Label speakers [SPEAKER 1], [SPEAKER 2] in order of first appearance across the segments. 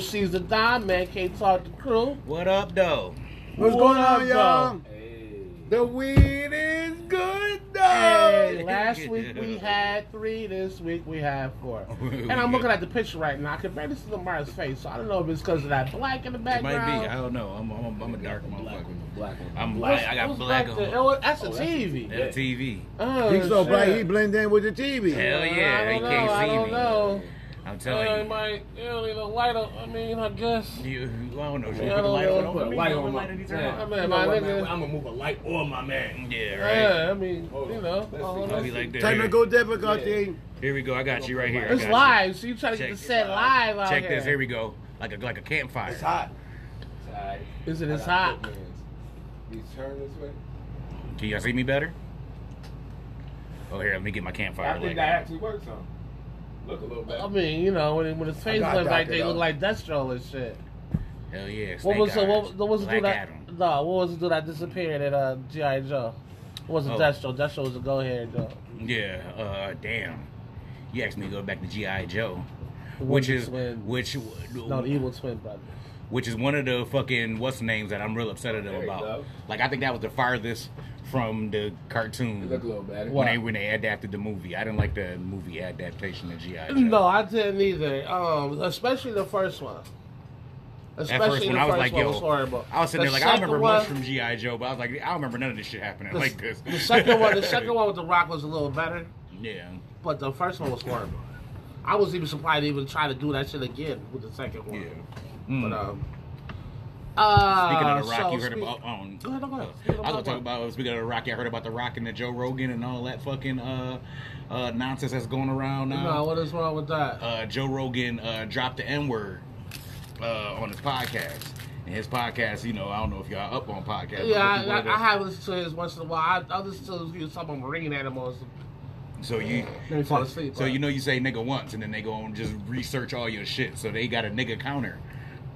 [SPEAKER 1] she's the Don Man. Can't talk to crew.
[SPEAKER 2] What up, though?
[SPEAKER 3] What's going on,
[SPEAKER 1] What
[SPEAKER 3] y'all?
[SPEAKER 1] up,
[SPEAKER 3] The weed is good, though.
[SPEAKER 1] Hey, last week we had three. This week we have four.
[SPEAKER 2] Oh,
[SPEAKER 1] And I'm looking at the picture right now. I can barely see Lamar's face, so I don't know if it's because of that black in the
[SPEAKER 2] It
[SPEAKER 1] background.
[SPEAKER 2] might be. I don't know. I'm, I'm, I'm a dark motherfucker.
[SPEAKER 4] Black one.
[SPEAKER 2] I'm
[SPEAKER 1] What's-
[SPEAKER 2] black. I got
[SPEAKER 1] what's
[SPEAKER 2] black
[SPEAKER 1] back
[SPEAKER 2] on.
[SPEAKER 1] there? Oh, that's a
[SPEAKER 4] Oh, that's a-
[SPEAKER 1] TV.
[SPEAKER 2] That TV.
[SPEAKER 1] Oh,
[SPEAKER 3] He's so
[SPEAKER 1] shit.
[SPEAKER 3] bright, he blend in with the TV.
[SPEAKER 2] Hell
[SPEAKER 1] I
[SPEAKER 2] yeah,
[SPEAKER 1] don't
[SPEAKER 2] he
[SPEAKER 1] know,
[SPEAKER 2] can't
[SPEAKER 1] I
[SPEAKER 2] see
[SPEAKER 1] don't
[SPEAKER 2] me.
[SPEAKER 1] know. Uh,
[SPEAKER 2] I'm
[SPEAKER 1] it
[SPEAKER 2] telling
[SPEAKER 1] might, it'll need a light up. I mean, I guess.
[SPEAKER 2] you. You, I don't know. Should we
[SPEAKER 1] Yeah, I
[SPEAKER 2] put the
[SPEAKER 1] don't
[SPEAKER 2] lights
[SPEAKER 1] know.
[SPEAKER 2] on?
[SPEAKER 1] Put a
[SPEAKER 2] Maybe
[SPEAKER 4] light
[SPEAKER 2] put
[SPEAKER 4] on
[SPEAKER 2] the
[SPEAKER 4] my
[SPEAKER 2] light on.
[SPEAKER 4] man.
[SPEAKER 1] I
[SPEAKER 4] You
[SPEAKER 1] mean,
[SPEAKER 4] know
[SPEAKER 1] my nigga-
[SPEAKER 4] what, man? I'm gonna move a light on my man.
[SPEAKER 2] Yeah, right.
[SPEAKER 1] Yeah, I mean,
[SPEAKER 4] Hold
[SPEAKER 1] you
[SPEAKER 4] on.
[SPEAKER 1] know.
[SPEAKER 4] Let's
[SPEAKER 1] all
[SPEAKER 4] see.
[SPEAKER 1] of
[SPEAKER 2] I'll
[SPEAKER 1] that.
[SPEAKER 2] be like there.
[SPEAKER 3] Technical difficulty.
[SPEAKER 2] Here we go. I got you right here. I
[SPEAKER 1] It's
[SPEAKER 2] got you.
[SPEAKER 1] live, so you try to
[SPEAKER 2] Check
[SPEAKER 1] get the
[SPEAKER 2] this
[SPEAKER 1] set live out
[SPEAKER 2] Check
[SPEAKER 1] here.
[SPEAKER 2] this. Here we go. Like a like a campfire.
[SPEAKER 4] It's hot. It's hot.
[SPEAKER 1] Is it
[SPEAKER 4] I
[SPEAKER 1] as
[SPEAKER 4] got
[SPEAKER 1] hot?
[SPEAKER 4] foot mans. You turn this way.
[SPEAKER 2] Can y'all see me better? Oh, here. Let me get my
[SPEAKER 4] I
[SPEAKER 2] campfire.
[SPEAKER 4] think
[SPEAKER 2] lit.
[SPEAKER 4] that actually works on. Look a little better.
[SPEAKER 1] I mean, you know, when, when his face
[SPEAKER 3] got
[SPEAKER 1] look like
[SPEAKER 3] Doc,
[SPEAKER 1] they
[SPEAKER 3] though.
[SPEAKER 1] look like Destro and shit.
[SPEAKER 2] Hell yeah. Snake
[SPEAKER 1] What was the what,
[SPEAKER 2] eyes.
[SPEAKER 1] what was the
[SPEAKER 2] Black
[SPEAKER 1] dude that
[SPEAKER 2] Adam.
[SPEAKER 1] no? What was the dude that disappeared at uh, GI Joe? It wasn't
[SPEAKER 2] Oh.
[SPEAKER 1] Destro. Destro was a go ahead Joe.
[SPEAKER 2] Yeah, uh, damn. You asked me to go back to G.I. Joe.
[SPEAKER 1] The
[SPEAKER 2] Which
[SPEAKER 1] Wonder
[SPEAKER 2] is
[SPEAKER 1] twin.
[SPEAKER 2] which
[SPEAKER 1] no the evil twin brother.
[SPEAKER 2] which is one of the fucking what's the names that I'm real upset at them
[SPEAKER 4] There you
[SPEAKER 2] about.
[SPEAKER 4] go.
[SPEAKER 2] Like I think that was the farthest from the cartoon
[SPEAKER 4] It look a little better.
[SPEAKER 2] when they
[SPEAKER 1] What?
[SPEAKER 2] when they adapted the movie. I didn't like the movie adaptation of GI Joe.
[SPEAKER 1] No, I didn't either. Um, especially the first one.
[SPEAKER 2] At
[SPEAKER 1] Especially
[SPEAKER 2] first,
[SPEAKER 1] the
[SPEAKER 2] when I was
[SPEAKER 1] first
[SPEAKER 2] like,
[SPEAKER 1] one
[SPEAKER 2] yo,
[SPEAKER 1] was horrible.
[SPEAKER 2] I was sitting
[SPEAKER 1] The
[SPEAKER 2] there like, I
[SPEAKER 1] second
[SPEAKER 2] remember
[SPEAKER 1] one-
[SPEAKER 2] much from G.I. Joe, but I was like, I don't remember none of this shit happening
[SPEAKER 1] the-
[SPEAKER 2] like this.
[SPEAKER 1] The second one, the second one with the Rock was a little better,
[SPEAKER 2] Yeah.
[SPEAKER 1] but the first one was horrible. I was even surprised they even try to do that shit again with the second
[SPEAKER 2] Yeah.
[SPEAKER 1] one.
[SPEAKER 2] Mm.
[SPEAKER 1] But um, uh,
[SPEAKER 2] Speaking of the Rock,
[SPEAKER 1] so
[SPEAKER 2] you heard
[SPEAKER 1] speak-
[SPEAKER 2] about. Um,
[SPEAKER 1] Go ahead, go ahead.
[SPEAKER 2] I
[SPEAKER 1] Speak
[SPEAKER 2] was
[SPEAKER 1] about
[SPEAKER 2] gonna
[SPEAKER 1] that.
[SPEAKER 2] talk about speaking of the Rock. I heard about the Rock and the Joe Rogan and all that fucking uh, uh, nonsense that's going around now.
[SPEAKER 1] No, what is wrong with that?
[SPEAKER 2] um, uh, Joe Rogan uh, dropped the N word uh, on his podcast. And his podcast, you know, I don't know if y'all up on podcasts. but
[SPEAKER 1] yeah,
[SPEAKER 2] it's
[SPEAKER 1] I,
[SPEAKER 2] one of
[SPEAKER 1] I, I
[SPEAKER 2] those-
[SPEAKER 1] have listened to his once in a while. I, I listen to you talking about marine animals.
[SPEAKER 2] So you,
[SPEAKER 1] Let me fall asleep.
[SPEAKER 2] so you know, you say nigga once, and then they go on just research all your shit. So they got a nigga counter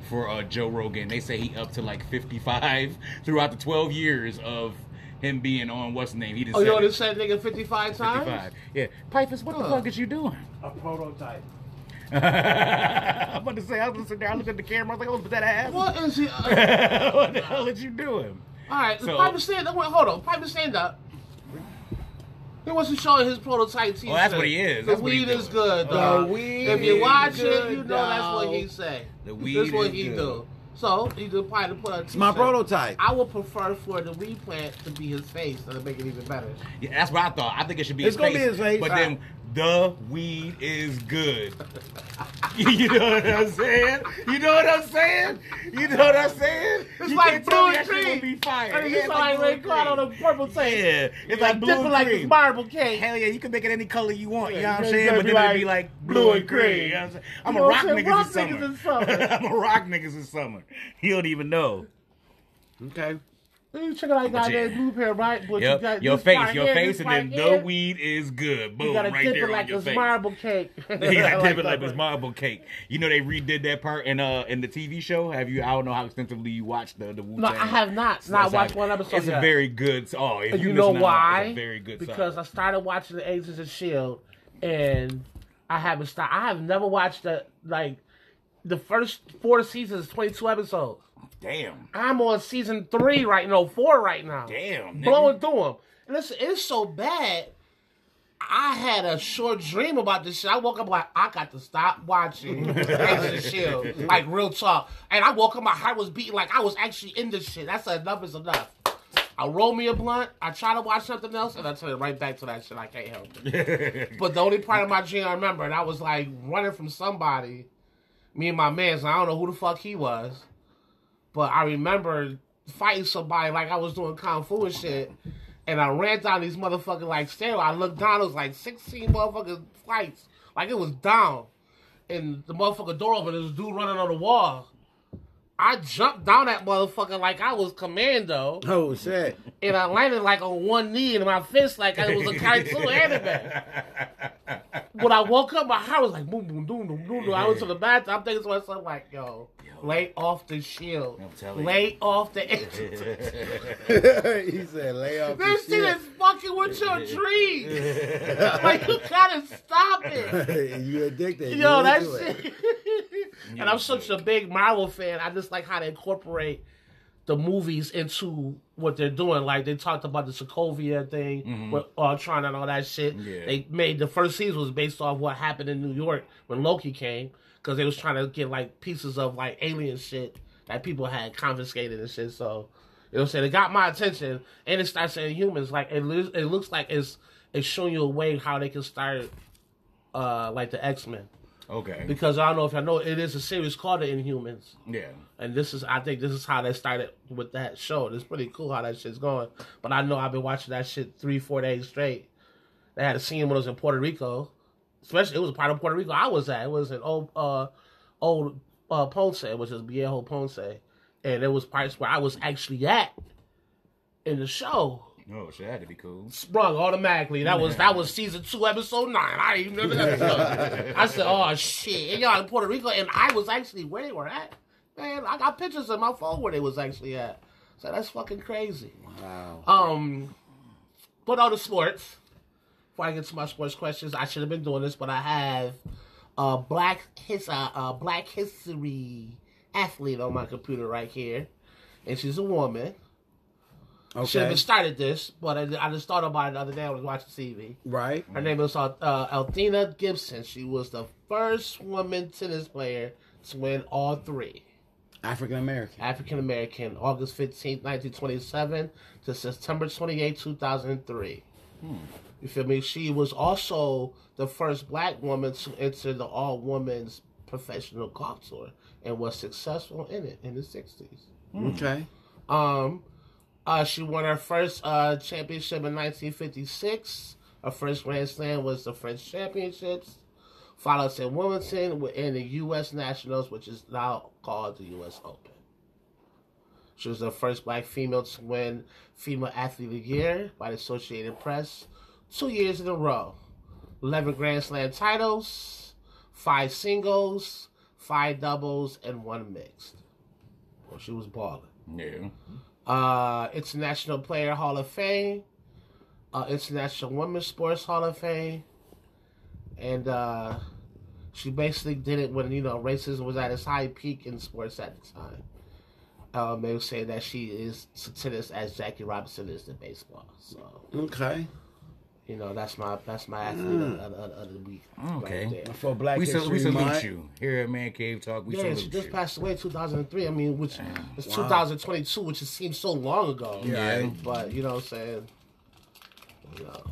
[SPEAKER 2] for uh, Joe Rogan. They say he up to like fifty five throughout the twelve years of him being on what's the name. He just
[SPEAKER 1] Oh, you
[SPEAKER 2] said
[SPEAKER 1] only
[SPEAKER 2] it.
[SPEAKER 1] said nigga 55 times?
[SPEAKER 2] 55. Yeah, Pipers, what the
[SPEAKER 1] Huh.
[SPEAKER 2] fuck is you doing?
[SPEAKER 4] A prototype.
[SPEAKER 2] I'm about to say, I was listening there, I looked at the camera, I was like, oh, but that ass.
[SPEAKER 1] What is he? Uh,
[SPEAKER 2] what the hell is you doing?
[SPEAKER 1] all right,
[SPEAKER 2] So-
[SPEAKER 1] so, Piper stand up. Wait, hold on. Piper stand up. He wants to show his prototype t
[SPEAKER 2] Oh, that's what he is.
[SPEAKER 1] The
[SPEAKER 2] That's what he
[SPEAKER 1] weed is
[SPEAKER 2] doing.
[SPEAKER 1] good,
[SPEAKER 2] The
[SPEAKER 1] dog.
[SPEAKER 3] weed
[SPEAKER 1] if you
[SPEAKER 3] is
[SPEAKER 1] watch it,
[SPEAKER 3] good,
[SPEAKER 1] you know that's what he
[SPEAKER 3] dog.
[SPEAKER 1] say.
[SPEAKER 2] The
[SPEAKER 1] That's
[SPEAKER 2] weed
[SPEAKER 1] what
[SPEAKER 2] is
[SPEAKER 1] he
[SPEAKER 2] good.
[SPEAKER 1] do. So, he did probably put a
[SPEAKER 3] It's my
[SPEAKER 1] t-shirt.
[SPEAKER 3] prototype.
[SPEAKER 1] I would prefer for the weed plant to be his face. That'll make it even better.
[SPEAKER 2] Yeah, that's what I thought. I think it should be his
[SPEAKER 3] It's gonna
[SPEAKER 2] face.
[SPEAKER 3] be his face.
[SPEAKER 2] But then the weed is good. you know what I'm saying? You know what I'm saying? You know what I'm saying?
[SPEAKER 1] It's
[SPEAKER 2] you
[SPEAKER 1] like
[SPEAKER 2] can't tell
[SPEAKER 1] blue
[SPEAKER 2] me that shit
[SPEAKER 1] cream.
[SPEAKER 2] will be fire.
[SPEAKER 1] I mean,
[SPEAKER 2] Yeah,
[SPEAKER 1] it's like
[SPEAKER 2] blue
[SPEAKER 1] Ray Kroc on
[SPEAKER 2] cream.
[SPEAKER 1] a purple tape.
[SPEAKER 2] Yeah, it's like blue
[SPEAKER 1] dipping
[SPEAKER 2] and
[SPEAKER 1] like
[SPEAKER 2] cream.
[SPEAKER 1] this marble cake.
[SPEAKER 2] Hell yeah, you can make it any color you want.
[SPEAKER 1] Yeah,
[SPEAKER 2] you know what I'm
[SPEAKER 1] it's
[SPEAKER 2] saying?
[SPEAKER 1] gonna
[SPEAKER 2] But
[SPEAKER 1] be
[SPEAKER 2] then it'd be
[SPEAKER 1] like
[SPEAKER 2] like blue and green. You know what I'm saying? I'm
[SPEAKER 1] You
[SPEAKER 2] a
[SPEAKER 1] know
[SPEAKER 2] rock
[SPEAKER 1] what I'm
[SPEAKER 2] niggas
[SPEAKER 1] saying?
[SPEAKER 2] in summer.
[SPEAKER 1] Rock niggas in summer.
[SPEAKER 2] I'm a rock niggas in summer. He don't even know.
[SPEAKER 3] Okay.
[SPEAKER 1] You check out that
[SPEAKER 2] But
[SPEAKER 1] goddamn
[SPEAKER 2] yeah.
[SPEAKER 1] blue pair, right? But you
[SPEAKER 2] Yep.
[SPEAKER 1] got
[SPEAKER 2] Your
[SPEAKER 1] this
[SPEAKER 2] face,
[SPEAKER 1] part
[SPEAKER 2] your
[SPEAKER 1] here,
[SPEAKER 2] face,
[SPEAKER 1] this
[SPEAKER 2] and
[SPEAKER 1] part
[SPEAKER 2] then
[SPEAKER 1] here.
[SPEAKER 2] the weed is good.
[SPEAKER 1] You
[SPEAKER 2] Boom,
[SPEAKER 1] gotta
[SPEAKER 2] right
[SPEAKER 1] dip
[SPEAKER 2] there
[SPEAKER 1] it like
[SPEAKER 2] on your
[SPEAKER 1] this
[SPEAKER 2] face.
[SPEAKER 1] marble cake. I
[SPEAKER 2] He like dip it
[SPEAKER 1] that
[SPEAKER 2] like this
[SPEAKER 1] part.
[SPEAKER 2] marble cake. You know they redid that part in uh in the TV show. Have you? I don't know how extensively you watched the the Wu Tang.
[SPEAKER 1] No, I have not. Not watched one episode
[SPEAKER 2] It's a
[SPEAKER 1] yet.
[SPEAKER 2] very good. Oh, if
[SPEAKER 1] And
[SPEAKER 2] you,
[SPEAKER 1] you know
[SPEAKER 2] missing out,
[SPEAKER 1] why?
[SPEAKER 2] It's a very good.
[SPEAKER 1] Because I
[SPEAKER 2] song.
[SPEAKER 1] started watching the Agents of Shield, E and I haven't stopped. I have never watched the like the first four seasons, twenty two episodes.
[SPEAKER 2] damn,
[SPEAKER 1] I'm on season three right now, four right now.
[SPEAKER 2] damn, nigga.
[SPEAKER 1] blowing through them. Listen, it's so bad. I had a short dream about this shit. I woke up like I got to stop watching Agents of Shield, like real talk. And I woke up, my heart was beating like I was actually in this shit. That's enough is enough. I roll me a blunt. I try to watch something else, and I turn it right back to that shit. I can't help it. but the only part of my dream I remember, and I was like running from somebody. Me and my man's. I don't know who the fuck he was, but I remember fighting somebody like I was doing kung fu and shit. And I ran down these motherfucking like stairwell. I looked down. It was like sixteen motherfucking flights. Like it was down, and the motherfucking door open. There's a dude running on the wall. I jumped down that motherfucker like I was commando
[SPEAKER 3] Oh, shit.
[SPEAKER 1] and I landed like on one knee and my fist like it was a cartoon anime. When I woke up, my heart was like boom, boom, boom, boom, boom. boom. I went to the bathroom. I'm thinking to myself like, yo, lay off the shield,
[SPEAKER 2] I'm telling you.
[SPEAKER 1] lay off the edge.
[SPEAKER 3] he said, lay off the
[SPEAKER 1] This shit
[SPEAKER 3] shit.
[SPEAKER 1] is fucking with your dreams. like you gotta stop it.
[SPEAKER 3] you addicted.
[SPEAKER 1] Yo,
[SPEAKER 3] you
[SPEAKER 1] that
[SPEAKER 3] into it.
[SPEAKER 1] shit. And I'm such a big Marvel fan. I just like how they incorporate the movies into what they're doing. Like they talked about the Sokovia thing with Ultron and all that shit.
[SPEAKER 2] Yeah.
[SPEAKER 1] They made the first season was based off what happened in New York when Loki came because they was trying to get like pieces of like alien shit that people had confiscated and shit. So you know what I'm saying? It got my attention and it starts saying humans like it. lo- It looks like it's it's showing you a way how they can start uh like the X Men
[SPEAKER 2] Okay.
[SPEAKER 1] because I don't know if I know it is a series called The Inhumans.
[SPEAKER 2] Yeah.
[SPEAKER 1] And this is, I think, this is how they started with that show. It's pretty cool how that shit's going. But I know I've been watching that shit three, four days straight. They had a scene when it was in Puerto Rico. Especially, it was a part of Puerto Rico I was at. It was in old, uh, old uh, Ponce, which is Viejo Ponce, and it was parts where I was actually at in the show.
[SPEAKER 2] Oh shit, that had to be cool.
[SPEAKER 1] Sprung automatically. That was that was season two, episode nine. I didn't even know that. episode. I said, "Oh shit!" And y'all in Puerto Rico, and I was actually where they were at. Man, I got pictures in my phone where they was actually at. So that's fucking crazy.
[SPEAKER 3] Wow.
[SPEAKER 1] Um, but on the sports, before I get to my sports questions, I should have been doing this, but I have a black his uh, a black history athlete on my computer right here, and she's a woman. Should have
[SPEAKER 3] Okay.
[SPEAKER 1] been started this, but I, I just thought about it the other day. I was watching TV.
[SPEAKER 3] Right.
[SPEAKER 1] Her name is uh, Althena Gibson. She was the first woman tennis player to win all three.
[SPEAKER 3] African American.
[SPEAKER 1] African American, August 15, 1927 to September 28, 2003. You feel me? She was also the first black woman to enter the all women's professional golf tour and was successful in it in the 60s.
[SPEAKER 2] Mm.
[SPEAKER 3] Okay.
[SPEAKER 1] Um, uh, she won her first uh, championship in 1956. Her first Grand Slam was the French Championships. Followed in Wilmington in the U.S. Nationals, which is now called the U.S. Open. She was the first black female to win Female Athlete of the Year by the Associated Press two years in a row. 11 Grand Slam titles, five singles, five doubles, and one mixed. Well, she was balling
[SPEAKER 2] Yeah.
[SPEAKER 1] uh, International Player Hall of Fame, uh, International Women's Sports Hall of Fame, and uh, she basically did it when you know racism was at its high peak in sports at the time. Um, they would say that she is to tennis as Jackie Robinson is to baseball. So
[SPEAKER 3] Okay.
[SPEAKER 1] you know that's my that's my athlete of, of- of the week.
[SPEAKER 2] Okay.
[SPEAKER 1] Right there.
[SPEAKER 3] For Black
[SPEAKER 2] We, sal-
[SPEAKER 3] History
[SPEAKER 2] we salute
[SPEAKER 3] Month.
[SPEAKER 2] you here at Man Cave Talk. We
[SPEAKER 1] Yeah,
[SPEAKER 2] salute
[SPEAKER 1] she just
[SPEAKER 2] you.
[SPEAKER 1] passed away in 2003. I mean, which it's 2022, which it seems so long ago.
[SPEAKER 3] Yeah.
[SPEAKER 1] But you know what I'm saying? You know.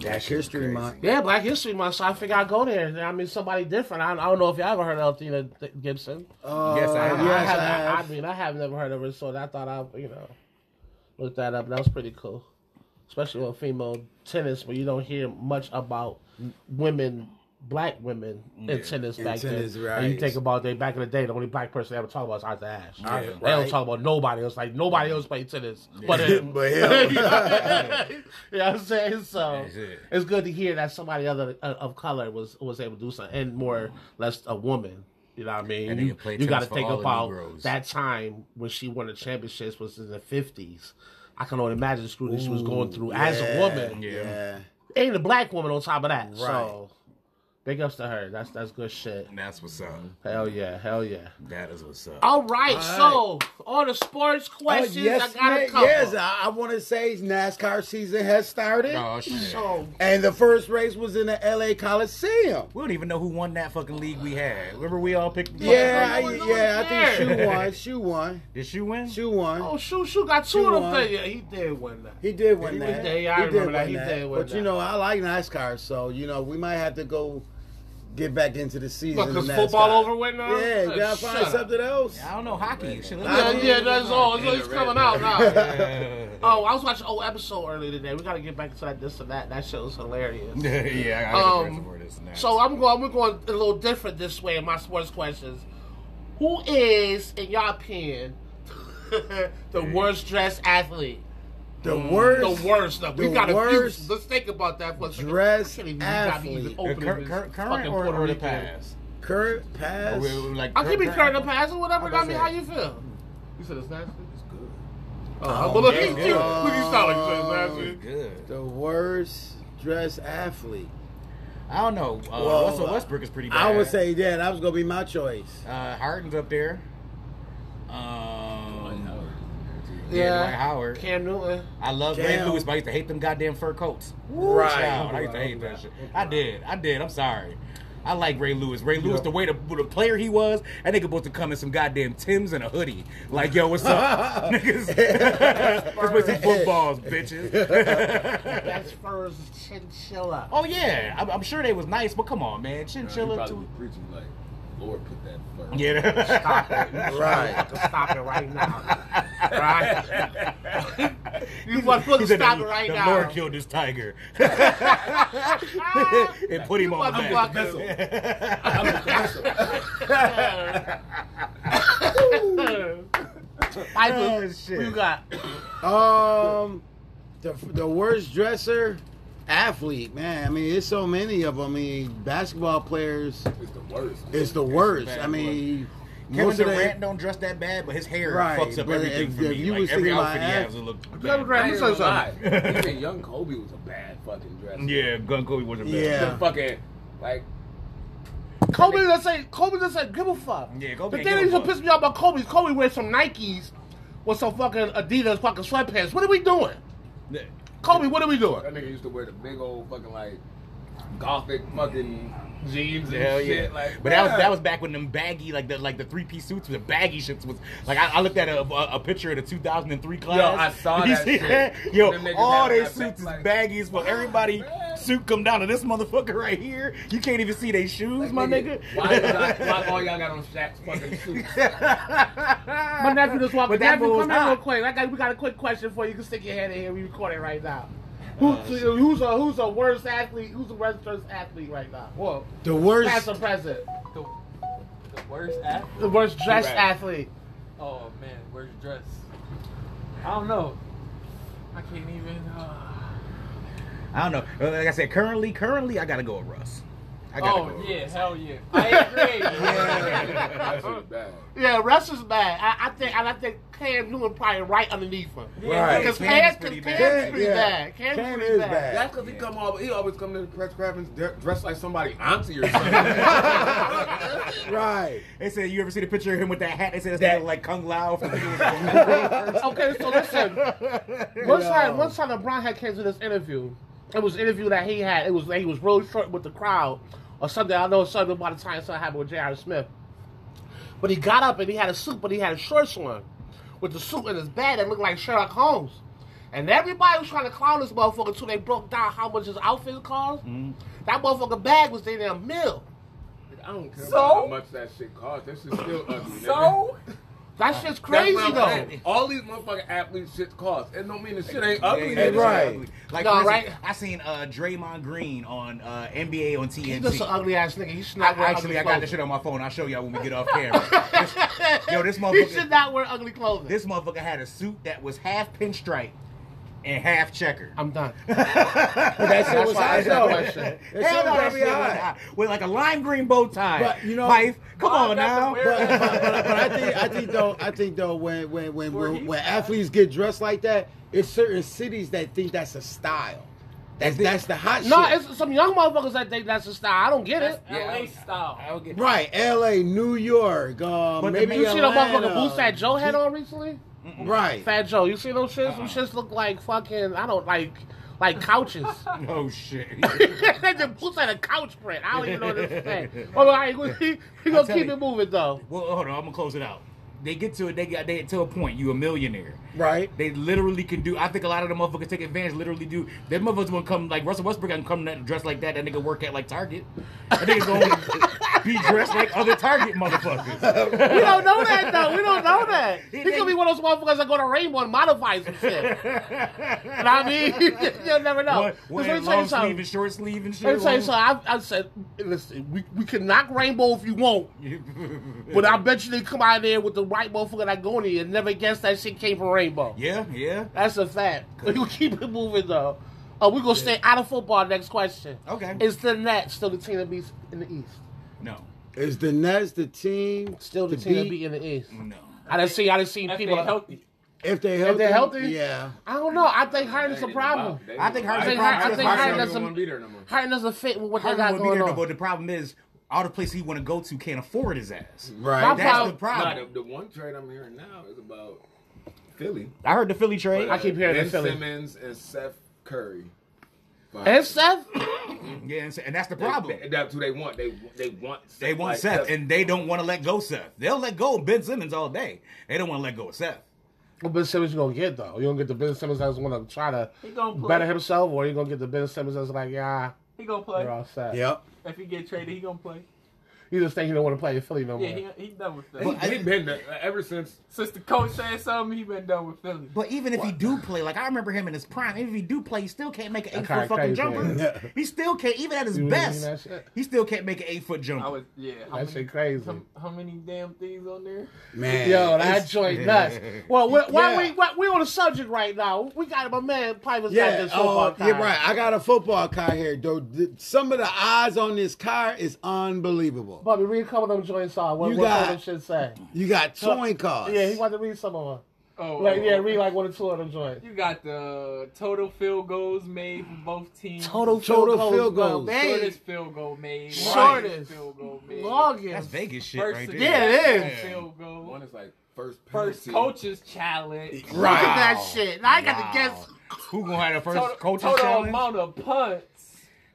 [SPEAKER 3] Black History
[SPEAKER 2] crazy.
[SPEAKER 3] Month.
[SPEAKER 1] Yeah, Black History Month, so I figure I'll go there. I mean, somebody different. I, I don't know if y'all ever heard of Athena Th- Gibson.
[SPEAKER 3] Uh,
[SPEAKER 2] Yes, I have.
[SPEAKER 1] I,
[SPEAKER 3] Yes,
[SPEAKER 1] have,
[SPEAKER 3] I
[SPEAKER 1] I,
[SPEAKER 3] have.
[SPEAKER 1] mean, I have never heard of her, so I thought I, you know, looked that up. That was pretty cool. Especially with female tennis, where you don't hear much about women, black women in tennis
[SPEAKER 3] In
[SPEAKER 1] back
[SPEAKER 3] tennis,
[SPEAKER 1] then.
[SPEAKER 3] right.
[SPEAKER 1] And you think about they back in the day, the only black person they ever talk about is Arthur Ashe.
[SPEAKER 3] Yeah.
[SPEAKER 1] They don't
[SPEAKER 3] Right.
[SPEAKER 1] talk about nobody else. Like,
[SPEAKER 2] Mm.
[SPEAKER 1] nobody else played tennis. But him.
[SPEAKER 3] But
[SPEAKER 1] you know
[SPEAKER 3] hell.
[SPEAKER 1] what I'm saying? So
[SPEAKER 2] That's it.
[SPEAKER 1] it's good to hear that somebody other uh, of color was was able to do something, and more or less a woman. You know what I mean?
[SPEAKER 2] And they
[SPEAKER 1] you
[SPEAKER 2] can play
[SPEAKER 1] you got
[SPEAKER 2] tennis
[SPEAKER 1] to
[SPEAKER 2] for
[SPEAKER 1] think
[SPEAKER 2] all the
[SPEAKER 1] about
[SPEAKER 2] Negroes.
[SPEAKER 1] that time when she won the championships was in the fifties. I can only imagine the scrutiny she was going through as a
[SPEAKER 3] yeah,
[SPEAKER 1] woman,
[SPEAKER 2] Yeah.
[SPEAKER 3] Yeah.
[SPEAKER 2] Oh,
[SPEAKER 1] and a black woman on top of that.
[SPEAKER 3] Right.
[SPEAKER 1] So big ups to her. That's that's good shit.
[SPEAKER 2] That's what's up.
[SPEAKER 1] Hell yeah, hell yeah.
[SPEAKER 2] That is what's up.
[SPEAKER 1] All right, so all the sports
[SPEAKER 3] Oh,
[SPEAKER 1] questions
[SPEAKER 3] yes,
[SPEAKER 1] I got a
[SPEAKER 3] man.
[SPEAKER 1] couple.
[SPEAKER 3] yes, I, I want to say NASCAR season has started,
[SPEAKER 2] Oh, shit.
[SPEAKER 1] so
[SPEAKER 3] and the first race was in the LA
[SPEAKER 1] Oh,
[SPEAKER 3] Coliseum.
[SPEAKER 2] we don't even know who won that fucking league we had. Remember we all picked.
[SPEAKER 3] Yeah, I,
[SPEAKER 1] no one- no
[SPEAKER 3] yeah,
[SPEAKER 1] one's
[SPEAKER 3] I think
[SPEAKER 1] there.
[SPEAKER 3] she won. She won.
[SPEAKER 2] Did she win?
[SPEAKER 3] She won.
[SPEAKER 1] Oh, shoot, shoot, got two of them
[SPEAKER 3] won.
[SPEAKER 1] things. Yeah, he did win that.
[SPEAKER 3] He did win
[SPEAKER 1] He was
[SPEAKER 3] that.
[SPEAKER 1] there, yeah, I
[SPEAKER 3] he
[SPEAKER 1] remember
[SPEAKER 3] did
[SPEAKER 1] that.
[SPEAKER 3] win
[SPEAKER 1] He
[SPEAKER 3] that.
[SPEAKER 1] did win
[SPEAKER 3] but you
[SPEAKER 1] that.
[SPEAKER 3] know, I like NASCAR, so you know, we might have to go get back into the season.
[SPEAKER 1] Look,
[SPEAKER 3] in
[SPEAKER 1] because
[SPEAKER 3] NASCAR.
[SPEAKER 1] football over with now?
[SPEAKER 3] Yeah, you gotta
[SPEAKER 1] Shut
[SPEAKER 3] find
[SPEAKER 1] up.
[SPEAKER 3] something else.
[SPEAKER 2] I don't know hockey. Shit, let's
[SPEAKER 1] Yeah,
[SPEAKER 2] go.
[SPEAKER 1] yeah, that's all. It's, it's coming out now.
[SPEAKER 2] Uh,
[SPEAKER 1] oh, I was watching an old episode earlier today. We got to get back to that this and that. That shit was hilarious.
[SPEAKER 2] yeah, I
[SPEAKER 1] Um,
[SPEAKER 2] got um, for this and that.
[SPEAKER 1] So I'm going. We're going a little different this way in my sports questions. Who is, in your opinion, the worst dressed athlete?
[SPEAKER 3] The worst.
[SPEAKER 1] Mm. The worst. Now, we
[SPEAKER 3] The
[SPEAKER 1] got to.
[SPEAKER 3] worst
[SPEAKER 1] Let's think about that for a second. I
[SPEAKER 3] dressed
[SPEAKER 1] shouldn't even- we gotta even
[SPEAKER 3] athlete.
[SPEAKER 2] Uh,
[SPEAKER 1] open
[SPEAKER 2] cur-
[SPEAKER 1] this
[SPEAKER 2] cur-
[SPEAKER 1] fucking
[SPEAKER 2] current or,
[SPEAKER 1] Puerto
[SPEAKER 2] or the
[SPEAKER 1] Rican.
[SPEAKER 2] past?
[SPEAKER 3] Current pass.
[SPEAKER 2] Or Oh, we- we like
[SPEAKER 1] I give you
[SPEAKER 2] current-
[SPEAKER 1] current or past or whatever. I
[SPEAKER 2] I'm about
[SPEAKER 1] mean,
[SPEAKER 2] to
[SPEAKER 1] how
[SPEAKER 2] say.
[SPEAKER 1] you feel? You said it's nasty.
[SPEAKER 2] It's good.
[SPEAKER 1] Uh, but look, he's
[SPEAKER 2] yeah.
[SPEAKER 1] cute. Look, he sound like he said it's nasty.
[SPEAKER 2] It's good.
[SPEAKER 3] The worst dressed athlete.
[SPEAKER 2] I don't know. Uh,
[SPEAKER 3] Well,
[SPEAKER 2] Russell Westbrook is pretty bad.
[SPEAKER 3] I would say, yeah, that was gonna be my choice.
[SPEAKER 2] uh, Harden's up there.
[SPEAKER 4] Oh,
[SPEAKER 2] Um, yeah,
[SPEAKER 1] Yeah.
[SPEAKER 2] Dwight Howard.
[SPEAKER 1] Cam Newton.
[SPEAKER 2] I love
[SPEAKER 3] Cam.
[SPEAKER 2] Ray Lewis, but I used to hate them goddamn fur coats. Woo,
[SPEAKER 3] Right.
[SPEAKER 2] child, I used to hate that shit. I did. I did. I'm sorry. I like Ray Lewis. Ray Lewis, the way the, the player he was, that nigga supposed to come in some goddamn Tim's and a hoodie. Like, yo, what's up? Niggas. Let's play some footballs, bitches.
[SPEAKER 1] That's Spurs chinchilla.
[SPEAKER 2] oh, yeah. I'm, I'm sure they was nice, but come on, man. Chinchilla,
[SPEAKER 4] probably
[SPEAKER 2] too.
[SPEAKER 4] be preaching like, Lord, put that fur.
[SPEAKER 2] Yeah.
[SPEAKER 1] Stop it.
[SPEAKER 3] Right.
[SPEAKER 1] You Stop it right now. Right? you motherfucker
[SPEAKER 2] He said,
[SPEAKER 1] stop
[SPEAKER 2] "The-
[SPEAKER 1] it right
[SPEAKER 2] the
[SPEAKER 1] now.
[SPEAKER 2] Lord killed this tiger and put him
[SPEAKER 1] You
[SPEAKER 2] on the
[SPEAKER 1] motherfucker.
[SPEAKER 2] back.
[SPEAKER 4] I'm a commercial.
[SPEAKER 1] Piper,
[SPEAKER 2] Oh,
[SPEAKER 1] who you
[SPEAKER 2] shit.
[SPEAKER 1] got?
[SPEAKER 3] Um, the the worst dresser, athlete, man. I mean, it's so many of them. I mean, basketball players
[SPEAKER 4] It's the worst.
[SPEAKER 3] is the worst.
[SPEAKER 2] bad
[SPEAKER 3] I mean,
[SPEAKER 2] Kevin
[SPEAKER 3] most of
[SPEAKER 2] Durant
[SPEAKER 3] them.
[SPEAKER 2] don't dress that bad, but his hair
[SPEAKER 3] Right,
[SPEAKER 2] fucks up
[SPEAKER 3] but
[SPEAKER 2] everything
[SPEAKER 3] if-
[SPEAKER 2] for
[SPEAKER 3] if
[SPEAKER 2] me.
[SPEAKER 3] you
[SPEAKER 2] like
[SPEAKER 3] was
[SPEAKER 2] every
[SPEAKER 3] thinking
[SPEAKER 2] outfit he
[SPEAKER 3] about
[SPEAKER 2] has,
[SPEAKER 3] that-
[SPEAKER 2] it look
[SPEAKER 1] Kevin
[SPEAKER 2] bad.
[SPEAKER 1] Durant-
[SPEAKER 4] I
[SPEAKER 1] Let me
[SPEAKER 4] ain't
[SPEAKER 1] say
[SPEAKER 4] gonna lie.
[SPEAKER 1] something.
[SPEAKER 4] Even young Kobe was a bad fucking dresser.
[SPEAKER 2] Yeah, Gun Kobe wasn't bad.
[SPEAKER 3] Yeah.
[SPEAKER 4] The fucking, like,
[SPEAKER 1] Kobe doesn't say Kobe doesn't say give a fuck.
[SPEAKER 2] Yeah, Kobe
[SPEAKER 1] The thing that
[SPEAKER 2] ain't give a
[SPEAKER 1] used to
[SPEAKER 2] fuck.
[SPEAKER 1] piss me off about Kobe is Kobe wears some Nikes with some fucking Adidas fucking sweatpants. What are we doing? Kobe, what are we
[SPEAKER 4] that
[SPEAKER 1] doing?
[SPEAKER 4] nigga used to wear the big old fucking, like, gothic fucking jeans and
[SPEAKER 2] Hell yeah!
[SPEAKER 4] shit. Like,
[SPEAKER 2] but that was
[SPEAKER 4] bruh.
[SPEAKER 2] that was back when them baggy like the like the three piece suits, the baggy shits was like I, I looked at a, a, a picture of the 2003 class.
[SPEAKER 4] Yo, I saw
[SPEAKER 2] You
[SPEAKER 4] that
[SPEAKER 2] see
[SPEAKER 4] shit.
[SPEAKER 2] that? Yo,
[SPEAKER 4] Them niggas
[SPEAKER 2] all
[SPEAKER 4] had
[SPEAKER 2] they
[SPEAKER 4] that back
[SPEAKER 2] suits is
[SPEAKER 4] like-
[SPEAKER 2] baggies, but everybody
[SPEAKER 4] Man.
[SPEAKER 2] suit come down to this motherfucker right here. You can't even see they shoes,
[SPEAKER 4] Like,
[SPEAKER 2] my nigga.
[SPEAKER 4] Why, y'all, why all y'all got on Shaq's fucking suits?
[SPEAKER 1] My nephew just walked.
[SPEAKER 2] But that
[SPEAKER 1] nephew,
[SPEAKER 2] move
[SPEAKER 1] come here
[SPEAKER 2] was
[SPEAKER 1] real
[SPEAKER 2] hot.
[SPEAKER 1] quick. I got, we got a quick question for you. You can stick your hand in here. We record it right now.
[SPEAKER 2] Uh,
[SPEAKER 1] Who, who's a who's a worst athlete? Who's the worst athlete right now? Well,
[SPEAKER 3] The worst.
[SPEAKER 1] past or present?
[SPEAKER 5] The, the worst act?
[SPEAKER 1] The worst dressed
[SPEAKER 4] Right.
[SPEAKER 1] athlete.
[SPEAKER 5] Oh man, worst dress. I don't know. I can't even. Uh...
[SPEAKER 2] I don't know. Uh, Like I said, currently, currently, I gotta go with Russ. I gotta go
[SPEAKER 5] Oh
[SPEAKER 2] with
[SPEAKER 5] yeah,
[SPEAKER 2] Russ.
[SPEAKER 5] hell yeah. I agree.
[SPEAKER 4] that shit was bad.
[SPEAKER 1] Yeah, Russ is bad. I, I think and I think Cam Newton probably right underneath him.
[SPEAKER 5] Yeah,
[SPEAKER 3] Right.
[SPEAKER 1] Because
[SPEAKER 2] Cam is
[SPEAKER 1] Cam's
[SPEAKER 2] pretty
[SPEAKER 1] Cam's
[SPEAKER 2] bad.
[SPEAKER 1] pretty
[SPEAKER 3] Yeah.
[SPEAKER 1] bad. Cam's
[SPEAKER 3] Cam
[SPEAKER 1] pretty
[SPEAKER 3] is
[SPEAKER 1] bad.
[SPEAKER 3] bad.
[SPEAKER 4] That's because he come all he always come to the press conference de- dressed like somebody auntie or something.
[SPEAKER 3] Right.
[SPEAKER 2] They said you ever see the picture of him with that hat? They said it's that like Kung Lao. From
[SPEAKER 1] Okay, so listen. One
[SPEAKER 3] Yo.
[SPEAKER 1] time, one time, LeBron had came to this interview. It was an interview that he had. It was he was real short with the crowd or something. I know something about the time something happened with J.R. Smith. But he got up and he had a suit, but he had a shorts on, with the suit in his bed that looked like Sherlock Holmes. And everybody was trying to clown this motherfucker until they broke down how much his outfit cost.
[SPEAKER 2] Mm-hmm.
[SPEAKER 1] That motherfucker bag was their damn meal.
[SPEAKER 4] I don't care
[SPEAKER 5] So?
[SPEAKER 4] about how much that shit cost. That shit's still ugly. nigga.
[SPEAKER 5] So
[SPEAKER 1] That shit's
[SPEAKER 4] That's
[SPEAKER 1] crazy
[SPEAKER 4] what I'm
[SPEAKER 1] though.
[SPEAKER 4] saying. All these motherfucking athletes shit cost. It don't mean the shit ain't ugly.
[SPEAKER 2] Yeah,
[SPEAKER 4] nigga.
[SPEAKER 3] right.
[SPEAKER 2] Like
[SPEAKER 1] No,
[SPEAKER 2] for instance,
[SPEAKER 1] right?
[SPEAKER 2] I seen uh, Draymond Green on uh, NBA on TNT.
[SPEAKER 1] He's just an ugly ass nigga. He should
[SPEAKER 2] I,
[SPEAKER 1] not wear
[SPEAKER 2] actually, I
[SPEAKER 1] ugly
[SPEAKER 2] got this
[SPEAKER 1] clothes.
[SPEAKER 2] shit on my phone. I'll show y'all when we get off camera. This- yo, this
[SPEAKER 1] He should
[SPEAKER 2] motherfucker,
[SPEAKER 1] not wear ugly clothing.
[SPEAKER 2] this motherfucker had a suit that was half pinstripe and half checker.
[SPEAKER 1] I'm done.
[SPEAKER 3] That shit was
[SPEAKER 1] why I said
[SPEAKER 3] hot
[SPEAKER 1] that
[SPEAKER 3] though. That
[SPEAKER 1] shit.
[SPEAKER 3] shit
[SPEAKER 2] Hell no, that
[SPEAKER 3] was
[SPEAKER 2] shit was
[SPEAKER 3] hot.
[SPEAKER 2] hot. with like a lime green bow tie.
[SPEAKER 3] But, you know-
[SPEAKER 2] wife, come
[SPEAKER 5] Mom
[SPEAKER 2] on
[SPEAKER 5] got to
[SPEAKER 2] now.
[SPEAKER 5] wear
[SPEAKER 3] But, but, but, but I think I think though I think though when when when when, when athletes get dressed like that, it's certain cities that think that's a style. That's that's the hot
[SPEAKER 1] No,
[SPEAKER 3] shit.
[SPEAKER 1] it's some young motherfuckers that think that's the style. I don't get
[SPEAKER 5] that's
[SPEAKER 1] it.
[SPEAKER 5] LA style.
[SPEAKER 2] I'll get-
[SPEAKER 3] Right, L.A., New York, uh,
[SPEAKER 2] But the-
[SPEAKER 3] maybe
[SPEAKER 1] You see the
[SPEAKER 3] Atlanta.
[SPEAKER 1] motherfucking boots that Joe had on recently?
[SPEAKER 3] Right,
[SPEAKER 1] Fat Joe, you see those shits? Those shits look like fucking I don't like like couches.
[SPEAKER 2] Oh shit.
[SPEAKER 1] the boots had a couch print. I don't even know this thing. Hold on, all right, we, we
[SPEAKER 2] I'll
[SPEAKER 1] gonna
[SPEAKER 2] tell
[SPEAKER 1] keep
[SPEAKER 2] you.
[SPEAKER 1] it moving though.
[SPEAKER 2] Well, hold on. I'm gonna close it out. They get to it. They got they to a point. You a millionaire.
[SPEAKER 3] right.
[SPEAKER 2] They literally can do. I think a lot of the motherfuckers take advantage. Literally do. Them motherfuckers will come like Russell Westbrook can come that- dressed like that. That nigga work at like Target. That nigga gonna be dressed like other Target motherfuckers.
[SPEAKER 1] We don't know that though. We don't know that.
[SPEAKER 2] He
[SPEAKER 1] He could be
[SPEAKER 2] didn't-
[SPEAKER 1] one of those motherfuckers that go to Rainbow and modify some shit. you know what I mean? You'll never know.
[SPEAKER 2] One,
[SPEAKER 1] 'Cause
[SPEAKER 2] one
[SPEAKER 1] let me tell you
[SPEAKER 2] long
[SPEAKER 1] something.
[SPEAKER 2] sleeve and short sleeve and shit.
[SPEAKER 1] Let me tell you something. I, I said, listen, we, we can knock Rainbow if you want, but I bet you they come out of there with the right motherfucker that go in there and never guess that shit came from Rainbow.
[SPEAKER 2] Yeah, yeah.
[SPEAKER 1] That's a fact. We gonna keep it moving though. Uh, we're gonna stay out of football. Next question.
[SPEAKER 2] Okay.
[SPEAKER 1] Is the Nets still the team that beats in the East?
[SPEAKER 2] No,
[SPEAKER 3] Is the Nets the team
[SPEAKER 1] Still the
[SPEAKER 3] to
[SPEAKER 1] team that
[SPEAKER 3] beat?
[SPEAKER 1] beat in the East.
[SPEAKER 2] no.
[SPEAKER 1] I done seen I done seen
[SPEAKER 5] If they
[SPEAKER 1] people
[SPEAKER 5] healthy.
[SPEAKER 3] If they
[SPEAKER 1] If
[SPEAKER 3] healthy,
[SPEAKER 1] they're healthy,
[SPEAKER 3] yeah.
[SPEAKER 1] I don't know. I think Harden's a problem.
[SPEAKER 6] I think Harden's a
[SPEAKER 1] I
[SPEAKER 6] problem.
[SPEAKER 1] think Har- I think
[SPEAKER 6] Harden-
[SPEAKER 1] Harden doesn't-
[SPEAKER 4] want to be there no more.
[SPEAKER 1] Harden doesn't fit with what they
[SPEAKER 2] Harden
[SPEAKER 1] got
[SPEAKER 2] won't be
[SPEAKER 1] going
[SPEAKER 2] there, no,
[SPEAKER 1] on.
[SPEAKER 2] but the problem is all the places he want to go to can't afford his ass.
[SPEAKER 1] My
[SPEAKER 3] Right.
[SPEAKER 1] pro-
[SPEAKER 2] That's the
[SPEAKER 4] Nah, the,
[SPEAKER 2] problem.
[SPEAKER 4] the one trade I'm hearing now is about Philly.
[SPEAKER 6] I heard the Philly trade.
[SPEAKER 1] I keep hearing
[SPEAKER 4] Ben
[SPEAKER 1] that Philly.
[SPEAKER 4] Simmons and Seth Curry.
[SPEAKER 1] And Seth,
[SPEAKER 2] Yeah, and, so- and that's the problem.
[SPEAKER 4] Problem. That's who they want. They they want. Seth
[SPEAKER 2] They want
[SPEAKER 4] like
[SPEAKER 2] Seth, and they don't want to let go Seth. They'll let go of Ben Simmons all day. They don't want to let go of Seth.
[SPEAKER 1] what Ben Simmons you gonna get though? You gonna get the Ben Simmons that's gonna try to
[SPEAKER 5] He gonna play.
[SPEAKER 1] better himself, or you gonna get the Ben Simmons that's like, yeah,
[SPEAKER 5] He gonna play.
[SPEAKER 1] you're all set.
[SPEAKER 3] Yep.
[SPEAKER 5] If he get traded, he gonna play.
[SPEAKER 1] You just think you don't want to play in Philly no more.
[SPEAKER 5] Yeah, he, he done with Philly.
[SPEAKER 4] He, he been there ever since.
[SPEAKER 5] Since the coach said something, he been done with Philly.
[SPEAKER 2] But even if he do play, like I remember him in his prime, even if he do play, he still can't make an eight
[SPEAKER 1] kinda
[SPEAKER 2] foot
[SPEAKER 1] crazy,
[SPEAKER 2] fucking jumper.
[SPEAKER 3] yeah.
[SPEAKER 2] He still can't, even at his
[SPEAKER 1] You really mean that
[SPEAKER 2] best,
[SPEAKER 1] shit?
[SPEAKER 2] he still can't make an eight foot
[SPEAKER 5] I
[SPEAKER 2] jumper.
[SPEAKER 5] was yeah. How
[SPEAKER 1] That
[SPEAKER 5] many,
[SPEAKER 1] shit crazy.
[SPEAKER 5] how, how many damn things on there?
[SPEAKER 3] Man.
[SPEAKER 1] Yo, that
[SPEAKER 3] it's-
[SPEAKER 1] joint nuts. Well, wh- why
[SPEAKER 3] Yeah.
[SPEAKER 1] we why, we on the subject right now? We got my man Piper's got
[SPEAKER 3] Yeah,
[SPEAKER 1] this football
[SPEAKER 3] oh,
[SPEAKER 1] card.
[SPEAKER 3] you're right. I got a football car here, though. Th- Some of the eyes on this car is unbelievable.
[SPEAKER 1] Bobby, read a couple of them joints on. What,
[SPEAKER 3] You
[SPEAKER 1] what
[SPEAKER 3] got-
[SPEAKER 1] some of them shit say?
[SPEAKER 3] You got toy cars.
[SPEAKER 1] Yeah, he wanted to read some of
[SPEAKER 5] Oh,
[SPEAKER 1] them. Like,
[SPEAKER 5] oh,
[SPEAKER 1] yeah,
[SPEAKER 5] oh.
[SPEAKER 1] read like one or two of them joints.
[SPEAKER 5] You got the total field goals made for both teams.
[SPEAKER 3] Total field
[SPEAKER 1] bro,
[SPEAKER 3] goals.
[SPEAKER 1] man.
[SPEAKER 5] shortest field goal made.
[SPEAKER 1] Shortest.
[SPEAKER 5] longest field goal made.
[SPEAKER 2] That's
[SPEAKER 1] Longest.
[SPEAKER 2] Vegas shit
[SPEAKER 5] First
[SPEAKER 2] right there.
[SPEAKER 5] and
[SPEAKER 1] Yeah, it is.
[SPEAKER 5] second Field goal.
[SPEAKER 4] One is like first
[SPEAKER 5] First
[SPEAKER 4] penalty.
[SPEAKER 5] coaches challenge.
[SPEAKER 1] Look
[SPEAKER 3] Right.
[SPEAKER 1] at that shit. Now I got to guess.
[SPEAKER 2] Who gonna have the first
[SPEAKER 5] Total,
[SPEAKER 2] coaching
[SPEAKER 5] total
[SPEAKER 2] challenge?
[SPEAKER 5] amount of punts.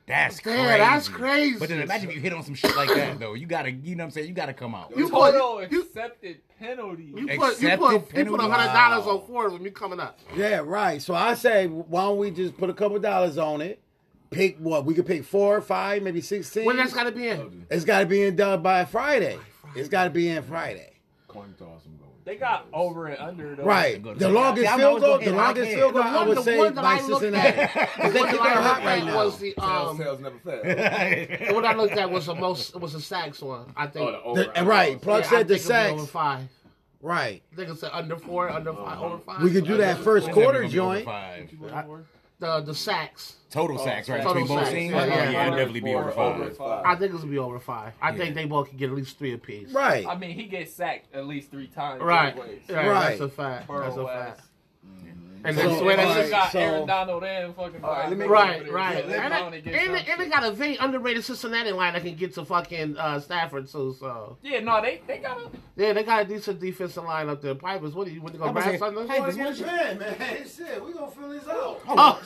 [SPEAKER 2] That's crazy.
[SPEAKER 1] Damn, that's crazy.
[SPEAKER 2] But then imagine if you hit on some shit like that though. You gotta, you know what I'm saying? You gotta come out.
[SPEAKER 1] You put-
[SPEAKER 5] total
[SPEAKER 1] you-
[SPEAKER 5] accepted penalties.
[SPEAKER 1] You put, you
[SPEAKER 2] Accepted
[SPEAKER 1] put, you put
[SPEAKER 2] penalty.
[SPEAKER 1] hundred dollars
[SPEAKER 2] Wow.
[SPEAKER 1] on Ford with me coming up.
[SPEAKER 3] Yeah, right. So I say, why don't we just put a couple dollars on it? Pick what? We could pick four, five, maybe sixteen.
[SPEAKER 1] When that's got to be in?
[SPEAKER 3] it's got to be in done by Friday. It's got to be in Friday.
[SPEAKER 4] Coin toss. I'm going.
[SPEAKER 5] They got over and under though.
[SPEAKER 3] Right.
[SPEAKER 2] good.
[SPEAKER 3] The longest
[SPEAKER 2] Yeah, I'm always
[SPEAKER 3] field goal.
[SPEAKER 2] gonna
[SPEAKER 3] The
[SPEAKER 2] hit. I
[SPEAKER 3] longest
[SPEAKER 2] can't.
[SPEAKER 3] field
[SPEAKER 1] The
[SPEAKER 3] goal. I
[SPEAKER 1] one,
[SPEAKER 3] would
[SPEAKER 1] the
[SPEAKER 3] say
[SPEAKER 1] one that
[SPEAKER 3] by
[SPEAKER 1] I looked
[SPEAKER 3] Cincinnati.
[SPEAKER 1] at, the
[SPEAKER 3] 'Cause they
[SPEAKER 1] one that
[SPEAKER 3] keep
[SPEAKER 1] I
[SPEAKER 3] her
[SPEAKER 1] looked
[SPEAKER 3] hot right
[SPEAKER 1] at
[SPEAKER 3] now.
[SPEAKER 1] was the um,
[SPEAKER 4] Sales never fail.
[SPEAKER 1] the one I looked at was the most was the sacks one. I think.
[SPEAKER 4] Oh, the over-
[SPEAKER 3] The- right.
[SPEAKER 1] Yeah, I
[SPEAKER 3] Plug said
[SPEAKER 1] think
[SPEAKER 3] the
[SPEAKER 1] it was
[SPEAKER 3] sacks.
[SPEAKER 1] over five.
[SPEAKER 3] Right.
[SPEAKER 1] I think it's under four, under five,
[SPEAKER 5] Oh.
[SPEAKER 1] over five.
[SPEAKER 3] We could do that first
[SPEAKER 2] It's never
[SPEAKER 3] quarter
[SPEAKER 2] gonna be over
[SPEAKER 3] joint.
[SPEAKER 2] five.
[SPEAKER 1] The the sacks.
[SPEAKER 2] Oh, Total sacks, right?
[SPEAKER 1] Total
[SPEAKER 2] Between both
[SPEAKER 1] sacks.
[SPEAKER 2] teams?
[SPEAKER 1] Yeah,
[SPEAKER 2] Yeah,
[SPEAKER 1] yeah.
[SPEAKER 2] yeah, it'll definitely be over five.
[SPEAKER 1] I think it's gonna be over five. I think they both can get at least three apiece.
[SPEAKER 3] Right.
[SPEAKER 5] I mean, he gets sacked at least three times.
[SPEAKER 1] Right.
[SPEAKER 5] anyways.
[SPEAKER 1] Right. That's
[SPEAKER 3] Right.
[SPEAKER 1] a fact.
[SPEAKER 5] Burrow
[SPEAKER 1] That's a
[SPEAKER 5] was.
[SPEAKER 1] fact. And
[SPEAKER 3] So,
[SPEAKER 1] that's the way
[SPEAKER 5] They
[SPEAKER 1] that
[SPEAKER 3] alright,
[SPEAKER 5] just
[SPEAKER 1] shit-
[SPEAKER 5] got
[SPEAKER 3] so-
[SPEAKER 5] Aaron Donald and fucking.
[SPEAKER 4] Alright, let me-
[SPEAKER 1] Right,
[SPEAKER 5] Yeah,
[SPEAKER 1] right.
[SPEAKER 5] let
[SPEAKER 1] And,
[SPEAKER 5] Donald
[SPEAKER 1] it,
[SPEAKER 5] get
[SPEAKER 1] and,
[SPEAKER 5] some
[SPEAKER 1] it, and it
[SPEAKER 5] shit.
[SPEAKER 1] got a very underrated Cincinnati line that can get to fucking uh, Stafford too. So
[SPEAKER 5] Yeah, no, they they got a.
[SPEAKER 1] yeah, they got a decent defensive line up there. Pipers, what are you? What you gonna
[SPEAKER 2] I'm gonna
[SPEAKER 1] grab
[SPEAKER 2] say,
[SPEAKER 1] something?
[SPEAKER 2] hey, this one-
[SPEAKER 6] Man, man, shit, we gonna fill this out.
[SPEAKER 1] Oh,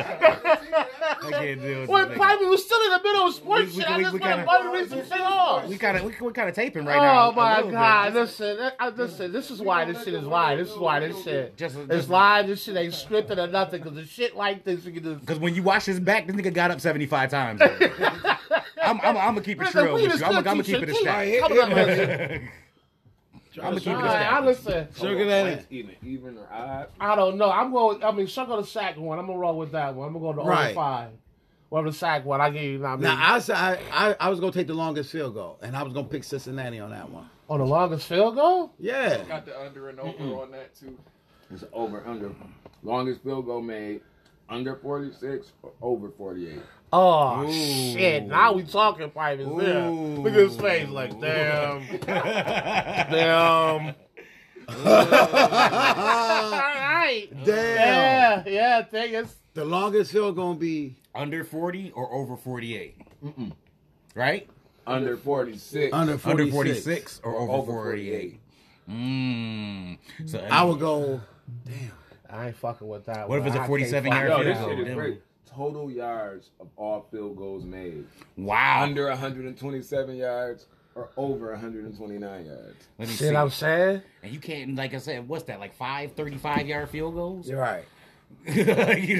[SPEAKER 2] I can't deal with
[SPEAKER 1] Well,
[SPEAKER 2] this nigga.
[SPEAKER 1] Piper was still in the middle of sports
[SPEAKER 2] We- we
[SPEAKER 1] shit.
[SPEAKER 2] can-
[SPEAKER 1] I
[SPEAKER 2] we-
[SPEAKER 1] just
[SPEAKER 2] we
[SPEAKER 1] want to
[SPEAKER 2] gotta-
[SPEAKER 1] Bobby read some shit off.
[SPEAKER 2] We kind of we, we kind of taping right now.
[SPEAKER 1] Oh
[SPEAKER 2] a
[SPEAKER 1] my
[SPEAKER 2] little bit.
[SPEAKER 1] god! Listen, I- I, listen. This is why this shit is live. This is why this shit
[SPEAKER 2] Just-
[SPEAKER 1] is
[SPEAKER 2] just-
[SPEAKER 1] live. This shit ain't scripted or nothing. Cause the shit like this, you can just
[SPEAKER 2] Because when you watch his back, this nigga got up 75 times. I'm, I'm, I'm gonna keep it
[SPEAKER 1] Listen,
[SPEAKER 2] real
[SPEAKER 1] we
[SPEAKER 2] with
[SPEAKER 1] just
[SPEAKER 2] you. I'm,
[SPEAKER 1] gonna
[SPEAKER 2] gonna
[SPEAKER 1] teach
[SPEAKER 2] keep it a
[SPEAKER 1] your
[SPEAKER 2] stack.
[SPEAKER 1] kids. Come on, listen.
[SPEAKER 2] I'm gonna keep it a
[SPEAKER 1] All right, I
[SPEAKER 2] stack.
[SPEAKER 1] listen.
[SPEAKER 3] Sugar that
[SPEAKER 4] Even, even or odd.
[SPEAKER 1] I don't know. I'm going. I mean, circle the sack one. I'm gonna roll with that one. I'm gonna go to
[SPEAKER 3] Right.
[SPEAKER 1] over five. Whatever the sack one, I give you. Not
[SPEAKER 3] Now
[SPEAKER 1] mean,
[SPEAKER 3] I said I, I, I was gonna take the longest field goal, and I was gonna pick Cincinnati on that one.
[SPEAKER 1] on the longest field goal.
[SPEAKER 3] Yeah.
[SPEAKER 5] Got the under and over on that too.
[SPEAKER 4] It's over under. Longest field goal made under 46 or over 48.
[SPEAKER 1] Oh
[SPEAKER 2] Ooh.
[SPEAKER 1] shit! Now we talking private. Yeah.
[SPEAKER 2] Ooh.
[SPEAKER 1] Look at his face, like damn, damn. All right.
[SPEAKER 3] Damn.
[SPEAKER 1] Yeah, yeah. Thing is,
[SPEAKER 3] The longest field gonna be
[SPEAKER 2] Under 40 or over 48? Right?
[SPEAKER 4] Under 46.
[SPEAKER 3] under 46.
[SPEAKER 2] Under 46 or over,
[SPEAKER 4] Over
[SPEAKER 2] 48? Mmm. So
[SPEAKER 3] I would go.
[SPEAKER 1] I ain't fucking with that.
[SPEAKER 2] What if
[SPEAKER 1] one.
[SPEAKER 2] it's
[SPEAKER 1] I
[SPEAKER 2] a
[SPEAKER 1] can't
[SPEAKER 2] 47
[SPEAKER 1] fuck
[SPEAKER 2] yard
[SPEAKER 4] Yo,
[SPEAKER 1] with
[SPEAKER 4] this
[SPEAKER 1] that
[SPEAKER 2] field
[SPEAKER 4] shit
[SPEAKER 1] one.
[SPEAKER 4] is
[SPEAKER 2] damn.
[SPEAKER 4] crazy. Total yards of all field goals made.
[SPEAKER 2] wow.
[SPEAKER 4] Under 127 yards or over 129 yards.
[SPEAKER 2] Let me
[SPEAKER 1] See what I'm saying?
[SPEAKER 2] And you can't, like I said, what's that, like five 35 yard field goals?
[SPEAKER 3] You're right.
[SPEAKER 2] you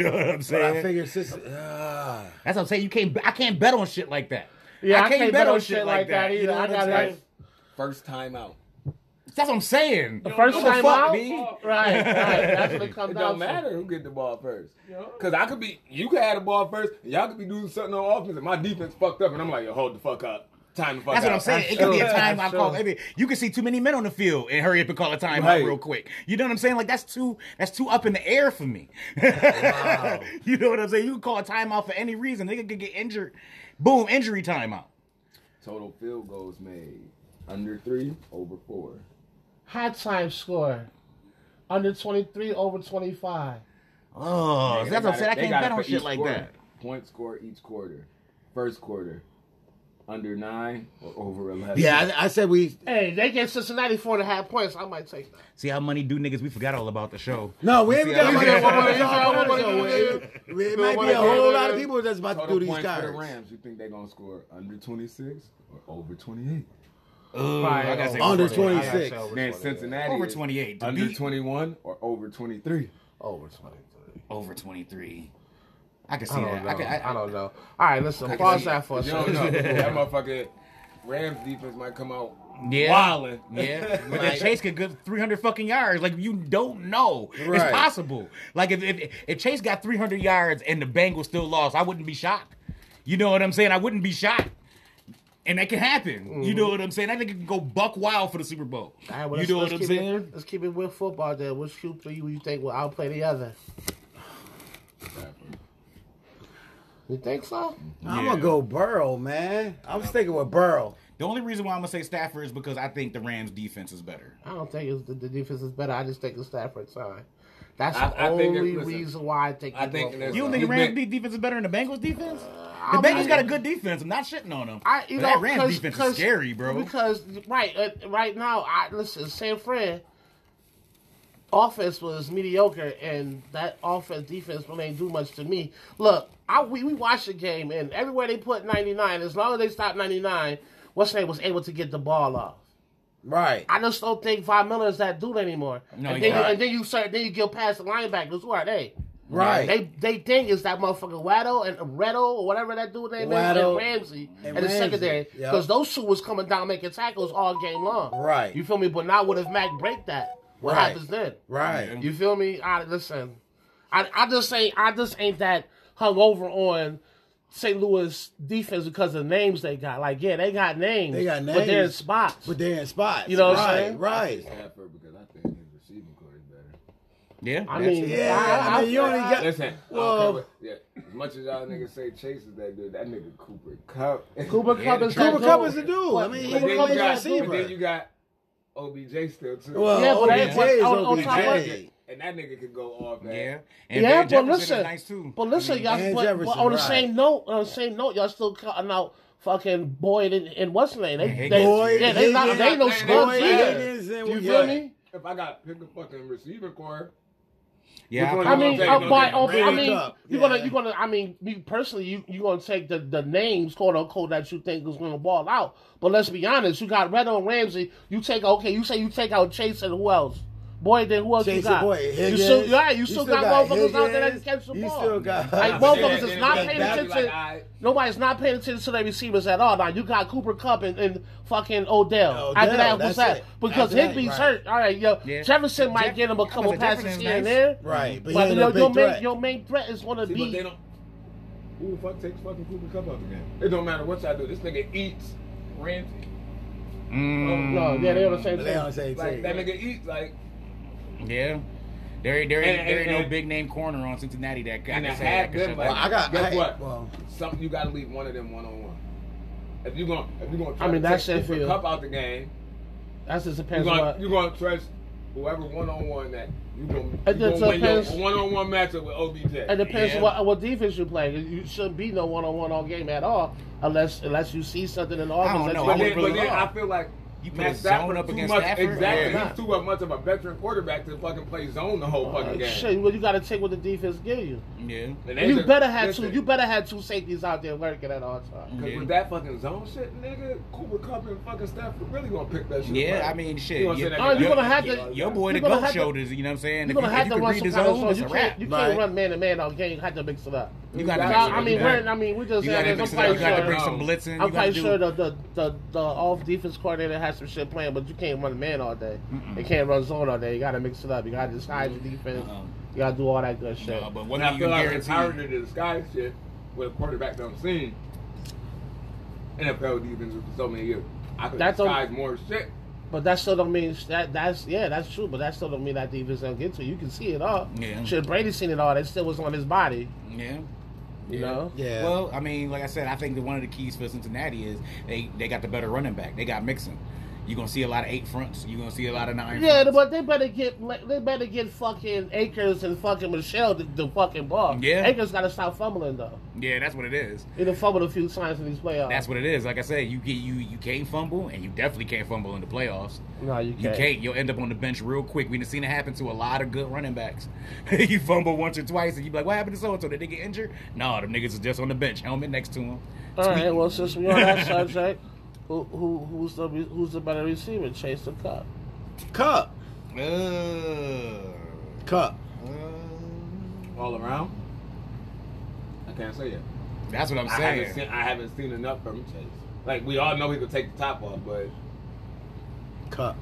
[SPEAKER 2] know what I'm
[SPEAKER 3] But I
[SPEAKER 2] saying?
[SPEAKER 3] figure Cincinnati. Uh,
[SPEAKER 2] That's what I'm saying. You can't. I can't bet on shit like that.
[SPEAKER 1] Yeah, I can't, bet on shit like that either.
[SPEAKER 2] You know
[SPEAKER 1] I
[SPEAKER 2] what I'm
[SPEAKER 1] got
[SPEAKER 2] saying?
[SPEAKER 1] like
[SPEAKER 4] First time out.
[SPEAKER 2] That's what I'm saying.
[SPEAKER 1] the first
[SPEAKER 2] What the
[SPEAKER 1] time
[SPEAKER 2] fuck,
[SPEAKER 1] out.
[SPEAKER 2] B?
[SPEAKER 1] Right, right. That's what it comes
[SPEAKER 4] It
[SPEAKER 1] down
[SPEAKER 4] don't
[SPEAKER 1] to.
[SPEAKER 4] matter who get the ball first. Cause I could be, you could have the ball first, and y'all could be doing something on offense, and my defense fucked up, and I'm like, yo, hold the fuck up. Time to fuck
[SPEAKER 2] That's what
[SPEAKER 4] out.
[SPEAKER 2] I'm saying.
[SPEAKER 1] That's
[SPEAKER 2] It could be a
[SPEAKER 1] true.
[SPEAKER 2] time I
[SPEAKER 1] That's
[SPEAKER 2] call.
[SPEAKER 1] true.
[SPEAKER 2] I mean, you can see too many men on the field and hurry up and call a timeout
[SPEAKER 4] Right.
[SPEAKER 2] real quick. You know what I'm saying? Like that's too. That's too up in the air for me. you know what I'm saying? You can call a timeout for any reason. They could get injured. Boom, injury timeout.
[SPEAKER 4] Total field goals made. Under three, over four.
[SPEAKER 1] halftime score. Under 23, over 25.
[SPEAKER 2] Oh, that's
[SPEAKER 4] They
[SPEAKER 2] what I'm
[SPEAKER 4] gotta-
[SPEAKER 2] saying. I
[SPEAKER 4] they
[SPEAKER 2] can't
[SPEAKER 4] gotta
[SPEAKER 2] bet on
[SPEAKER 4] put
[SPEAKER 2] shit
[SPEAKER 4] each
[SPEAKER 2] like
[SPEAKER 4] quarter.
[SPEAKER 2] that.
[SPEAKER 4] Point score each quarter. First quarter, under nine or over eleven.
[SPEAKER 3] Yeah, I, I said we.
[SPEAKER 1] Hey, they get Cincinnati four and a half points. I might take that.
[SPEAKER 2] See how money do niggas? We forgot all about the show.
[SPEAKER 3] No, we ain't
[SPEAKER 2] See,
[SPEAKER 3] even got
[SPEAKER 2] I-
[SPEAKER 3] money.
[SPEAKER 2] Yeah, what-
[SPEAKER 1] what- what- what-
[SPEAKER 3] So it- It might be a whole lot of people that's about to
[SPEAKER 4] Total
[SPEAKER 3] do these
[SPEAKER 4] points for the
[SPEAKER 3] cards.
[SPEAKER 4] Rams. You think they're gonna score under twenty six or over twenty eight?
[SPEAKER 2] Ugh, I gotta say
[SPEAKER 3] Under
[SPEAKER 2] over 28.
[SPEAKER 3] 26.
[SPEAKER 4] Man, Cincinnati
[SPEAKER 2] Over
[SPEAKER 4] is
[SPEAKER 2] 28. To
[SPEAKER 4] under
[SPEAKER 2] beat
[SPEAKER 4] twenty one or over twenty three.
[SPEAKER 1] Over 23.
[SPEAKER 2] over 23. I can see
[SPEAKER 1] I
[SPEAKER 2] that.
[SPEAKER 1] don't know.
[SPEAKER 2] I, can, I,
[SPEAKER 1] I don't know. All right, listen. Pause that for a
[SPEAKER 4] You don't
[SPEAKER 1] second.
[SPEAKER 4] know. that motherfucker Rams defense might come out.
[SPEAKER 2] Yeah.
[SPEAKER 4] Wildin'.
[SPEAKER 2] Yeah. But then Chase could get 300 fucking yards. Like, you don't know. It's
[SPEAKER 4] Right.
[SPEAKER 2] possible. Like, if, if, if Chase got 300 yards and the Bengals still lost, I wouldn't be shocked. You know what I'm saying? I wouldn't be shocked. And that can happen. You know what I'm saying? I think it can go buck wild for the Super Bowl.
[SPEAKER 1] All right, well,
[SPEAKER 2] you
[SPEAKER 1] let's-
[SPEAKER 2] know what
[SPEAKER 1] let's
[SPEAKER 2] I'm
[SPEAKER 1] keep
[SPEAKER 2] saying?
[SPEAKER 1] It, let's keep it with football then. Which group do you, you think will outplay the other? You think
[SPEAKER 4] Mm.
[SPEAKER 1] so?
[SPEAKER 3] I'm
[SPEAKER 2] Yeah.
[SPEAKER 3] gonna go Burrow, man. I'm sticking with Burrow.
[SPEAKER 2] The only reason why I'm going to say Stafford is because I think the Rams defense is better.
[SPEAKER 1] I don't think it's, the, the defense is better. I just think it's Stafford's time. That's
[SPEAKER 4] I-
[SPEAKER 1] the
[SPEAKER 4] I think it-
[SPEAKER 1] only
[SPEAKER 4] listen,
[SPEAKER 1] reason why I think.
[SPEAKER 4] I
[SPEAKER 1] they
[SPEAKER 4] think
[SPEAKER 1] go
[SPEAKER 4] it
[SPEAKER 1] for
[SPEAKER 4] is-
[SPEAKER 1] it.
[SPEAKER 2] You don't think
[SPEAKER 4] You
[SPEAKER 2] the Rams
[SPEAKER 4] bet-
[SPEAKER 2] defense is better than the Bengals defense?
[SPEAKER 1] I'm
[SPEAKER 2] the Bengals
[SPEAKER 1] not-
[SPEAKER 2] got a good defense. I'm not shitting on them.
[SPEAKER 1] I, you
[SPEAKER 2] But
[SPEAKER 1] know,
[SPEAKER 2] that Rams
[SPEAKER 1] 'cause-
[SPEAKER 2] defense is
[SPEAKER 1] 'cause-
[SPEAKER 2] scary, bro.
[SPEAKER 1] Because right, uh, right now, I listen, San Fran offense was mediocre, and that offense defense really ain't do much to me. Look, I we, we watched the game, and everywhere they put ninety nine, as long as they stopped ninety nine, what's name was able to get the ball off.
[SPEAKER 3] Right.
[SPEAKER 1] I just don't think Von Miller is that dude anymore.
[SPEAKER 2] No,
[SPEAKER 1] and
[SPEAKER 2] he's
[SPEAKER 1] then, you,
[SPEAKER 2] not.
[SPEAKER 1] and then you start, then you get past the linebackers. Who are they?
[SPEAKER 3] Right.
[SPEAKER 1] They they think is that motherfucker Waddle and Reddle or whatever that dude name
[SPEAKER 3] Waddle
[SPEAKER 1] is and Ramsey
[SPEAKER 3] and
[SPEAKER 1] and, the
[SPEAKER 3] Ramsey,
[SPEAKER 1] secondary
[SPEAKER 3] yeah.
[SPEAKER 1] because those two was coming down making tackles all game long.
[SPEAKER 3] Right.
[SPEAKER 1] You feel me? But now what if Mac break that? What
[SPEAKER 3] Right.
[SPEAKER 1] happens then?
[SPEAKER 3] right.
[SPEAKER 1] You feel me? I listen. I I just ain't I just ain't that hung over on St. Louis defense because of the names they got. Like yeah, they got names.
[SPEAKER 3] They got
[SPEAKER 1] but they're in
[SPEAKER 3] names,
[SPEAKER 1] spots.
[SPEAKER 3] But they're in spots.
[SPEAKER 1] You know what I'm
[SPEAKER 3] right,
[SPEAKER 1] saying?
[SPEAKER 3] Right.
[SPEAKER 4] Stafford because I think his receiving core is better.
[SPEAKER 2] yeah.
[SPEAKER 1] I mean,
[SPEAKER 3] Yeah,
[SPEAKER 1] I,
[SPEAKER 3] I mean, you only got-
[SPEAKER 4] Listen,
[SPEAKER 3] Well-
[SPEAKER 4] well, yeah, as much as y'all niggas say Chase is that dude, that nigga Cooper Cup.
[SPEAKER 1] Cooper Cup is
[SPEAKER 3] Cooper
[SPEAKER 1] that
[SPEAKER 3] Cup
[SPEAKER 1] dude.
[SPEAKER 3] is the dude. I mean, he
[SPEAKER 1] But
[SPEAKER 4] But
[SPEAKER 1] Cooper
[SPEAKER 4] then, you
[SPEAKER 1] Kupp is
[SPEAKER 4] got,
[SPEAKER 1] that dude.
[SPEAKER 4] but then you got OBJ still too.
[SPEAKER 3] Well,
[SPEAKER 1] Yeah, but
[SPEAKER 3] OBJ
[SPEAKER 1] that- but
[SPEAKER 3] is
[SPEAKER 1] on- on
[SPEAKER 3] OBJ.
[SPEAKER 1] top of
[SPEAKER 4] and, that nigga could go off that.
[SPEAKER 2] Yeah.
[SPEAKER 1] yeah,
[SPEAKER 2] Van
[SPEAKER 1] but
[SPEAKER 2] Jefferson is
[SPEAKER 1] listen,
[SPEAKER 2] nice too. Mm.
[SPEAKER 1] but listen,
[SPEAKER 3] Van
[SPEAKER 1] y'all. But, but
[SPEAKER 3] Jefferson,
[SPEAKER 1] on the
[SPEAKER 3] right.
[SPEAKER 1] same note, on the same note, y'all still cutting out fucking Boyd and, and what's his name? They,
[SPEAKER 2] Higgins.
[SPEAKER 1] they,
[SPEAKER 3] Boyd,
[SPEAKER 1] yeah, they not,
[SPEAKER 3] Higgins,
[SPEAKER 1] they no
[SPEAKER 4] Boyd,
[SPEAKER 1] scrubs. either.
[SPEAKER 3] Higgins,
[SPEAKER 1] Do
[SPEAKER 3] and-
[SPEAKER 1] you
[SPEAKER 3] yeah.
[SPEAKER 1] feel me?
[SPEAKER 4] If I got pick a fucking receiver core,
[SPEAKER 2] yeah,
[SPEAKER 4] which
[SPEAKER 2] I
[SPEAKER 1] I
[SPEAKER 4] one
[SPEAKER 2] probably-
[SPEAKER 1] mean,
[SPEAKER 4] Okay,
[SPEAKER 1] uh,
[SPEAKER 4] no,
[SPEAKER 1] by,
[SPEAKER 4] they
[SPEAKER 1] all- I
[SPEAKER 3] raised
[SPEAKER 1] mean,
[SPEAKER 3] up.
[SPEAKER 1] you're gonna,
[SPEAKER 3] Yeah.
[SPEAKER 1] you're gonna. I mean, me personally, you you gonna take the, the names, quote unquote, that you think is gonna ball out. But let's be honest, you got Red on Ramsey. You take okay, you say you take out Chase and who else? Boy, then who else
[SPEAKER 3] Chase
[SPEAKER 1] you
[SPEAKER 3] and
[SPEAKER 1] got?
[SPEAKER 3] Boyd,
[SPEAKER 1] you
[SPEAKER 3] Higgins.
[SPEAKER 1] still, yeah, you, still, got, motherfuckers out there that
[SPEAKER 3] Higgins.
[SPEAKER 1] can catch the
[SPEAKER 3] You
[SPEAKER 1] ball.
[SPEAKER 3] still got
[SPEAKER 1] Like,
[SPEAKER 3] Yeah,
[SPEAKER 1] motherfuckers
[SPEAKER 4] yeah,
[SPEAKER 1] is not
[SPEAKER 4] yeah,
[SPEAKER 1] paying
[SPEAKER 4] that'd be
[SPEAKER 1] attention.
[SPEAKER 4] like, all right.
[SPEAKER 1] Nobody's not paying attention to their receivers at all. Now you got Cooper Cup and, and fucking Odell. After
[SPEAKER 3] Odell,
[SPEAKER 1] that, what's
[SPEAKER 3] that's
[SPEAKER 1] that?
[SPEAKER 3] it.
[SPEAKER 1] Because
[SPEAKER 3] That's it,
[SPEAKER 1] Higby's
[SPEAKER 3] right.
[SPEAKER 1] hurt. All right, yo,
[SPEAKER 2] Yeah.
[SPEAKER 1] Jefferson might
[SPEAKER 2] Jeff-
[SPEAKER 1] get him
[SPEAKER 2] I
[SPEAKER 1] a
[SPEAKER 2] was
[SPEAKER 1] couple
[SPEAKER 2] like,
[SPEAKER 1] passes
[SPEAKER 2] Jefferson's
[SPEAKER 1] here and
[SPEAKER 2] nice.
[SPEAKER 1] there.
[SPEAKER 3] Right, but,
[SPEAKER 1] But
[SPEAKER 3] he
[SPEAKER 1] you
[SPEAKER 3] ain't
[SPEAKER 1] know,
[SPEAKER 3] no
[SPEAKER 1] your
[SPEAKER 3] big
[SPEAKER 1] main
[SPEAKER 3] threat.
[SPEAKER 1] your main threat is gonna
[SPEAKER 4] see, but they
[SPEAKER 1] be
[SPEAKER 4] don't. Who the fuck takes fucking Cooper Cup up again? It don't matter what y'all do. This nigga eats Ramsey.
[SPEAKER 2] Mm,
[SPEAKER 1] no, yeah, they're on the same
[SPEAKER 3] But they on the
[SPEAKER 1] team.
[SPEAKER 3] same
[SPEAKER 4] Like that
[SPEAKER 3] team.
[SPEAKER 4] nigga eats like.
[SPEAKER 2] Mm. yeah. There, there,
[SPEAKER 4] And-
[SPEAKER 2] ain't- there ain't
[SPEAKER 4] and-
[SPEAKER 2] no big name corner on Cincinnati that I
[SPEAKER 4] And
[SPEAKER 2] can
[SPEAKER 4] it
[SPEAKER 2] say
[SPEAKER 4] had
[SPEAKER 2] that can
[SPEAKER 4] been
[SPEAKER 2] shut
[SPEAKER 4] like-
[SPEAKER 3] Well,
[SPEAKER 2] down.
[SPEAKER 3] I got.
[SPEAKER 4] Guess
[SPEAKER 3] I,
[SPEAKER 4] what?
[SPEAKER 3] Well,
[SPEAKER 4] something you gotta leave one of them one on one. If you gonna if you gonna try
[SPEAKER 1] I mean,
[SPEAKER 4] to
[SPEAKER 1] that's
[SPEAKER 4] take
[SPEAKER 1] Sheffield.
[SPEAKER 4] Cooper Cup out the game,
[SPEAKER 1] That's just
[SPEAKER 4] you
[SPEAKER 1] depends
[SPEAKER 4] gonna
[SPEAKER 1] on
[SPEAKER 4] you gonna trust whoever one on one that you gonna,
[SPEAKER 1] It
[SPEAKER 4] you gonna
[SPEAKER 1] just
[SPEAKER 4] win your
[SPEAKER 1] depends-
[SPEAKER 4] one on one matchup with OBJ.
[SPEAKER 1] it depends
[SPEAKER 2] Yeah.
[SPEAKER 1] what what defense you're playing. You shouldn't be no one on one all game at all unless unless you see something in the offense.
[SPEAKER 2] don't
[SPEAKER 1] that
[SPEAKER 2] know.
[SPEAKER 1] you-
[SPEAKER 2] I wouldn't
[SPEAKER 4] but then, but
[SPEAKER 2] really
[SPEAKER 4] then
[SPEAKER 2] know.
[SPEAKER 4] I feel like
[SPEAKER 2] You put
[SPEAKER 4] Matt
[SPEAKER 2] a zone
[SPEAKER 4] Stafford
[SPEAKER 2] up
[SPEAKER 4] too
[SPEAKER 2] against
[SPEAKER 4] much,
[SPEAKER 2] Stafford?
[SPEAKER 4] Exactly,
[SPEAKER 2] Yeah.
[SPEAKER 4] he's too much of a veteran quarterback to fucking play zone the whole fucking
[SPEAKER 1] Uh,
[SPEAKER 4] game.
[SPEAKER 1] shit, well, you got to take what the defense give you.
[SPEAKER 2] Yeah.
[SPEAKER 4] And they
[SPEAKER 1] You
[SPEAKER 4] just-
[SPEAKER 1] better have two.
[SPEAKER 4] listen,
[SPEAKER 1] You better have two safeties out there lurking at all times.
[SPEAKER 4] 'cause
[SPEAKER 2] Yeah.
[SPEAKER 4] with that fucking zone shit, nigga, Cooper Cup and fucking Stafford really gonna pick that shit.
[SPEAKER 2] Yeah,
[SPEAKER 4] apart.
[SPEAKER 2] I mean, shit.
[SPEAKER 4] You gonna
[SPEAKER 2] your-
[SPEAKER 4] send that
[SPEAKER 1] Oh,
[SPEAKER 4] nigga
[SPEAKER 1] you
[SPEAKER 2] your-
[SPEAKER 1] gonna have
[SPEAKER 4] back.
[SPEAKER 1] to-
[SPEAKER 2] Your boy
[SPEAKER 1] you
[SPEAKER 2] the
[SPEAKER 1] gonna
[SPEAKER 2] goat
[SPEAKER 1] have to-
[SPEAKER 2] shoulders, you know what I'm saying?
[SPEAKER 1] You're
[SPEAKER 2] If
[SPEAKER 1] gonna
[SPEAKER 2] you-
[SPEAKER 1] have
[SPEAKER 2] if
[SPEAKER 1] to
[SPEAKER 2] you can
[SPEAKER 1] run
[SPEAKER 2] read
[SPEAKER 1] some
[SPEAKER 2] his
[SPEAKER 1] kind of
[SPEAKER 2] zones,
[SPEAKER 1] You
[SPEAKER 2] it's a
[SPEAKER 1] can't
[SPEAKER 2] wrap.
[SPEAKER 1] you
[SPEAKER 3] Right.
[SPEAKER 1] can't run man to man all game. You have to mix it up.
[SPEAKER 2] You gotta
[SPEAKER 1] So,
[SPEAKER 2] mix it
[SPEAKER 1] I
[SPEAKER 2] up,
[SPEAKER 1] mean,
[SPEAKER 2] you
[SPEAKER 1] we're,
[SPEAKER 2] gotta-
[SPEAKER 1] I mean, we just
[SPEAKER 2] You
[SPEAKER 1] had this.
[SPEAKER 2] gotta
[SPEAKER 1] I'm
[SPEAKER 2] mix it up.
[SPEAKER 1] quite
[SPEAKER 2] You gotta
[SPEAKER 1] sure.
[SPEAKER 2] bring some blitzing.
[SPEAKER 1] um, I'm
[SPEAKER 2] you gotta
[SPEAKER 1] quite
[SPEAKER 2] do-
[SPEAKER 1] sure the, the the the off defense coordinator has some shit playing, but you can't run man all day. They can't run zone all day. You gotta mix it up. You gotta decide your defense.
[SPEAKER 2] Uh-uh.
[SPEAKER 1] You gotta do all that good shit.
[SPEAKER 2] No, Uh, but one
[SPEAKER 4] And I
[SPEAKER 2] thing you
[SPEAKER 4] feel
[SPEAKER 2] can
[SPEAKER 4] like it's harder
[SPEAKER 2] guarantee.
[SPEAKER 4] to disguise shit with a quarterback that I'm seeing. NFL defense for so many years. I could
[SPEAKER 1] That's
[SPEAKER 4] disguise more shit.
[SPEAKER 1] but that still don't mean that. That's yeah, that's true. But that still don't mean that defense don't get to you. You can see it all.
[SPEAKER 2] Yeah.
[SPEAKER 1] Shit, Brady seen it all. That still was on his body.
[SPEAKER 2] Yeah.
[SPEAKER 1] You know.
[SPEAKER 3] yeah.
[SPEAKER 2] Well, I mean, like I said, I think that one of the keys for Cincinnati is they, they got the better running back. They got Mixon. You're gonna see a lot of eight fronts. You're gonna see a lot of nine.
[SPEAKER 1] Yeah,
[SPEAKER 2] fronts.
[SPEAKER 1] but they better get they better get fucking Akers and fucking Michelle the, the fucking ball.
[SPEAKER 2] Yeah.
[SPEAKER 1] Akers got to stop fumbling though.
[SPEAKER 2] yeah, that's what it is.
[SPEAKER 1] He done fumbled a few times in these playoffs.
[SPEAKER 2] That's what it is. Like I said, you get you you can't fumble, and you definitely can't fumble in the playoffs.
[SPEAKER 1] no, you
[SPEAKER 2] You
[SPEAKER 1] can't.
[SPEAKER 2] can't. You'll end up on the bench real quick. We done seen it happen to a lot of good running backs. you fumble once or twice, and you be like, "What happened to so and so? Did they get injured?" No, them niggas is just on the bench, helmet next to them.
[SPEAKER 1] All right. Well, since we on that subject, who, who who's the re- who's the better receiver, Chase or Cup?
[SPEAKER 3] Cup.
[SPEAKER 2] Uh,
[SPEAKER 3] Cup.
[SPEAKER 2] uh,
[SPEAKER 4] All around? I can't say it.
[SPEAKER 2] that's what I'm
[SPEAKER 4] I haven't, seen,
[SPEAKER 2] saying.
[SPEAKER 4] I haven't seen enough from Chase. Like, we all know he could take the top off, but
[SPEAKER 3] Cup.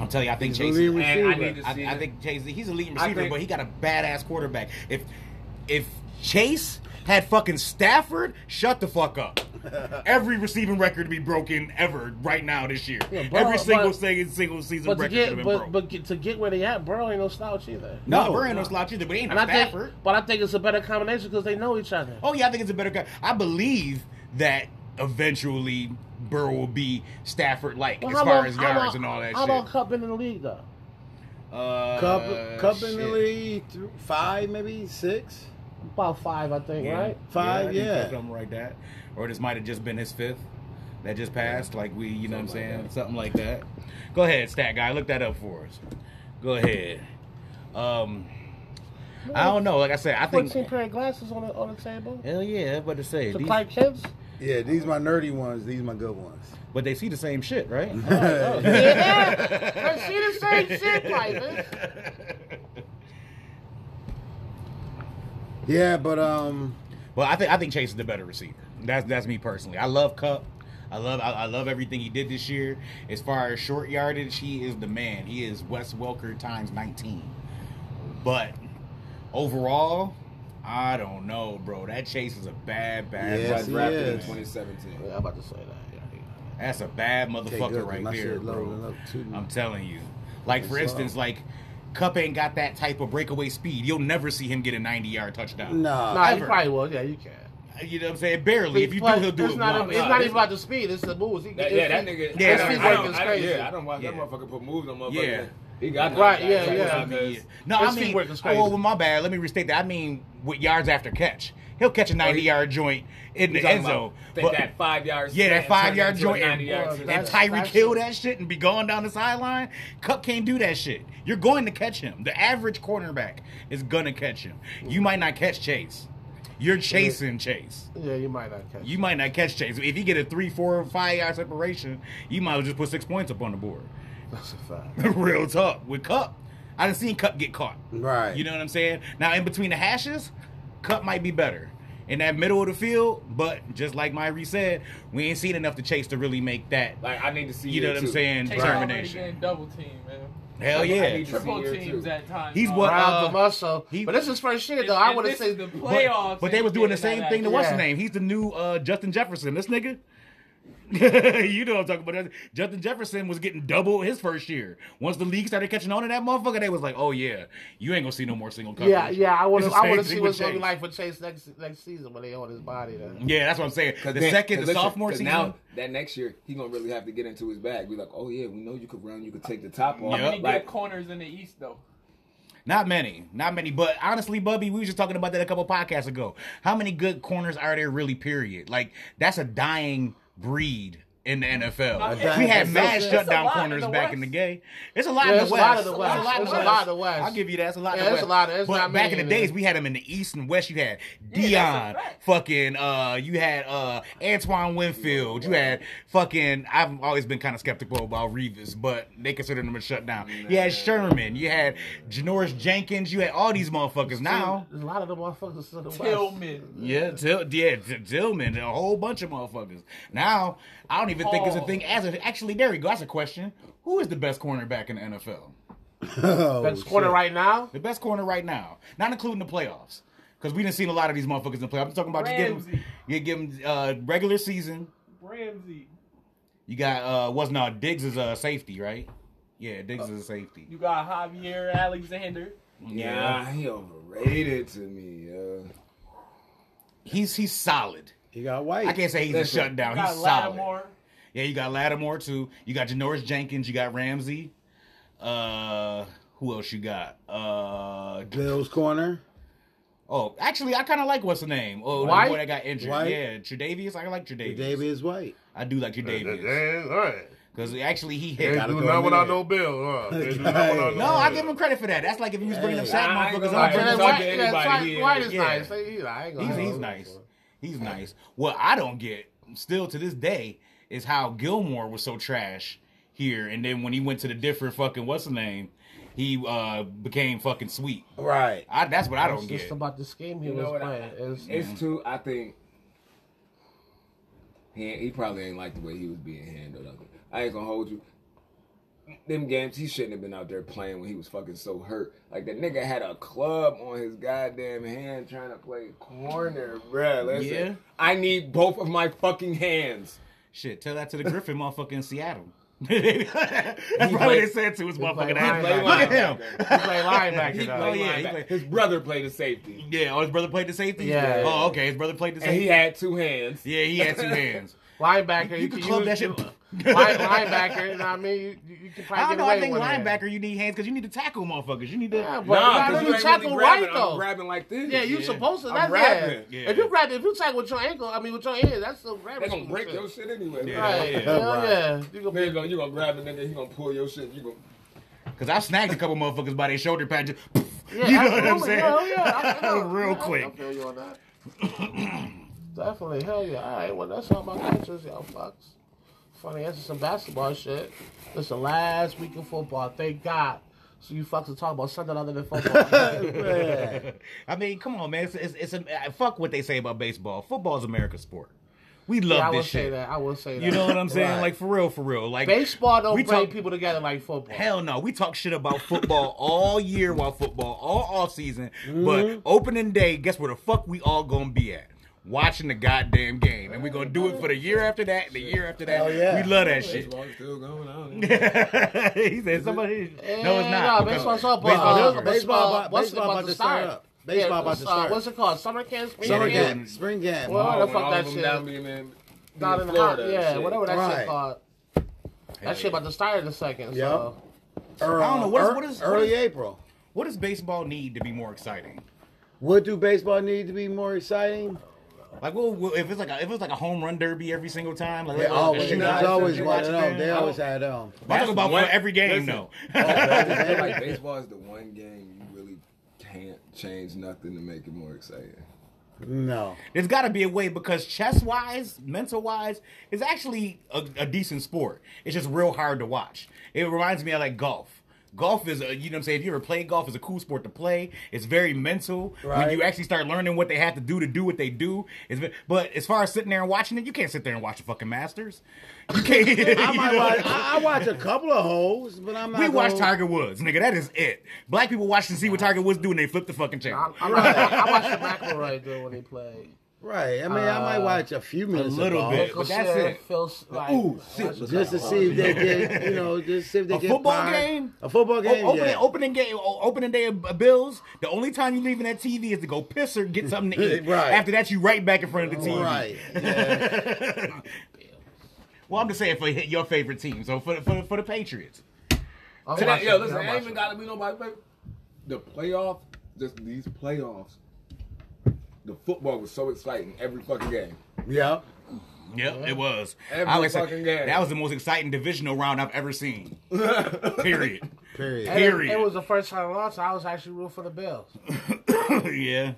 [SPEAKER 2] I'm telling you, I think
[SPEAKER 3] He's a
[SPEAKER 2] Chase.
[SPEAKER 3] lead
[SPEAKER 4] and I
[SPEAKER 3] receiver.
[SPEAKER 4] need to see
[SPEAKER 2] I, I
[SPEAKER 4] it.
[SPEAKER 2] think Chase. He's a leading receiver,
[SPEAKER 4] think-
[SPEAKER 2] but he got a badass quarterback. If if Chase had fucking Stafford, shut the fuck up. Every receiving record to be broken ever right now this year.
[SPEAKER 1] Yeah, bro,
[SPEAKER 2] Every single
[SPEAKER 1] but-
[SPEAKER 2] se- single season
[SPEAKER 1] But to
[SPEAKER 2] record should have
[SPEAKER 1] get
[SPEAKER 2] been
[SPEAKER 1] but,
[SPEAKER 2] broke.
[SPEAKER 1] but get, to get where they at, Burrow ain't no slouch either.
[SPEAKER 2] no,
[SPEAKER 3] No,
[SPEAKER 2] Burrow ain't no
[SPEAKER 3] no.
[SPEAKER 2] slouch either, but he ain't
[SPEAKER 1] And
[SPEAKER 2] no
[SPEAKER 1] I think,
[SPEAKER 2] Stafford.
[SPEAKER 1] but I think it's a better combination because they know each other.
[SPEAKER 2] Oh yeah, I think it's a better guy. I believe that eventually Burrow will be Stafford like
[SPEAKER 1] Well,
[SPEAKER 2] as
[SPEAKER 1] how
[SPEAKER 2] far
[SPEAKER 1] about-
[SPEAKER 2] as
[SPEAKER 1] how
[SPEAKER 2] yards
[SPEAKER 1] about-
[SPEAKER 2] and all that
[SPEAKER 1] How
[SPEAKER 2] shit.
[SPEAKER 1] about Cup in the league though?
[SPEAKER 2] uh,
[SPEAKER 3] Cup. cup in the
[SPEAKER 2] shit.
[SPEAKER 3] league. Th- five, maybe six,
[SPEAKER 1] About five, I think.
[SPEAKER 2] Yeah.
[SPEAKER 1] Right.
[SPEAKER 3] five.
[SPEAKER 2] I think
[SPEAKER 3] Yeah.
[SPEAKER 2] that's something like that. Or this might have just been his fifth that just passed. Like we, you know what I'm saying, something like that. Go ahead, stat guy, look that up for us. Go ahead. Um, I don't know. Like I said, I
[SPEAKER 1] Fourteen
[SPEAKER 2] think.
[SPEAKER 1] pair of glasses on the on the table.
[SPEAKER 2] Hell yeah, I was about to say.
[SPEAKER 1] To
[SPEAKER 2] These,
[SPEAKER 1] Clyde kids.
[SPEAKER 3] Yeah. These my nerdy ones. These my good ones.
[SPEAKER 2] but they see the same shit, right?
[SPEAKER 3] Oh,
[SPEAKER 1] yeah, I see the same shit, like this.
[SPEAKER 3] Yeah, but um,
[SPEAKER 2] Well, I think I think Chase is the better receiver. That's that's me personally. I love Cup. I love I, I love everything he did this year. As far as short yardage, he is the man. He is Wes Welker times nineteen. But overall, I don't know, bro. That Chase is a bad, bad.
[SPEAKER 3] Yes,
[SPEAKER 2] running
[SPEAKER 3] he
[SPEAKER 2] back,
[SPEAKER 4] drafted in
[SPEAKER 3] is.
[SPEAKER 2] man.
[SPEAKER 4] 2017.
[SPEAKER 1] Yeah, I'm about to say that.
[SPEAKER 2] That's a bad motherfucker
[SPEAKER 3] good, 'cause
[SPEAKER 2] right
[SPEAKER 3] my
[SPEAKER 2] there,
[SPEAKER 3] shit
[SPEAKER 2] bro.
[SPEAKER 3] loading up too.
[SPEAKER 2] I'm telling you. Like for
[SPEAKER 3] It's
[SPEAKER 2] instance,
[SPEAKER 3] slow.
[SPEAKER 2] like Cup ain't got that type of breakaway speed. You'll never see him get a 90 yard touchdown.
[SPEAKER 3] nah.
[SPEAKER 1] Nah, you
[SPEAKER 2] Ever.
[SPEAKER 1] probably will. Yeah, you can.
[SPEAKER 2] You know what I'm saying? Barely. If you do,
[SPEAKER 1] But
[SPEAKER 2] he'll do
[SPEAKER 1] it's
[SPEAKER 2] it.
[SPEAKER 1] not.
[SPEAKER 2] once.
[SPEAKER 1] it's not even about the speed. It's the moves. He,
[SPEAKER 4] That,
[SPEAKER 1] it's-
[SPEAKER 4] yeah, that nigga.
[SPEAKER 2] Yeah, that
[SPEAKER 4] I don't-
[SPEAKER 2] nigga
[SPEAKER 4] I don't-
[SPEAKER 1] is
[SPEAKER 4] I don't-
[SPEAKER 1] crazy.
[SPEAKER 4] Yeah, I don't watch that
[SPEAKER 2] Yeah.
[SPEAKER 4] motherfucker put moves on motherfucker.
[SPEAKER 2] Yeah.
[SPEAKER 4] He got
[SPEAKER 1] Right,
[SPEAKER 4] that-
[SPEAKER 1] yeah,
[SPEAKER 4] that-
[SPEAKER 1] yeah.
[SPEAKER 4] that-
[SPEAKER 2] Yeah. No, I
[SPEAKER 1] His
[SPEAKER 2] mean,
[SPEAKER 1] footwork is
[SPEAKER 2] oh,
[SPEAKER 1] crazy.
[SPEAKER 2] well, my bad. Let me restate that. I mean, with yards after catch, he'll catch a ninety-yard joint in
[SPEAKER 4] Oh, You
[SPEAKER 2] the
[SPEAKER 4] talking
[SPEAKER 2] end zone.
[SPEAKER 4] about
[SPEAKER 2] But-
[SPEAKER 4] that five yard.
[SPEAKER 2] yeah, that five-yard joint and,
[SPEAKER 1] yard
[SPEAKER 2] and
[SPEAKER 1] slant. That's-
[SPEAKER 2] Tyreek
[SPEAKER 1] that's-
[SPEAKER 2] kill that shit and be going down the sideline. Cup can't do that shit. You're going to catch him. The average cornerback is gonna catch him. You might not catch Chase. You're chasing Chase.
[SPEAKER 1] Yeah, you might not catch.
[SPEAKER 2] You might not catch Chase. If you get a three, four, or five yard separation, you might as well just put six points up on the board.
[SPEAKER 1] That's a fact.
[SPEAKER 2] Real talk with Cup. I done seen Cup get caught.
[SPEAKER 3] Right.
[SPEAKER 2] You know what I'm saying? Now in between the hashes, Cup might be better in that middle of the field. But just like Myrie said, we ain't seen enough to chase to really make that.
[SPEAKER 4] Like I need to see.
[SPEAKER 2] You know
[SPEAKER 4] it,
[SPEAKER 2] what I'm
[SPEAKER 4] too.
[SPEAKER 2] saying?
[SPEAKER 5] Chase already
[SPEAKER 2] Determination.
[SPEAKER 5] getting double team, man.
[SPEAKER 2] Hell
[SPEAKER 4] I
[SPEAKER 2] yeah.
[SPEAKER 4] need to-
[SPEAKER 5] Triple
[SPEAKER 4] year,
[SPEAKER 5] teams
[SPEAKER 4] too.
[SPEAKER 5] at times.
[SPEAKER 2] He's
[SPEAKER 5] Oh,
[SPEAKER 2] what-
[SPEAKER 1] Round
[SPEAKER 2] uh,
[SPEAKER 1] the muscle.
[SPEAKER 2] he-
[SPEAKER 1] but this is first year
[SPEAKER 5] and-
[SPEAKER 1] though. I
[SPEAKER 5] and
[SPEAKER 1] would have
[SPEAKER 5] this is
[SPEAKER 1] said
[SPEAKER 5] the playoffs.
[SPEAKER 2] But, but they
[SPEAKER 5] and
[SPEAKER 2] was
[SPEAKER 5] he
[SPEAKER 2] doing the
[SPEAKER 5] getting
[SPEAKER 2] same
[SPEAKER 5] that
[SPEAKER 2] thing to
[SPEAKER 5] action.
[SPEAKER 2] what's his
[SPEAKER 1] Yeah.
[SPEAKER 2] name? He's the new uh, Justin Jefferson. This nigga. you know what I'm talking about. Justin Jefferson was getting double his first year. Once the league started catching on to that motherfucker, they was like, "Oh yeah, you ain't gonna see no more single coverage."
[SPEAKER 1] Yeah, yeah. I want
[SPEAKER 2] It's
[SPEAKER 1] to.
[SPEAKER 2] the
[SPEAKER 1] I
[SPEAKER 2] same
[SPEAKER 1] want to
[SPEAKER 2] thing
[SPEAKER 1] see
[SPEAKER 2] with
[SPEAKER 1] what's gonna be
[SPEAKER 2] Chase.
[SPEAKER 1] like for Chase next next season when they hold his body. Then.
[SPEAKER 2] Yeah, that's what I'm saying. The
[SPEAKER 4] 'Cause then-
[SPEAKER 2] second, the
[SPEAKER 4] 'cause listen,
[SPEAKER 2] sophomore
[SPEAKER 4] 'cause
[SPEAKER 2] season.
[SPEAKER 4] Now that next year, he gonna really have to get into his bag. Be like, oh yeah, we know you could run, you could take the top off.
[SPEAKER 2] Yep.
[SPEAKER 5] How many
[SPEAKER 4] Like,
[SPEAKER 5] good corners in the East though?
[SPEAKER 2] Not many, not many. But honestly, Bubby, we were just talking about that a couple podcasts ago. How many good corners are there really? Period. Like that's a dying breed in the NFL.
[SPEAKER 5] dying-
[SPEAKER 2] we had
[SPEAKER 5] it's
[SPEAKER 2] mad
[SPEAKER 5] a- it's a
[SPEAKER 2] shutdown
[SPEAKER 5] lot in
[SPEAKER 2] corners
[SPEAKER 5] the
[SPEAKER 2] back
[SPEAKER 5] West.
[SPEAKER 2] in the day. It's a lot
[SPEAKER 1] Yeah,
[SPEAKER 2] in the
[SPEAKER 1] it's a
[SPEAKER 2] West.
[SPEAKER 1] lot in the
[SPEAKER 5] West. It's a
[SPEAKER 1] lot in the West.
[SPEAKER 2] I'll give you that. It's a lot.
[SPEAKER 1] Yeah,
[SPEAKER 2] in the
[SPEAKER 1] it's
[SPEAKER 2] West.
[SPEAKER 1] a lot of- it's
[SPEAKER 2] but
[SPEAKER 1] not
[SPEAKER 2] back in the
[SPEAKER 1] many.
[SPEAKER 2] days, we had them in the East and West. You had Dion,
[SPEAKER 5] Yeah, that's a fact.
[SPEAKER 2] fucking, uh, you had uh Antoine Winfield. You had fucking. I've always been kind of skeptical about Revis, but they considered him a shutdown. You had Sherman. You had Janoris Jenkins. You had all these motherfuckers now.
[SPEAKER 1] a lot of the motherfuckers in the West.
[SPEAKER 5] Tillman.
[SPEAKER 2] Yeah, Till, yeah, T- Tillman, a whole bunch of motherfuckers. Now, I don't even think it's a
[SPEAKER 5] Paul.
[SPEAKER 2] thing. As a, actually, there you go. That's a question. Who is the best cornerback in the NFL?
[SPEAKER 3] Oh,
[SPEAKER 1] That's quarter right now.
[SPEAKER 2] The best corner right now, not including the playoffs, because we didn't see a lot of these motherfuckers in the playoffs. I'm talking about just give them,
[SPEAKER 5] Ramsey.
[SPEAKER 2] you give them uh, regular season.
[SPEAKER 5] Ramsey.
[SPEAKER 2] You got uh, what's no Diggs is a uh, safety, right? Yeah, Diggs is a safety.
[SPEAKER 5] You got Javier Alexander.
[SPEAKER 4] yeah, he overrated to me. Yeah.
[SPEAKER 2] he's he's solid.
[SPEAKER 3] He got white.
[SPEAKER 2] I can't say he's a
[SPEAKER 4] Listen,
[SPEAKER 2] shutdown.
[SPEAKER 5] You got
[SPEAKER 2] He's solid.
[SPEAKER 5] Lattimore.
[SPEAKER 2] Yeah, you got Lattimore too. You got Janoris Jenkins. You got Ramsey. Uh, who else you got? Uh,
[SPEAKER 3] Bill's corner.
[SPEAKER 2] oh, actually, I kind of like what's the name? Oh,
[SPEAKER 1] White?
[SPEAKER 2] the boy that got injured.
[SPEAKER 3] White?
[SPEAKER 2] Yeah, Tre'Davious. I like Tre'Davious.
[SPEAKER 3] Davis White.
[SPEAKER 2] I do like
[SPEAKER 4] Uh,
[SPEAKER 2] Tre'Davious
[SPEAKER 7] That's all right.
[SPEAKER 2] because actually he
[SPEAKER 7] They
[SPEAKER 2] hit.
[SPEAKER 3] gotta
[SPEAKER 7] do
[SPEAKER 3] go
[SPEAKER 7] not without
[SPEAKER 3] in.
[SPEAKER 7] no bill. Huh? They do not
[SPEAKER 3] Hey.
[SPEAKER 7] without no
[SPEAKER 2] No, I
[SPEAKER 7] bill.
[SPEAKER 2] give him credit for that. That's like if he was bringing up
[SPEAKER 3] Hey.
[SPEAKER 2] sad
[SPEAKER 4] Nah, I ain't
[SPEAKER 2] motherfuckers.
[SPEAKER 4] gonna
[SPEAKER 2] I'm
[SPEAKER 4] lie.
[SPEAKER 2] bringing
[SPEAKER 1] White,
[SPEAKER 2] up
[SPEAKER 4] Talk to
[SPEAKER 1] yeah,
[SPEAKER 4] anybody,
[SPEAKER 1] White-
[SPEAKER 4] he-
[SPEAKER 1] White is
[SPEAKER 2] yeah.
[SPEAKER 1] nice. He, I ain't gonna
[SPEAKER 2] He's,
[SPEAKER 1] hold
[SPEAKER 2] he's
[SPEAKER 1] him.
[SPEAKER 2] nice. He's nice. What I don't get, still to this day, is how Gilmore was so trash here, and then when he went to the different fucking what's the name, he uh became fucking sweet.
[SPEAKER 3] Right.
[SPEAKER 2] I that's what I
[SPEAKER 1] It's
[SPEAKER 2] don't
[SPEAKER 1] just
[SPEAKER 2] get.
[SPEAKER 1] about the scheme he
[SPEAKER 4] You know
[SPEAKER 1] was
[SPEAKER 4] what I-
[SPEAKER 1] playing. It's-
[SPEAKER 4] It's too. I think he he probably ain't like the way he was being handled. Uncle. I ain't gonna hold you. Them games, he shouldn't have been out there playing when he was fucking so hurt. Like the nigga had a club on his goddamn hand trying to play corner, bruh. Listen,
[SPEAKER 2] Yeah.
[SPEAKER 4] I need both of my fucking hands.
[SPEAKER 2] Shit, tell that to the Griffin motherfucker in Seattle. that's probably what they said to his
[SPEAKER 1] played
[SPEAKER 2] motherfucking ass.
[SPEAKER 1] linebacker.
[SPEAKER 2] Look at him.
[SPEAKER 1] He play linebacker
[SPEAKER 4] He
[SPEAKER 1] though.
[SPEAKER 2] Oh,
[SPEAKER 4] played
[SPEAKER 2] yeah, he
[SPEAKER 4] linebacker.
[SPEAKER 2] played-
[SPEAKER 4] His brother played the safety,
[SPEAKER 2] Yeah, oh his brother played the safety.
[SPEAKER 1] Yeah.
[SPEAKER 2] Oh, okay, his brother played the
[SPEAKER 4] and
[SPEAKER 2] safety.
[SPEAKER 4] he had two hands.
[SPEAKER 2] yeah, he had two hands.
[SPEAKER 1] Linebacker,
[SPEAKER 2] You,
[SPEAKER 1] you,
[SPEAKER 2] could
[SPEAKER 1] can
[SPEAKER 2] club
[SPEAKER 1] use
[SPEAKER 2] that shit.
[SPEAKER 1] line, linebacker, you know what I mean? You, you can probably
[SPEAKER 2] I don't
[SPEAKER 1] get
[SPEAKER 2] know.
[SPEAKER 1] away
[SPEAKER 2] I think
[SPEAKER 1] with it.
[SPEAKER 2] linebacker, you need hands because you need to tackle motherfuckers. You need to.
[SPEAKER 1] Yeah, but-
[SPEAKER 4] Nah,
[SPEAKER 1] Nah,
[SPEAKER 4] because
[SPEAKER 1] you
[SPEAKER 4] you ain't
[SPEAKER 1] tackle
[SPEAKER 4] really
[SPEAKER 1] right,
[SPEAKER 4] grabbing.
[SPEAKER 1] though.
[SPEAKER 4] I'm grabbing like this.
[SPEAKER 1] Yeah, you
[SPEAKER 2] Yeah.
[SPEAKER 1] supposed to.
[SPEAKER 4] I'm
[SPEAKER 1] That's yeah.
[SPEAKER 4] rapping.
[SPEAKER 2] Yeah.
[SPEAKER 1] If you grab, if you tackle with your ankle, I mean with your hand, that's still grabbing.
[SPEAKER 4] They gonna
[SPEAKER 1] some
[SPEAKER 4] break
[SPEAKER 1] shit.
[SPEAKER 4] your shit anyway.
[SPEAKER 2] Yeah.
[SPEAKER 1] Right.
[SPEAKER 2] Yeah.
[SPEAKER 1] Hell
[SPEAKER 3] Right.
[SPEAKER 1] yeah. You gonna
[SPEAKER 4] Nigga, gonna- you gonna grab a nigga, he gonna pull your shit. You gonna
[SPEAKER 2] Cause I snagged a couple motherfuckers by their shoulder pad. Just,
[SPEAKER 1] Yeah,
[SPEAKER 2] you know what I'm
[SPEAKER 1] absolutely.
[SPEAKER 2] saying?
[SPEAKER 1] Hell yeah. I- I know.
[SPEAKER 2] Real
[SPEAKER 1] I- I
[SPEAKER 2] quick.
[SPEAKER 1] feel you on that. Definitely. Hell yeah. All right. Well, that's all my catches, y'all fucks. Funny, that's some basketball shit. This the last week of football. Thank God. So you fucks are talking about something other than football.
[SPEAKER 3] Yeah.
[SPEAKER 2] I mean, come on, man. It's, it's, it's a, fuck what they say about baseball. Football's America's sport. We love
[SPEAKER 1] yeah, I will
[SPEAKER 2] this
[SPEAKER 1] say
[SPEAKER 2] shit.
[SPEAKER 1] that. I will say that.
[SPEAKER 2] You know what I'm saying?
[SPEAKER 3] Right.
[SPEAKER 2] Like for real, for real. Like
[SPEAKER 1] Baseball don't
[SPEAKER 2] We
[SPEAKER 1] bring
[SPEAKER 2] talk-
[SPEAKER 1] people together like football.
[SPEAKER 2] Hell no, we talk shit about football all year while football all off season.
[SPEAKER 1] Mm-hmm.
[SPEAKER 2] But opening day, guess where the fuck we all gonna be at? Watching the goddamn game, and we gonna do it for the year after that, the year after that.
[SPEAKER 3] Hell yeah.
[SPEAKER 2] We love that shit.
[SPEAKER 4] Baseball's still going on.
[SPEAKER 2] he said somebody. No, it's
[SPEAKER 1] Eh,
[SPEAKER 2] not.
[SPEAKER 1] No,
[SPEAKER 2] because
[SPEAKER 1] baseball's up.
[SPEAKER 2] baseball's
[SPEAKER 1] uh,
[SPEAKER 2] over.
[SPEAKER 1] baseball's-
[SPEAKER 3] Baseball about-
[SPEAKER 1] what's
[SPEAKER 3] baseball about to start up. Baseball
[SPEAKER 1] Yeah,
[SPEAKER 3] about
[SPEAKER 1] it's,
[SPEAKER 3] to
[SPEAKER 1] uh,
[SPEAKER 3] start.
[SPEAKER 1] What's it called? Summer camp, spring
[SPEAKER 3] Summer
[SPEAKER 2] Yeah.
[SPEAKER 1] camp.
[SPEAKER 3] game. Spring game.
[SPEAKER 1] Well,
[SPEAKER 4] Oh,
[SPEAKER 1] the
[SPEAKER 4] when
[SPEAKER 1] fuck
[SPEAKER 4] all
[SPEAKER 1] that
[SPEAKER 4] of them
[SPEAKER 1] shit.
[SPEAKER 4] down being in-
[SPEAKER 1] Down
[SPEAKER 4] in
[SPEAKER 1] in the hot,
[SPEAKER 4] Florida and
[SPEAKER 1] yeah,
[SPEAKER 4] shit.
[SPEAKER 1] whatever that
[SPEAKER 3] Right.
[SPEAKER 1] shit called. That
[SPEAKER 2] Hell
[SPEAKER 1] shit
[SPEAKER 2] yeah.
[SPEAKER 1] about to start in a second.
[SPEAKER 3] Yep.
[SPEAKER 1] So
[SPEAKER 2] I don't know, what is- what is- what
[SPEAKER 3] early
[SPEAKER 2] is-
[SPEAKER 3] April.
[SPEAKER 2] What does baseball need to be more exciting?
[SPEAKER 3] What do baseball need to be more exciting?
[SPEAKER 2] Like, well, well, if it's like a, if it's like a home run derby every single time, like
[SPEAKER 3] They
[SPEAKER 2] like oh, a
[SPEAKER 3] always,
[SPEAKER 2] shootout,
[SPEAKER 3] there's always
[SPEAKER 2] you
[SPEAKER 3] one of
[SPEAKER 2] watching
[SPEAKER 3] them.
[SPEAKER 2] that?
[SPEAKER 3] They
[SPEAKER 2] I
[SPEAKER 3] always
[SPEAKER 2] don't-
[SPEAKER 3] had them.
[SPEAKER 2] I'm talking about
[SPEAKER 4] That's
[SPEAKER 2] for every game
[SPEAKER 4] listen.
[SPEAKER 2] though.
[SPEAKER 4] I feel like baseball is the one game you really can't change nothing to make it more exciting.
[SPEAKER 3] No.
[SPEAKER 2] There's got to be a way because chess wise, mental wise, is actually a, a decent sport. It's just real hard to watch. It reminds me of like golf. Golf is, a, you know what I'm saying? If you ever play golf, it's a cool sport to play. It's very mental.
[SPEAKER 3] Right.
[SPEAKER 2] When you actually start learning what they have to do to do what they do. It's, ve- but as far as sitting there and watching it, you can't sit there and watch the fucking Masters. You can't.
[SPEAKER 3] I,
[SPEAKER 2] you
[SPEAKER 3] might
[SPEAKER 2] know?
[SPEAKER 3] watch, I, I watch a couple of holes, but I'm not.
[SPEAKER 2] we watch
[SPEAKER 3] gonna-
[SPEAKER 2] Tiger Woods, nigga. That is it. Black people watch and see what Tiger Woods do and they flip the fucking
[SPEAKER 1] I,
[SPEAKER 2] channel.
[SPEAKER 1] I, like- I watched the McElroy do when he played.
[SPEAKER 3] Right. I mean, I might watch a few minutes.
[SPEAKER 2] Uh, little
[SPEAKER 3] of golf,
[SPEAKER 2] bit. But that's
[SPEAKER 1] Shit
[SPEAKER 2] it.
[SPEAKER 1] Feels like,
[SPEAKER 2] Ooh,
[SPEAKER 1] shit.
[SPEAKER 3] Just to see if they get, you know, just see if they
[SPEAKER 2] A
[SPEAKER 3] get
[SPEAKER 2] football
[SPEAKER 3] fired.
[SPEAKER 2] game?
[SPEAKER 3] A football
[SPEAKER 2] O-
[SPEAKER 3] game.
[SPEAKER 2] opening,
[SPEAKER 3] yeah.
[SPEAKER 2] opening game, o- opening day of of bills. The only time you leaving that TV is to go piss or get something to eat.
[SPEAKER 3] Right.
[SPEAKER 2] After that, you right back in front of the TV.
[SPEAKER 3] Right. Yeah.
[SPEAKER 2] Well, I'm just saying for hi- your favorite team. So for the- for the- for the Patriots,
[SPEAKER 1] I'm
[SPEAKER 4] Today,
[SPEAKER 1] watching-
[SPEAKER 4] yo, listen,
[SPEAKER 1] I'm
[SPEAKER 4] it ain't even
[SPEAKER 1] watching.
[SPEAKER 4] gotta be nobody. But the playoff, just these playoffs, the football was so exciting every fucking game.
[SPEAKER 3] yeah.
[SPEAKER 2] yep,
[SPEAKER 3] Uh-huh.
[SPEAKER 2] it was.
[SPEAKER 4] Every
[SPEAKER 2] I always say,
[SPEAKER 4] fucking game.
[SPEAKER 2] That was the most exciting divisional round I've ever seen. Period.
[SPEAKER 3] Period.
[SPEAKER 1] And it-
[SPEAKER 2] Period.
[SPEAKER 1] It, was the first time I lost. I was actually rooting for the Bills.
[SPEAKER 2] yeah.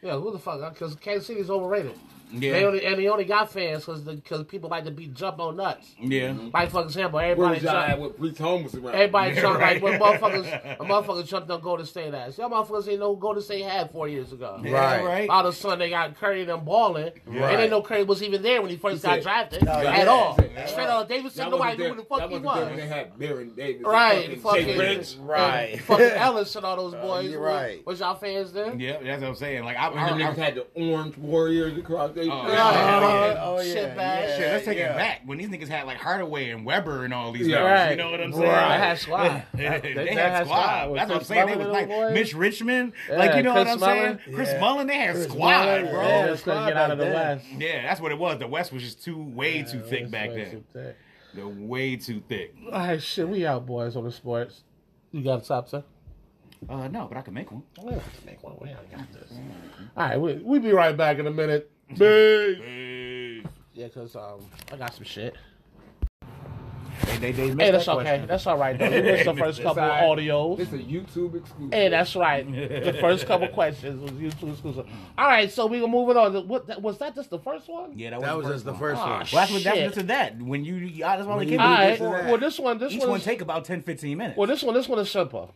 [SPEAKER 1] Yeah, who the fuck? Because Kansas City's overrated. They
[SPEAKER 2] Yeah.
[SPEAKER 1] only, and they only got fans because people like to be jump on nuts.
[SPEAKER 2] Yeah.
[SPEAKER 1] Like for example,
[SPEAKER 4] Where
[SPEAKER 1] everybody
[SPEAKER 4] was y'all at
[SPEAKER 1] jump.
[SPEAKER 4] with Priest Holmes around?
[SPEAKER 1] Everybody
[SPEAKER 2] Yeah,
[SPEAKER 1] jumped
[SPEAKER 2] right.
[SPEAKER 1] like when motherfuckers, a motherfucker jumped on Golden State ass. Y'all motherfuckers ain't know who Golden State had four years ago.
[SPEAKER 2] Yeah,
[SPEAKER 3] Right.
[SPEAKER 1] All of a sudden they got Curry and them balling. They didn't know Curry was even there when he first got
[SPEAKER 4] said-
[SPEAKER 1] drafted at
[SPEAKER 3] yeah,
[SPEAKER 1] all.
[SPEAKER 4] he said-
[SPEAKER 1] Straight out of Davidson,
[SPEAKER 4] Y'all
[SPEAKER 1] nobody
[SPEAKER 4] wasn't
[SPEAKER 1] knew
[SPEAKER 4] there-
[SPEAKER 1] who the fuck
[SPEAKER 4] y'all
[SPEAKER 1] he
[SPEAKER 4] wasn't there when They
[SPEAKER 1] was.
[SPEAKER 4] had Baron Davis, and
[SPEAKER 1] Right,
[SPEAKER 4] fucking Jay
[SPEAKER 1] fucking-
[SPEAKER 4] Rich.
[SPEAKER 3] Right.
[SPEAKER 1] Fucking Ellis and all those
[SPEAKER 4] Uh,
[SPEAKER 1] boys.
[SPEAKER 3] you're right.
[SPEAKER 1] Was y'all fans there?
[SPEAKER 2] Yeah. That's what I'm saying. Like I,
[SPEAKER 4] When
[SPEAKER 2] I,
[SPEAKER 4] the niggas
[SPEAKER 2] I,
[SPEAKER 4] had the orange warriors across they
[SPEAKER 2] Oh,
[SPEAKER 4] they-
[SPEAKER 2] yeah.
[SPEAKER 3] oh,
[SPEAKER 1] shit
[SPEAKER 3] yeah,
[SPEAKER 1] bag.
[SPEAKER 3] yeah,
[SPEAKER 2] Shit, let's take
[SPEAKER 3] yeah.
[SPEAKER 2] it back when these niggas had like Hardaway and Weber and all these
[SPEAKER 4] Yeah.
[SPEAKER 2] guys. You
[SPEAKER 5] Right.
[SPEAKER 2] know what I'm saying?
[SPEAKER 5] Right.
[SPEAKER 2] Like,
[SPEAKER 5] They had squad.
[SPEAKER 2] they,
[SPEAKER 5] They-
[SPEAKER 2] had,
[SPEAKER 5] they had
[SPEAKER 2] squad.
[SPEAKER 5] squad with
[SPEAKER 2] That's what I'm
[SPEAKER 5] Chris
[SPEAKER 2] saying. They
[SPEAKER 5] Mullin
[SPEAKER 2] was
[SPEAKER 5] and
[SPEAKER 2] like
[SPEAKER 5] them boys.
[SPEAKER 2] Mitch Richmond.
[SPEAKER 5] Yeah,
[SPEAKER 2] like you know
[SPEAKER 5] Chris
[SPEAKER 2] what I'm saying?
[SPEAKER 5] Mullin.
[SPEAKER 2] Chris
[SPEAKER 3] Yeah.
[SPEAKER 2] Mullen. They had
[SPEAKER 3] Chris
[SPEAKER 2] squad,
[SPEAKER 3] Mullin,
[SPEAKER 2] bro.
[SPEAKER 5] Yeah,
[SPEAKER 3] Oh,
[SPEAKER 5] just couldn't
[SPEAKER 3] squad
[SPEAKER 5] get out of
[SPEAKER 3] back
[SPEAKER 5] the
[SPEAKER 3] then.
[SPEAKER 5] West.
[SPEAKER 2] Yeah, that's what it was. The West was just too way too thick back
[SPEAKER 3] Way
[SPEAKER 2] then.
[SPEAKER 3] too thick.
[SPEAKER 2] They're way too thick.
[SPEAKER 1] All right, shit, we out, boys, on the sports. You got a top ten?
[SPEAKER 2] Uh, no, but I can make one.
[SPEAKER 1] We'll have to make one. We already got this. All right, we we be right back in a minute. Big.
[SPEAKER 2] Hey.
[SPEAKER 1] Yeah, cause um, I got some shit.
[SPEAKER 3] They, they, they
[SPEAKER 1] Hey, that's okay. That's all right though. You missed the first couple of audios.
[SPEAKER 4] This a YouTube exclusive.
[SPEAKER 1] Hey, that's right. The first couple questions was YouTube exclusive. All right, so we gonna move it on. What that- was that? Just the first one?
[SPEAKER 2] Yeah, that,
[SPEAKER 3] That
[SPEAKER 2] was,
[SPEAKER 3] was just the first
[SPEAKER 1] Ah,
[SPEAKER 3] one.
[SPEAKER 2] Well, that's what that's
[SPEAKER 1] Shit.
[SPEAKER 2] what to that. When you, yeah, that's why we
[SPEAKER 3] When
[SPEAKER 2] came
[SPEAKER 1] All
[SPEAKER 3] you-
[SPEAKER 1] right.
[SPEAKER 2] up with this.
[SPEAKER 1] Well, this one, this
[SPEAKER 2] Each
[SPEAKER 1] one,
[SPEAKER 2] one
[SPEAKER 1] is,
[SPEAKER 2] take about 10, 15 minutes.
[SPEAKER 1] well, this one, this one is simple.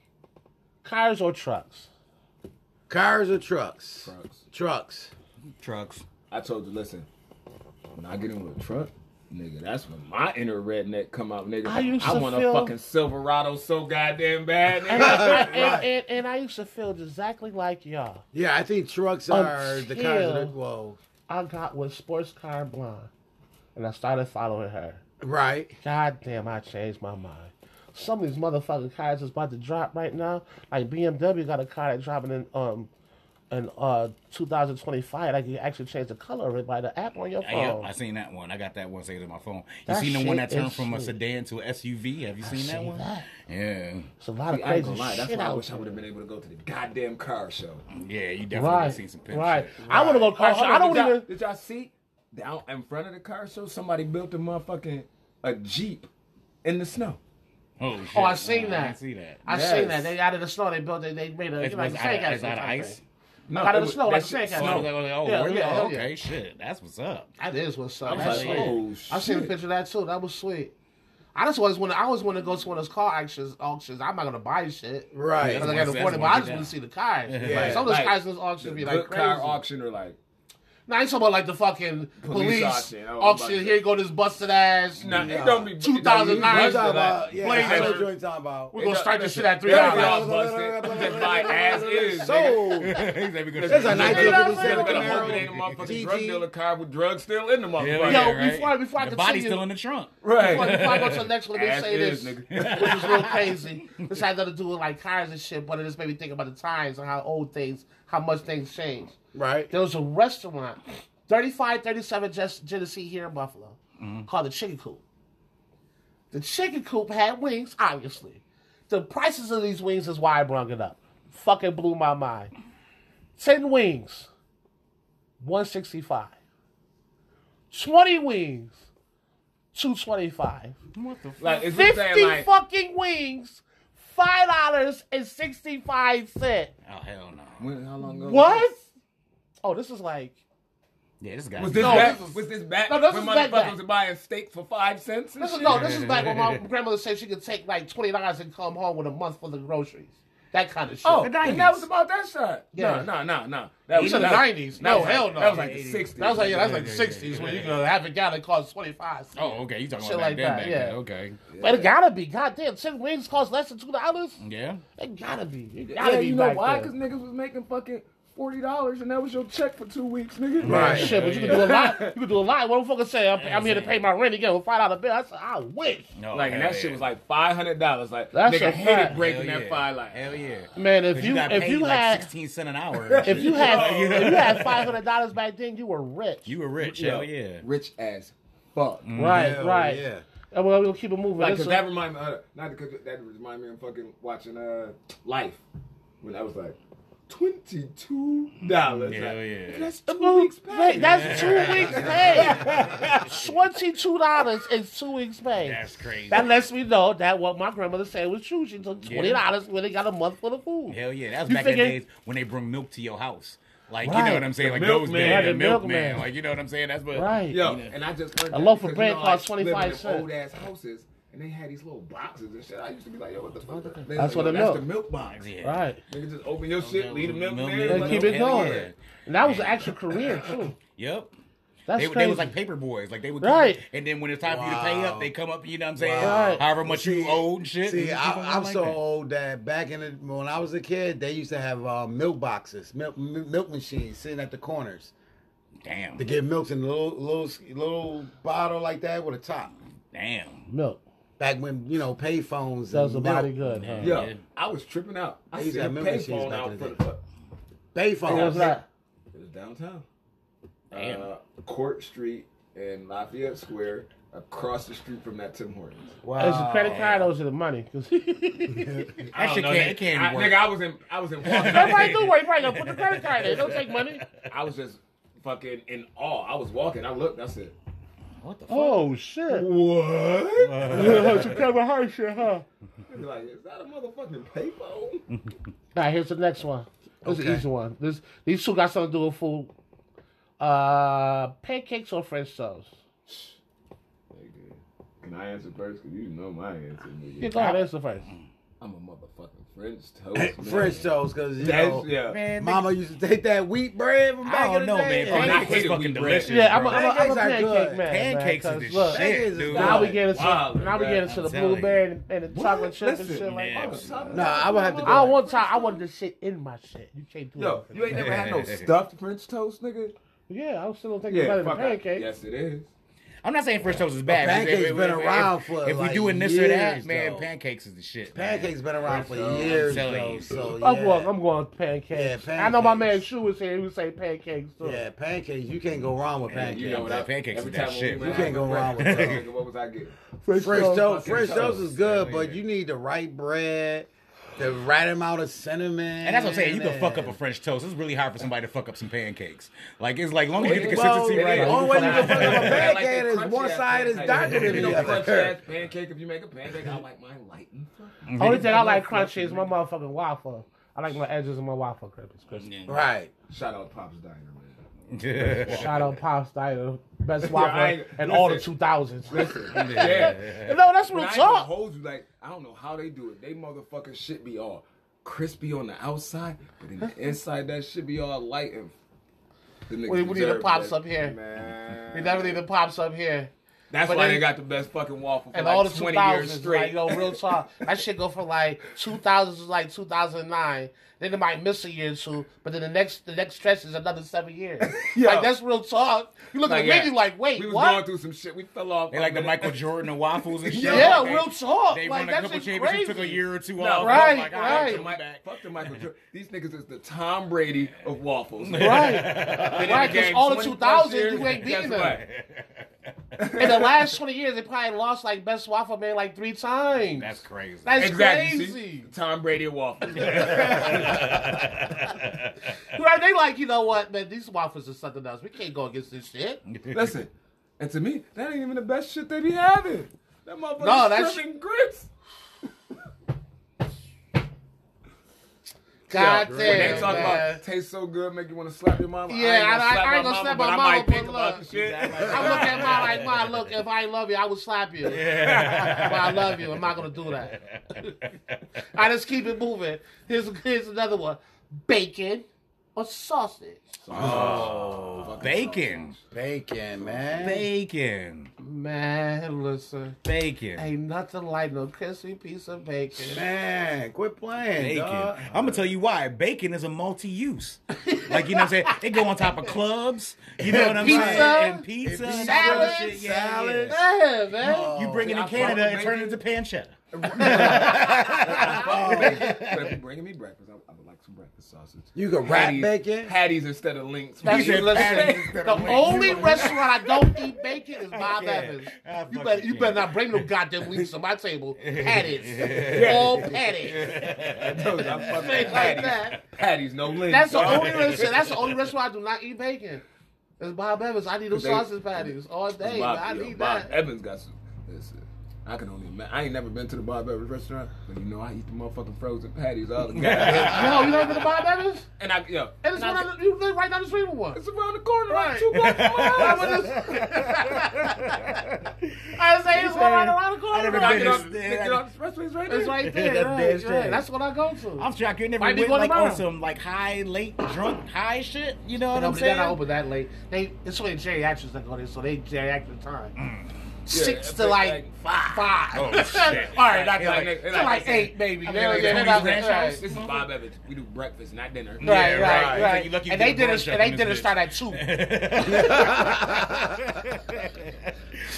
[SPEAKER 1] Cars or trucks?
[SPEAKER 3] Cars or trucks?
[SPEAKER 4] Trucks.
[SPEAKER 3] Trucks.
[SPEAKER 2] Trucks.
[SPEAKER 4] I told you, listen, when I get in with a truck, nigga, that's when my inner redneck come out, nigga.
[SPEAKER 1] I used
[SPEAKER 4] I
[SPEAKER 1] to
[SPEAKER 4] want
[SPEAKER 1] feel-
[SPEAKER 4] a fucking Silverado so goddamn bad,
[SPEAKER 1] And,
[SPEAKER 4] nigga.
[SPEAKER 1] I- and, and, and I used to feel exactly like y'all.
[SPEAKER 3] Yeah, I think trucks
[SPEAKER 2] Oh,
[SPEAKER 3] are the cars. That,
[SPEAKER 1] Until-
[SPEAKER 3] whoa,
[SPEAKER 1] I got with sports car blonde, and I started following her.
[SPEAKER 3] right?
[SPEAKER 1] God damn, I changed my mind. Some of these motherfucking cars is about to drop right now. Like BMW got a car that dropping in um in uh 2025. Like you actually change the color of it by the app on your
[SPEAKER 2] Yeah,
[SPEAKER 1] phone.
[SPEAKER 2] I seen that one. I got that one saved in my phone. You
[SPEAKER 1] Oh. That
[SPEAKER 2] seen the one
[SPEAKER 1] shit
[SPEAKER 2] that turned
[SPEAKER 1] is
[SPEAKER 2] from a
[SPEAKER 1] sweet.
[SPEAKER 2] sedan to an SUV? Have you seen, that
[SPEAKER 1] seen
[SPEAKER 2] one?
[SPEAKER 1] that.
[SPEAKER 2] Yeah,
[SPEAKER 1] It's a lot of
[SPEAKER 4] I ain't
[SPEAKER 1] crazy
[SPEAKER 4] gonna lie, that's
[SPEAKER 1] shit
[SPEAKER 4] why I
[SPEAKER 1] out
[SPEAKER 4] wish I
[SPEAKER 1] there.
[SPEAKER 4] would have been able to go to the goddamn car show.
[SPEAKER 2] yeah. You definitely
[SPEAKER 1] Right,
[SPEAKER 2] seen some pimp
[SPEAKER 1] right.
[SPEAKER 2] shit.
[SPEAKER 1] I want to go car
[SPEAKER 4] Oh,
[SPEAKER 1] show.
[SPEAKER 4] hold
[SPEAKER 1] I
[SPEAKER 4] on,
[SPEAKER 1] don't
[SPEAKER 4] did y'all-
[SPEAKER 1] even.
[SPEAKER 4] Did y'all see down in front of the car show? Somebody built a motherfucking a jeep in the snow.
[SPEAKER 2] Oh, shit.
[SPEAKER 1] Oh, I seen
[SPEAKER 2] I
[SPEAKER 1] that.
[SPEAKER 2] didn't see that.
[SPEAKER 1] I
[SPEAKER 4] Yes.
[SPEAKER 1] seen that they out of the snow. They built. They, they made a
[SPEAKER 2] It's-
[SPEAKER 1] you know, like
[SPEAKER 2] was
[SPEAKER 1] a
[SPEAKER 2] out of-
[SPEAKER 1] tank out
[SPEAKER 2] is out of
[SPEAKER 1] something.
[SPEAKER 2] ice?
[SPEAKER 4] No,
[SPEAKER 1] Out of
[SPEAKER 4] it
[SPEAKER 1] the
[SPEAKER 4] was-
[SPEAKER 1] snow,
[SPEAKER 4] that
[SPEAKER 1] like
[SPEAKER 4] shit-
[SPEAKER 1] sand
[SPEAKER 2] Oh,
[SPEAKER 1] snow.
[SPEAKER 2] like, oh,
[SPEAKER 1] Yeah,
[SPEAKER 2] really?
[SPEAKER 1] yeah, hell
[SPEAKER 2] okay, shit. That's what's up.
[SPEAKER 1] That is what's up.
[SPEAKER 4] I was
[SPEAKER 1] That's
[SPEAKER 4] like,
[SPEAKER 1] sweet.
[SPEAKER 4] oh,
[SPEAKER 1] I seen a
[SPEAKER 4] shit.
[SPEAKER 1] picture of that too. That was sweet. I just always want. to. I always want to go to one of those car auctions. Auctions. I'm not gonna buy shit.
[SPEAKER 3] Right.
[SPEAKER 1] Because I can't
[SPEAKER 2] That's one-
[SPEAKER 1] afford it.
[SPEAKER 2] that's
[SPEAKER 1] But
[SPEAKER 2] one
[SPEAKER 1] I
[SPEAKER 2] you
[SPEAKER 1] just
[SPEAKER 2] got.
[SPEAKER 1] want to see the cars.
[SPEAKER 3] Yeah.
[SPEAKER 1] Some of those
[SPEAKER 4] Like,
[SPEAKER 1] cars in those auctions be like
[SPEAKER 4] good
[SPEAKER 1] crazy.
[SPEAKER 4] car auction or like
[SPEAKER 1] Now I ain't talking about like the fucking police,
[SPEAKER 4] Police
[SPEAKER 1] auction.
[SPEAKER 4] auction. I was about to say.
[SPEAKER 1] Here you go this busted ass.
[SPEAKER 4] Nah, it don't be
[SPEAKER 1] 2009.
[SPEAKER 3] I'm
[SPEAKER 4] it don't
[SPEAKER 3] talking
[SPEAKER 4] be
[SPEAKER 3] about, yeah,
[SPEAKER 1] Blade
[SPEAKER 3] I know
[SPEAKER 1] Runner.
[SPEAKER 3] what you're talking about.
[SPEAKER 1] We're gonna start this shit at three
[SPEAKER 4] Yeah,
[SPEAKER 1] dollars.
[SPEAKER 4] yeah. busted. Just my ass is,
[SPEAKER 3] So,
[SPEAKER 2] He's like, we gonna-
[SPEAKER 3] That's a
[SPEAKER 2] Yeah,
[SPEAKER 3] nice-
[SPEAKER 4] Better
[SPEAKER 3] Camaro.
[SPEAKER 4] hope it ain't a motherfucking drug
[SPEAKER 3] GG.
[SPEAKER 4] dealer car with drugs still in the motherfucker.
[SPEAKER 1] Yo,
[SPEAKER 2] yeah, right.
[SPEAKER 1] before- before I
[SPEAKER 2] the body's
[SPEAKER 1] continue-
[SPEAKER 2] still in the trunk.
[SPEAKER 1] Before, before I go to the next one, let me
[SPEAKER 4] Ass
[SPEAKER 1] say
[SPEAKER 4] is,
[SPEAKER 1] this,
[SPEAKER 4] nigga.
[SPEAKER 1] which is real crazy. This had nothing to do with like cars and shit, but it just made me think about the times and how old things, how much things change.
[SPEAKER 3] right?
[SPEAKER 1] There was a restaurant, 3537 Jes- Genesee here in Buffalo, called the Chicken Coop. The Chicken Coop had wings, obviously. The prices of these wings is why I brung it up. Fucking blew my mind. 10 wings, 165. 20 wings, 225.
[SPEAKER 2] What the fuck?
[SPEAKER 4] Like, it's just
[SPEAKER 1] 50
[SPEAKER 4] saying, like,
[SPEAKER 1] fucking wings, $5.65.
[SPEAKER 2] Oh hell no.
[SPEAKER 4] when, how long ago?
[SPEAKER 1] What? Oh, this is like
[SPEAKER 2] Yeah, this guy.
[SPEAKER 4] Was this
[SPEAKER 1] No,
[SPEAKER 4] back?
[SPEAKER 1] this is-
[SPEAKER 4] was this back
[SPEAKER 1] No, this
[SPEAKER 4] when
[SPEAKER 1] is back
[SPEAKER 4] motherfuckers
[SPEAKER 1] back.
[SPEAKER 4] was buying steak for five cents? And
[SPEAKER 1] This is
[SPEAKER 4] shit?
[SPEAKER 1] no. This is back when my grandmother said she could take like twenty dollars and come home with a month full of groceries. That kind of shit.
[SPEAKER 4] Oh,
[SPEAKER 2] The
[SPEAKER 4] and
[SPEAKER 2] 90s.
[SPEAKER 4] that was about that shot.
[SPEAKER 1] Yeah.
[SPEAKER 4] No, no, no, no. That
[SPEAKER 1] These are the
[SPEAKER 4] that-
[SPEAKER 1] 90s.
[SPEAKER 4] that
[SPEAKER 1] No,
[SPEAKER 4] was like-
[SPEAKER 1] hell no.
[SPEAKER 4] That was like the
[SPEAKER 1] 80s.
[SPEAKER 4] 60s.
[SPEAKER 1] that was like yeah, that's like the sixties when you could have a gallon cost twenty five.
[SPEAKER 2] Oh, okay. You talking
[SPEAKER 1] Shit
[SPEAKER 2] about
[SPEAKER 1] like
[SPEAKER 2] like
[SPEAKER 1] that,
[SPEAKER 2] that? Back
[SPEAKER 1] yeah.
[SPEAKER 2] then. Okay.
[SPEAKER 1] But it gotta be. Goddamn, ten wings cost less than two dollars.
[SPEAKER 2] Yeah.
[SPEAKER 1] It gotta be. It gotta
[SPEAKER 4] Yeah,
[SPEAKER 1] be.
[SPEAKER 4] you know
[SPEAKER 1] back
[SPEAKER 4] why?
[SPEAKER 1] then.
[SPEAKER 4] Because niggas was making fucking forty dollars, and that was your check for two weeks, nigga.
[SPEAKER 3] Right.
[SPEAKER 1] Shit, but you could do a lot. You could do a lot. What the fuck I say? I'm, I'm here to pay my rent again with five dollar bill. I said, I wish.
[SPEAKER 2] No.
[SPEAKER 4] Like, and
[SPEAKER 2] Oh, hell
[SPEAKER 4] that shit
[SPEAKER 2] yeah.
[SPEAKER 4] was like five hundred dollars. Like,
[SPEAKER 1] Oh, That's a
[SPEAKER 4] nigga hated
[SPEAKER 1] fact.
[SPEAKER 4] breaking
[SPEAKER 2] Hell
[SPEAKER 4] that
[SPEAKER 2] yeah.
[SPEAKER 4] five. Like,
[SPEAKER 2] Hell yeah.
[SPEAKER 1] Man, if
[SPEAKER 2] 'Cause
[SPEAKER 1] you,
[SPEAKER 2] got
[SPEAKER 1] if
[SPEAKER 2] paid
[SPEAKER 1] you
[SPEAKER 2] like
[SPEAKER 1] had
[SPEAKER 2] sixteen cent an hour, and
[SPEAKER 1] if
[SPEAKER 2] shit.
[SPEAKER 1] you had if you had five hundred dollars back then, you were rich.
[SPEAKER 2] you were rich, hell yeah.
[SPEAKER 4] rich as fuck.
[SPEAKER 1] right,
[SPEAKER 3] Hell
[SPEAKER 1] right.
[SPEAKER 3] Yeah.
[SPEAKER 1] And Uh, we'll, we'll keep it moving.
[SPEAKER 4] Like,
[SPEAKER 1] This
[SPEAKER 4] cause
[SPEAKER 1] is-
[SPEAKER 4] that remind me, uh, not because that remind me of fucking watching uh Life when I was like twenty two dollars.
[SPEAKER 2] Hell
[SPEAKER 4] like,
[SPEAKER 2] yeah.
[SPEAKER 4] nigga, That's two
[SPEAKER 1] Two
[SPEAKER 4] weeks
[SPEAKER 1] weeks
[SPEAKER 4] pay.
[SPEAKER 1] pay. That's two weeks pay. Twenty-two dollars is two weeks pay.
[SPEAKER 2] That's crazy.
[SPEAKER 1] That lets me know that what my grandmother said was true. She took twenty dollars when they got a month full of food.
[SPEAKER 2] Hell yeah, that was
[SPEAKER 1] You
[SPEAKER 2] back
[SPEAKER 1] figure-
[SPEAKER 2] in the days when they bring milk to your house. Like you
[SPEAKER 1] Right.
[SPEAKER 2] know what I'm saying, like those
[SPEAKER 4] milkman.
[SPEAKER 2] days,
[SPEAKER 1] Right,
[SPEAKER 2] the
[SPEAKER 1] the
[SPEAKER 2] milkman.
[SPEAKER 1] milkman.
[SPEAKER 2] Like you know what I'm saying. That's what.
[SPEAKER 1] Right.
[SPEAKER 4] Yo, and I just learned
[SPEAKER 1] A
[SPEAKER 4] that
[SPEAKER 1] loaf of
[SPEAKER 4] because,
[SPEAKER 1] bread
[SPEAKER 4] you know,
[SPEAKER 1] costs
[SPEAKER 4] like, living
[SPEAKER 1] 25
[SPEAKER 4] in
[SPEAKER 1] cents.
[SPEAKER 4] Old ass houses, and they had these little boxes and shit. I used to be like, yo, what the fuck? That's,
[SPEAKER 1] what the
[SPEAKER 4] that's
[SPEAKER 1] milk-
[SPEAKER 4] the milk box.
[SPEAKER 2] Yeah.
[SPEAKER 1] Right.
[SPEAKER 4] Nigga, just open your shit, leave the milk,
[SPEAKER 2] Milk,
[SPEAKER 4] in
[SPEAKER 2] milk,
[SPEAKER 4] there.
[SPEAKER 1] And
[SPEAKER 2] milk,
[SPEAKER 1] keep
[SPEAKER 4] like,
[SPEAKER 1] it
[SPEAKER 2] hell
[SPEAKER 1] going.
[SPEAKER 2] yeah.
[SPEAKER 1] And that was an actual career too.
[SPEAKER 2] Yep.
[SPEAKER 1] That's
[SPEAKER 2] They,
[SPEAKER 1] crazy.
[SPEAKER 2] they was like paper boys. Like they would,
[SPEAKER 1] Right.
[SPEAKER 2] right. and then when it's time for you to pay up,
[SPEAKER 3] Wow.
[SPEAKER 2] they come up. You know what I'm saying?
[SPEAKER 3] Wow.
[SPEAKER 1] Right.
[SPEAKER 2] However much you owe and shit. and
[SPEAKER 3] See,
[SPEAKER 2] you keep on
[SPEAKER 3] I, I'm
[SPEAKER 2] like
[SPEAKER 3] so
[SPEAKER 2] that.
[SPEAKER 3] old that back in the, when I was a kid, they used to have uh, milk boxes, milk milk machines sitting at the corners.
[SPEAKER 2] Damn.
[SPEAKER 3] to get milked in a little little little bottle like that with a top.
[SPEAKER 2] Damn.
[SPEAKER 1] Milk.
[SPEAKER 3] Back when you know pay phones.
[SPEAKER 1] That was
[SPEAKER 3] and
[SPEAKER 1] a body
[SPEAKER 3] milk-
[SPEAKER 1] good, huh?
[SPEAKER 4] Yo,
[SPEAKER 2] Yeah.
[SPEAKER 4] I was tripping out. I
[SPEAKER 3] They used
[SPEAKER 4] see
[SPEAKER 3] to
[SPEAKER 4] a
[SPEAKER 3] have memory machines
[SPEAKER 4] payphone
[SPEAKER 3] back
[SPEAKER 4] out
[SPEAKER 3] in
[SPEAKER 4] for
[SPEAKER 3] the
[SPEAKER 4] the fuck.
[SPEAKER 3] Pay
[SPEAKER 1] What was
[SPEAKER 3] phones.
[SPEAKER 1] that?
[SPEAKER 4] It was downtown.
[SPEAKER 2] Damn.
[SPEAKER 4] Uh, Court Street and Lafayette Square, across the street from that Tim Hortons.
[SPEAKER 1] It's a credit
[SPEAKER 3] Wow.
[SPEAKER 1] card or is it the money? 'Cause-
[SPEAKER 2] That shit can't, it can't
[SPEAKER 4] I,
[SPEAKER 2] work.
[SPEAKER 4] Nigga, I was in, I was in,
[SPEAKER 1] Nobody do worry. Probably gonna put the credit card in. Don't take money.
[SPEAKER 4] I was just fucking in awe. I was walking. I looked. I said,
[SPEAKER 2] what the fuck?
[SPEAKER 1] Oh shit!
[SPEAKER 4] "What?"
[SPEAKER 1] Some kind of hard shit, huh?
[SPEAKER 4] like, is that a motherfucking payphone?
[SPEAKER 1] Now here's the next one. This is an
[SPEAKER 3] Okay.
[SPEAKER 1] easy one. This these two got something to do with food. Uh, pancakes or French toast?
[SPEAKER 4] Nigga, Can I answer first? Cause you know my answer,
[SPEAKER 1] Yeah,
[SPEAKER 4] nigga.
[SPEAKER 1] go ahead, answer first.
[SPEAKER 4] I'm a motherfucking French toast. man.
[SPEAKER 3] French toast, cause you
[SPEAKER 4] That's-
[SPEAKER 3] know,
[SPEAKER 4] yeah.
[SPEAKER 2] Man,
[SPEAKER 3] Mama used to take that wheat bread from back
[SPEAKER 2] I don't
[SPEAKER 3] in the
[SPEAKER 2] know,
[SPEAKER 3] day.
[SPEAKER 2] man.
[SPEAKER 4] and I
[SPEAKER 2] Pancakes
[SPEAKER 4] hated
[SPEAKER 2] is fucking
[SPEAKER 4] wheat bread.
[SPEAKER 2] delicious.
[SPEAKER 1] Yeah, I'm a,
[SPEAKER 2] bro.
[SPEAKER 1] I'm a, I'm a
[SPEAKER 3] Pancakes are
[SPEAKER 1] pancake
[SPEAKER 3] good.
[SPEAKER 1] man.
[SPEAKER 2] Pancakes
[SPEAKER 1] man,
[SPEAKER 2] is
[SPEAKER 1] 'cause
[SPEAKER 2] the
[SPEAKER 1] look,
[SPEAKER 2] shit,
[SPEAKER 3] pancakes is
[SPEAKER 2] dude.
[SPEAKER 1] Now we
[SPEAKER 3] Like,
[SPEAKER 1] get into
[SPEAKER 4] wow,
[SPEAKER 1] now we
[SPEAKER 4] bruh,
[SPEAKER 1] get into
[SPEAKER 2] I'm
[SPEAKER 1] the
[SPEAKER 2] telling
[SPEAKER 1] blueberry and, and the chocolate chip and
[SPEAKER 4] Listen,
[SPEAKER 1] shit like.
[SPEAKER 2] man.
[SPEAKER 1] that.
[SPEAKER 4] I'm sorry.
[SPEAKER 3] Nah, I would have to go.
[SPEAKER 1] I don't want to. I want this shit in my shit. You can't do
[SPEAKER 4] Yo,
[SPEAKER 1] that.
[SPEAKER 4] you ain't never had no stuffed French toast, nigga.
[SPEAKER 1] Yeah, I'm still thinking
[SPEAKER 4] Yeah,
[SPEAKER 1] about it.
[SPEAKER 4] fuck I-
[SPEAKER 1] Pancakes.
[SPEAKER 4] Yes, it is.
[SPEAKER 2] I'm not saying French toast is bad.
[SPEAKER 3] pancakes
[SPEAKER 2] If- if-
[SPEAKER 3] been
[SPEAKER 2] if-
[SPEAKER 3] around
[SPEAKER 2] if,
[SPEAKER 3] for,
[SPEAKER 2] If
[SPEAKER 3] like,
[SPEAKER 2] we doing this or that,
[SPEAKER 3] years,
[SPEAKER 2] man,
[SPEAKER 3] though.
[SPEAKER 2] pancakes is the shit. man.
[SPEAKER 3] Pancakes been around for
[SPEAKER 4] French toast.
[SPEAKER 3] years,
[SPEAKER 2] I'm telling
[SPEAKER 3] though.
[SPEAKER 2] you.
[SPEAKER 3] So
[SPEAKER 1] I'm
[SPEAKER 3] yeah.
[SPEAKER 1] going. I'm going pancakes.
[SPEAKER 3] Yeah,
[SPEAKER 1] I know my man
[SPEAKER 3] pancakes.
[SPEAKER 1] Shu was here. He would say pancakes too.
[SPEAKER 3] Yeah, pancakes. You can't go wrong with
[SPEAKER 2] Man,
[SPEAKER 3] pancakes.
[SPEAKER 4] You know what? I,
[SPEAKER 2] Pancakes
[SPEAKER 4] every
[SPEAKER 2] is that
[SPEAKER 4] time when
[SPEAKER 2] shit,
[SPEAKER 4] we went
[SPEAKER 3] man.
[SPEAKER 4] out
[SPEAKER 3] You can't go wrong with
[SPEAKER 4] French
[SPEAKER 3] that.
[SPEAKER 4] toast, nigga, What was I getting?
[SPEAKER 1] French,
[SPEAKER 3] Fresh toast,
[SPEAKER 4] fucking
[SPEAKER 3] fresh
[SPEAKER 4] toast.
[SPEAKER 3] toast is good,
[SPEAKER 2] Yeah,
[SPEAKER 3] but
[SPEAKER 2] yeah.
[SPEAKER 3] you need the right bread, the right amount of cinnamon.
[SPEAKER 2] And that's what I'm saying. You can fuck up a
[SPEAKER 3] and-
[SPEAKER 2] French toast. It's really hard for somebody to fuck up some pancakes. Like it's like long as you get the
[SPEAKER 3] Well,
[SPEAKER 2] consistency
[SPEAKER 3] it
[SPEAKER 2] right.
[SPEAKER 3] is. Only way you can fuck up a
[SPEAKER 4] I
[SPEAKER 3] pancake
[SPEAKER 4] like that
[SPEAKER 3] is
[SPEAKER 4] crunchy
[SPEAKER 3] one
[SPEAKER 4] ass
[SPEAKER 3] side is
[SPEAKER 4] pancake.
[SPEAKER 3] darker than the
[SPEAKER 4] You know, crunchy
[SPEAKER 3] other.
[SPEAKER 4] ass pancake. If you make a pancake, I like mine light and fluffy.
[SPEAKER 1] Only thing I like crunchy is my motherfucking waffle. I like my edges and my waffle crispy. crispy.
[SPEAKER 3] Right.
[SPEAKER 4] Shout out Pop's Diner, man.
[SPEAKER 1] Shout out Pops Diner, best
[SPEAKER 4] Yeah, I
[SPEAKER 1] waffle
[SPEAKER 4] ain't-
[SPEAKER 1] in all the
[SPEAKER 4] listen.
[SPEAKER 1] two thousands. No,
[SPEAKER 4] Listen, yeah.
[SPEAKER 1] that's
[SPEAKER 4] But I
[SPEAKER 1] real
[SPEAKER 4] ain't gonna
[SPEAKER 1] talk.
[SPEAKER 4] hold you like I don't know how they do it. They motherfucking shit be all crispy on the outside, but in the inside that shit be all light and. The niggas
[SPEAKER 1] We- we need the
[SPEAKER 4] deserve
[SPEAKER 1] pops
[SPEAKER 4] that,
[SPEAKER 1] up here.
[SPEAKER 4] Man.
[SPEAKER 1] We never need the pops up here.
[SPEAKER 4] That's
[SPEAKER 1] but
[SPEAKER 4] why
[SPEAKER 1] they-
[SPEAKER 4] they got the best fucking waffle for
[SPEAKER 1] And
[SPEAKER 4] like
[SPEAKER 1] all the two
[SPEAKER 4] 20 years
[SPEAKER 1] thousands, like
[SPEAKER 4] straight.
[SPEAKER 1] yo, real talk. That shit go from like two thousands to like two thousand nine. Then it might miss a year or two, but then the next the next stretch is another seven years.
[SPEAKER 4] Yo.
[SPEAKER 1] Like that's real talk. You look
[SPEAKER 4] Like,
[SPEAKER 1] at
[SPEAKER 4] yeah.
[SPEAKER 1] me like, wait,
[SPEAKER 4] we was going
[SPEAKER 1] what?
[SPEAKER 4] through some shit. We fell off.
[SPEAKER 2] They like the Michael Jordan of waffles and shit.
[SPEAKER 1] yeah,
[SPEAKER 2] Like,
[SPEAKER 1] real
[SPEAKER 2] they-
[SPEAKER 1] talk.
[SPEAKER 2] They
[SPEAKER 1] like
[SPEAKER 2] won a
[SPEAKER 1] that's
[SPEAKER 2] couple
[SPEAKER 1] crazy.
[SPEAKER 2] championships, took a year or two
[SPEAKER 4] No,
[SPEAKER 2] off. Oh
[SPEAKER 1] right,
[SPEAKER 2] Like, all
[SPEAKER 1] right.
[SPEAKER 2] come
[SPEAKER 4] Mike,
[SPEAKER 2] back.
[SPEAKER 4] fuck the Michael Jordan. These niggas is the Tom Brady of waffles.
[SPEAKER 1] Right, right. Because all the 2000s, you ain't beating them. In the last 20 years, they probably lost like best waffle man like three times.
[SPEAKER 2] That's crazy.
[SPEAKER 1] That's
[SPEAKER 4] Exactly. See?
[SPEAKER 1] crazy.
[SPEAKER 4] Tom Brady of waffles.
[SPEAKER 1] Right? They like, you know what, man? These waffles are something else. We can't go against this shit.
[SPEAKER 4] Listen, and to me, that ain't even the best shit they be having. That motherfucker
[SPEAKER 1] No,
[SPEAKER 4] no,
[SPEAKER 1] that's-
[SPEAKER 4] that's stripping grits.
[SPEAKER 1] God
[SPEAKER 4] When
[SPEAKER 1] damn,
[SPEAKER 4] they talk
[SPEAKER 1] man.
[SPEAKER 4] about tastes so good, make you want to slap your mama.
[SPEAKER 1] Yeah,
[SPEAKER 4] I ain't gonna
[SPEAKER 1] I- I-
[SPEAKER 4] slap
[SPEAKER 1] I ain't
[SPEAKER 4] my
[SPEAKER 1] gonna slap my
[SPEAKER 4] mama, but
[SPEAKER 1] mama,
[SPEAKER 4] I might think
[SPEAKER 1] but
[SPEAKER 4] about
[SPEAKER 1] look.
[SPEAKER 4] the shit.
[SPEAKER 1] I look at mine like, mine, look, if I ain't love you, I would slap you. But I love you. I'm not going to do that. I just keep it moving. Here's, here's another one bacon or sausage?
[SPEAKER 2] oh, bacon,
[SPEAKER 3] Bacon, man.
[SPEAKER 2] bacon,
[SPEAKER 1] Man, listen.
[SPEAKER 2] bacon.
[SPEAKER 1] Ain't nothing like no crispy piece of bacon.
[SPEAKER 3] Man, quit playing,
[SPEAKER 2] Bacon.
[SPEAKER 3] dawg.
[SPEAKER 2] I'm gonna tell you why. Bacon is a multi-use. Like you know what I'm saying? It go on top of clubs. You know what I'm
[SPEAKER 1] Pizza.
[SPEAKER 2] saying? And pizza.
[SPEAKER 3] And
[SPEAKER 2] and
[SPEAKER 1] pizza,
[SPEAKER 2] all that shit. Yeah,
[SPEAKER 3] salad.
[SPEAKER 2] yeah.
[SPEAKER 1] Oh, Yeah,
[SPEAKER 4] Oh,
[SPEAKER 1] man.
[SPEAKER 2] You bring it in
[SPEAKER 4] See, I
[SPEAKER 2] Canada
[SPEAKER 4] fuck
[SPEAKER 2] and
[SPEAKER 4] with
[SPEAKER 2] turn it into pancetta.
[SPEAKER 4] but if you bringing me breakfast, I, I would like some breakfast sausage.
[SPEAKER 3] Oh. You can wrap
[SPEAKER 4] Patties-
[SPEAKER 3] bacon?
[SPEAKER 4] patties instead of links.
[SPEAKER 1] That's-
[SPEAKER 2] said patties
[SPEAKER 1] listen,
[SPEAKER 2] instead
[SPEAKER 1] the
[SPEAKER 2] of wings.
[SPEAKER 1] only restaurant I don't eat bacon is Bob
[SPEAKER 2] Yeah,
[SPEAKER 1] Evans.
[SPEAKER 2] I
[SPEAKER 1] You
[SPEAKER 2] fucking
[SPEAKER 1] better, you better
[SPEAKER 2] can't.
[SPEAKER 1] not bring no goddamn wings to my table. Patties, all patties.
[SPEAKER 4] I told you, I fuck
[SPEAKER 1] Things like
[SPEAKER 4] with patties.
[SPEAKER 1] that.
[SPEAKER 4] Patties, no links.
[SPEAKER 1] That's the
[SPEAKER 4] dawg.
[SPEAKER 1] only restaurant. That's the only restaurant I do not eat bacon. It's Bob Evans. I need those
[SPEAKER 4] They-
[SPEAKER 1] sausage patties all day.
[SPEAKER 4] Bob,
[SPEAKER 1] man. I
[SPEAKER 4] yo,
[SPEAKER 1] need
[SPEAKER 4] Bob
[SPEAKER 1] that.
[SPEAKER 4] Evans got some. Listen, I can only imagine. I ain't never been to the Bob Evans restaurant, but you know I eat the motherfucking frozen patties all the time.
[SPEAKER 1] Yo, you never been to Bob Evans?
[SPEAKER 4] and I, yo,
[SPEAKER 1] And it's
[SPEAKER 4] and I
[SPEAKER 1] one
[SPEAKER 4] get-
[SPEAKER 1] of the- you live right down the street with one.
[SPEAKER 4] it's around the corner,
[SPEAKER 1] Right.
[SPEAKER 4] right? Two blocks from my
[SPEAKER 1] I
[SPEAKER 4] house.
[SPEAKER 1] was just- I say it's one right around the corner.
[SPEAKER 2] I never
[SPEAKER 1] right?
[SPEAKER 2] been
[SPEAKER 4] Get
[SPEAKER 2] to-
[SPEAKER 4] off- get off the expressway's right
[SPEAKER 1] It's
[SPEAKER 4] there.
[SPEAKER 1] right there.
[SPEAKER 2] That
[SPEAKER 1] right,
[SPEAKER 2] damn
[SPEAKER 1] right.
[SPEAKER 2] straight.
[SPEAKER 1] That's what I go to.
[SPEAKER 2] I'm shocked you never
[SPEAKER 1] Might be
[SPEAKER 2] went
[SPEAKER 1] going
[SPEAKER 2] like
[SPEAKER 1] tomorrow.
[SPEAKER 2] on some like high, late, drunk, high shit. You know what
[SPEAKER 1] But
[SPEAKER 2] I'm
[SPEAKER 1] I'm saying
[SPEAKER 2] saying?
[SPEAKER 1] I open that late. They it's only geriatrics that go there, so they geriatric time.
[SPEAKER 4] Mm.
[SPEAKER 1] six
[SPEAKER 4] it's
[SPEAKER 1] to
[SPEAKER 4] like-
[SPEAKER 1] like,
[SPEAKER 4] like
[SPEAKER 1] five. five.
[SPEAKER 2] Oh, shit.
[SPEAKER 1] All right, not
[SPEAKER 4] It's
[SPEAKER 1] to like,
[SPEAKER 4] it's
[SPEAKER 1] to like
[SPEAKER 4] it's
[SPEAKER 1] eight, maybe.
[SPEAKER 4] it's
[SPEAKER 1] Yeah,
[SPEAKER 4] like
[SPEAKER 1] yeah,
[SPEAKER 4] Tony's
[SPEAKER 1] that's
[SPEAKER 4] Ranch
[SPEAKER 1] right.
[SPEAKER 4] House. It's Bob Evans. We do breakfast, not dinner.
[SPEAKER 1] Right,
[SPEAKER 2] Yeah,
[SPEAKER 1] right,
[SPEAKER 2] right.
[SPEAKER 1] right.
[SPEAKER 2] Like, you lucky
[SPEAKER 1] and
[SPEAKER 2] you
[SPEAKER 1] they
[SPEAKER 2] did a
[SPEAKER 1] didn't.
[SPEAKER 2] brunch
[SPEAKER 1] And they
[SPEAKER 2] up in
[SPEAKER 1] didn't
[SPEAKER 2] this
[SPEAKER 1] start at two.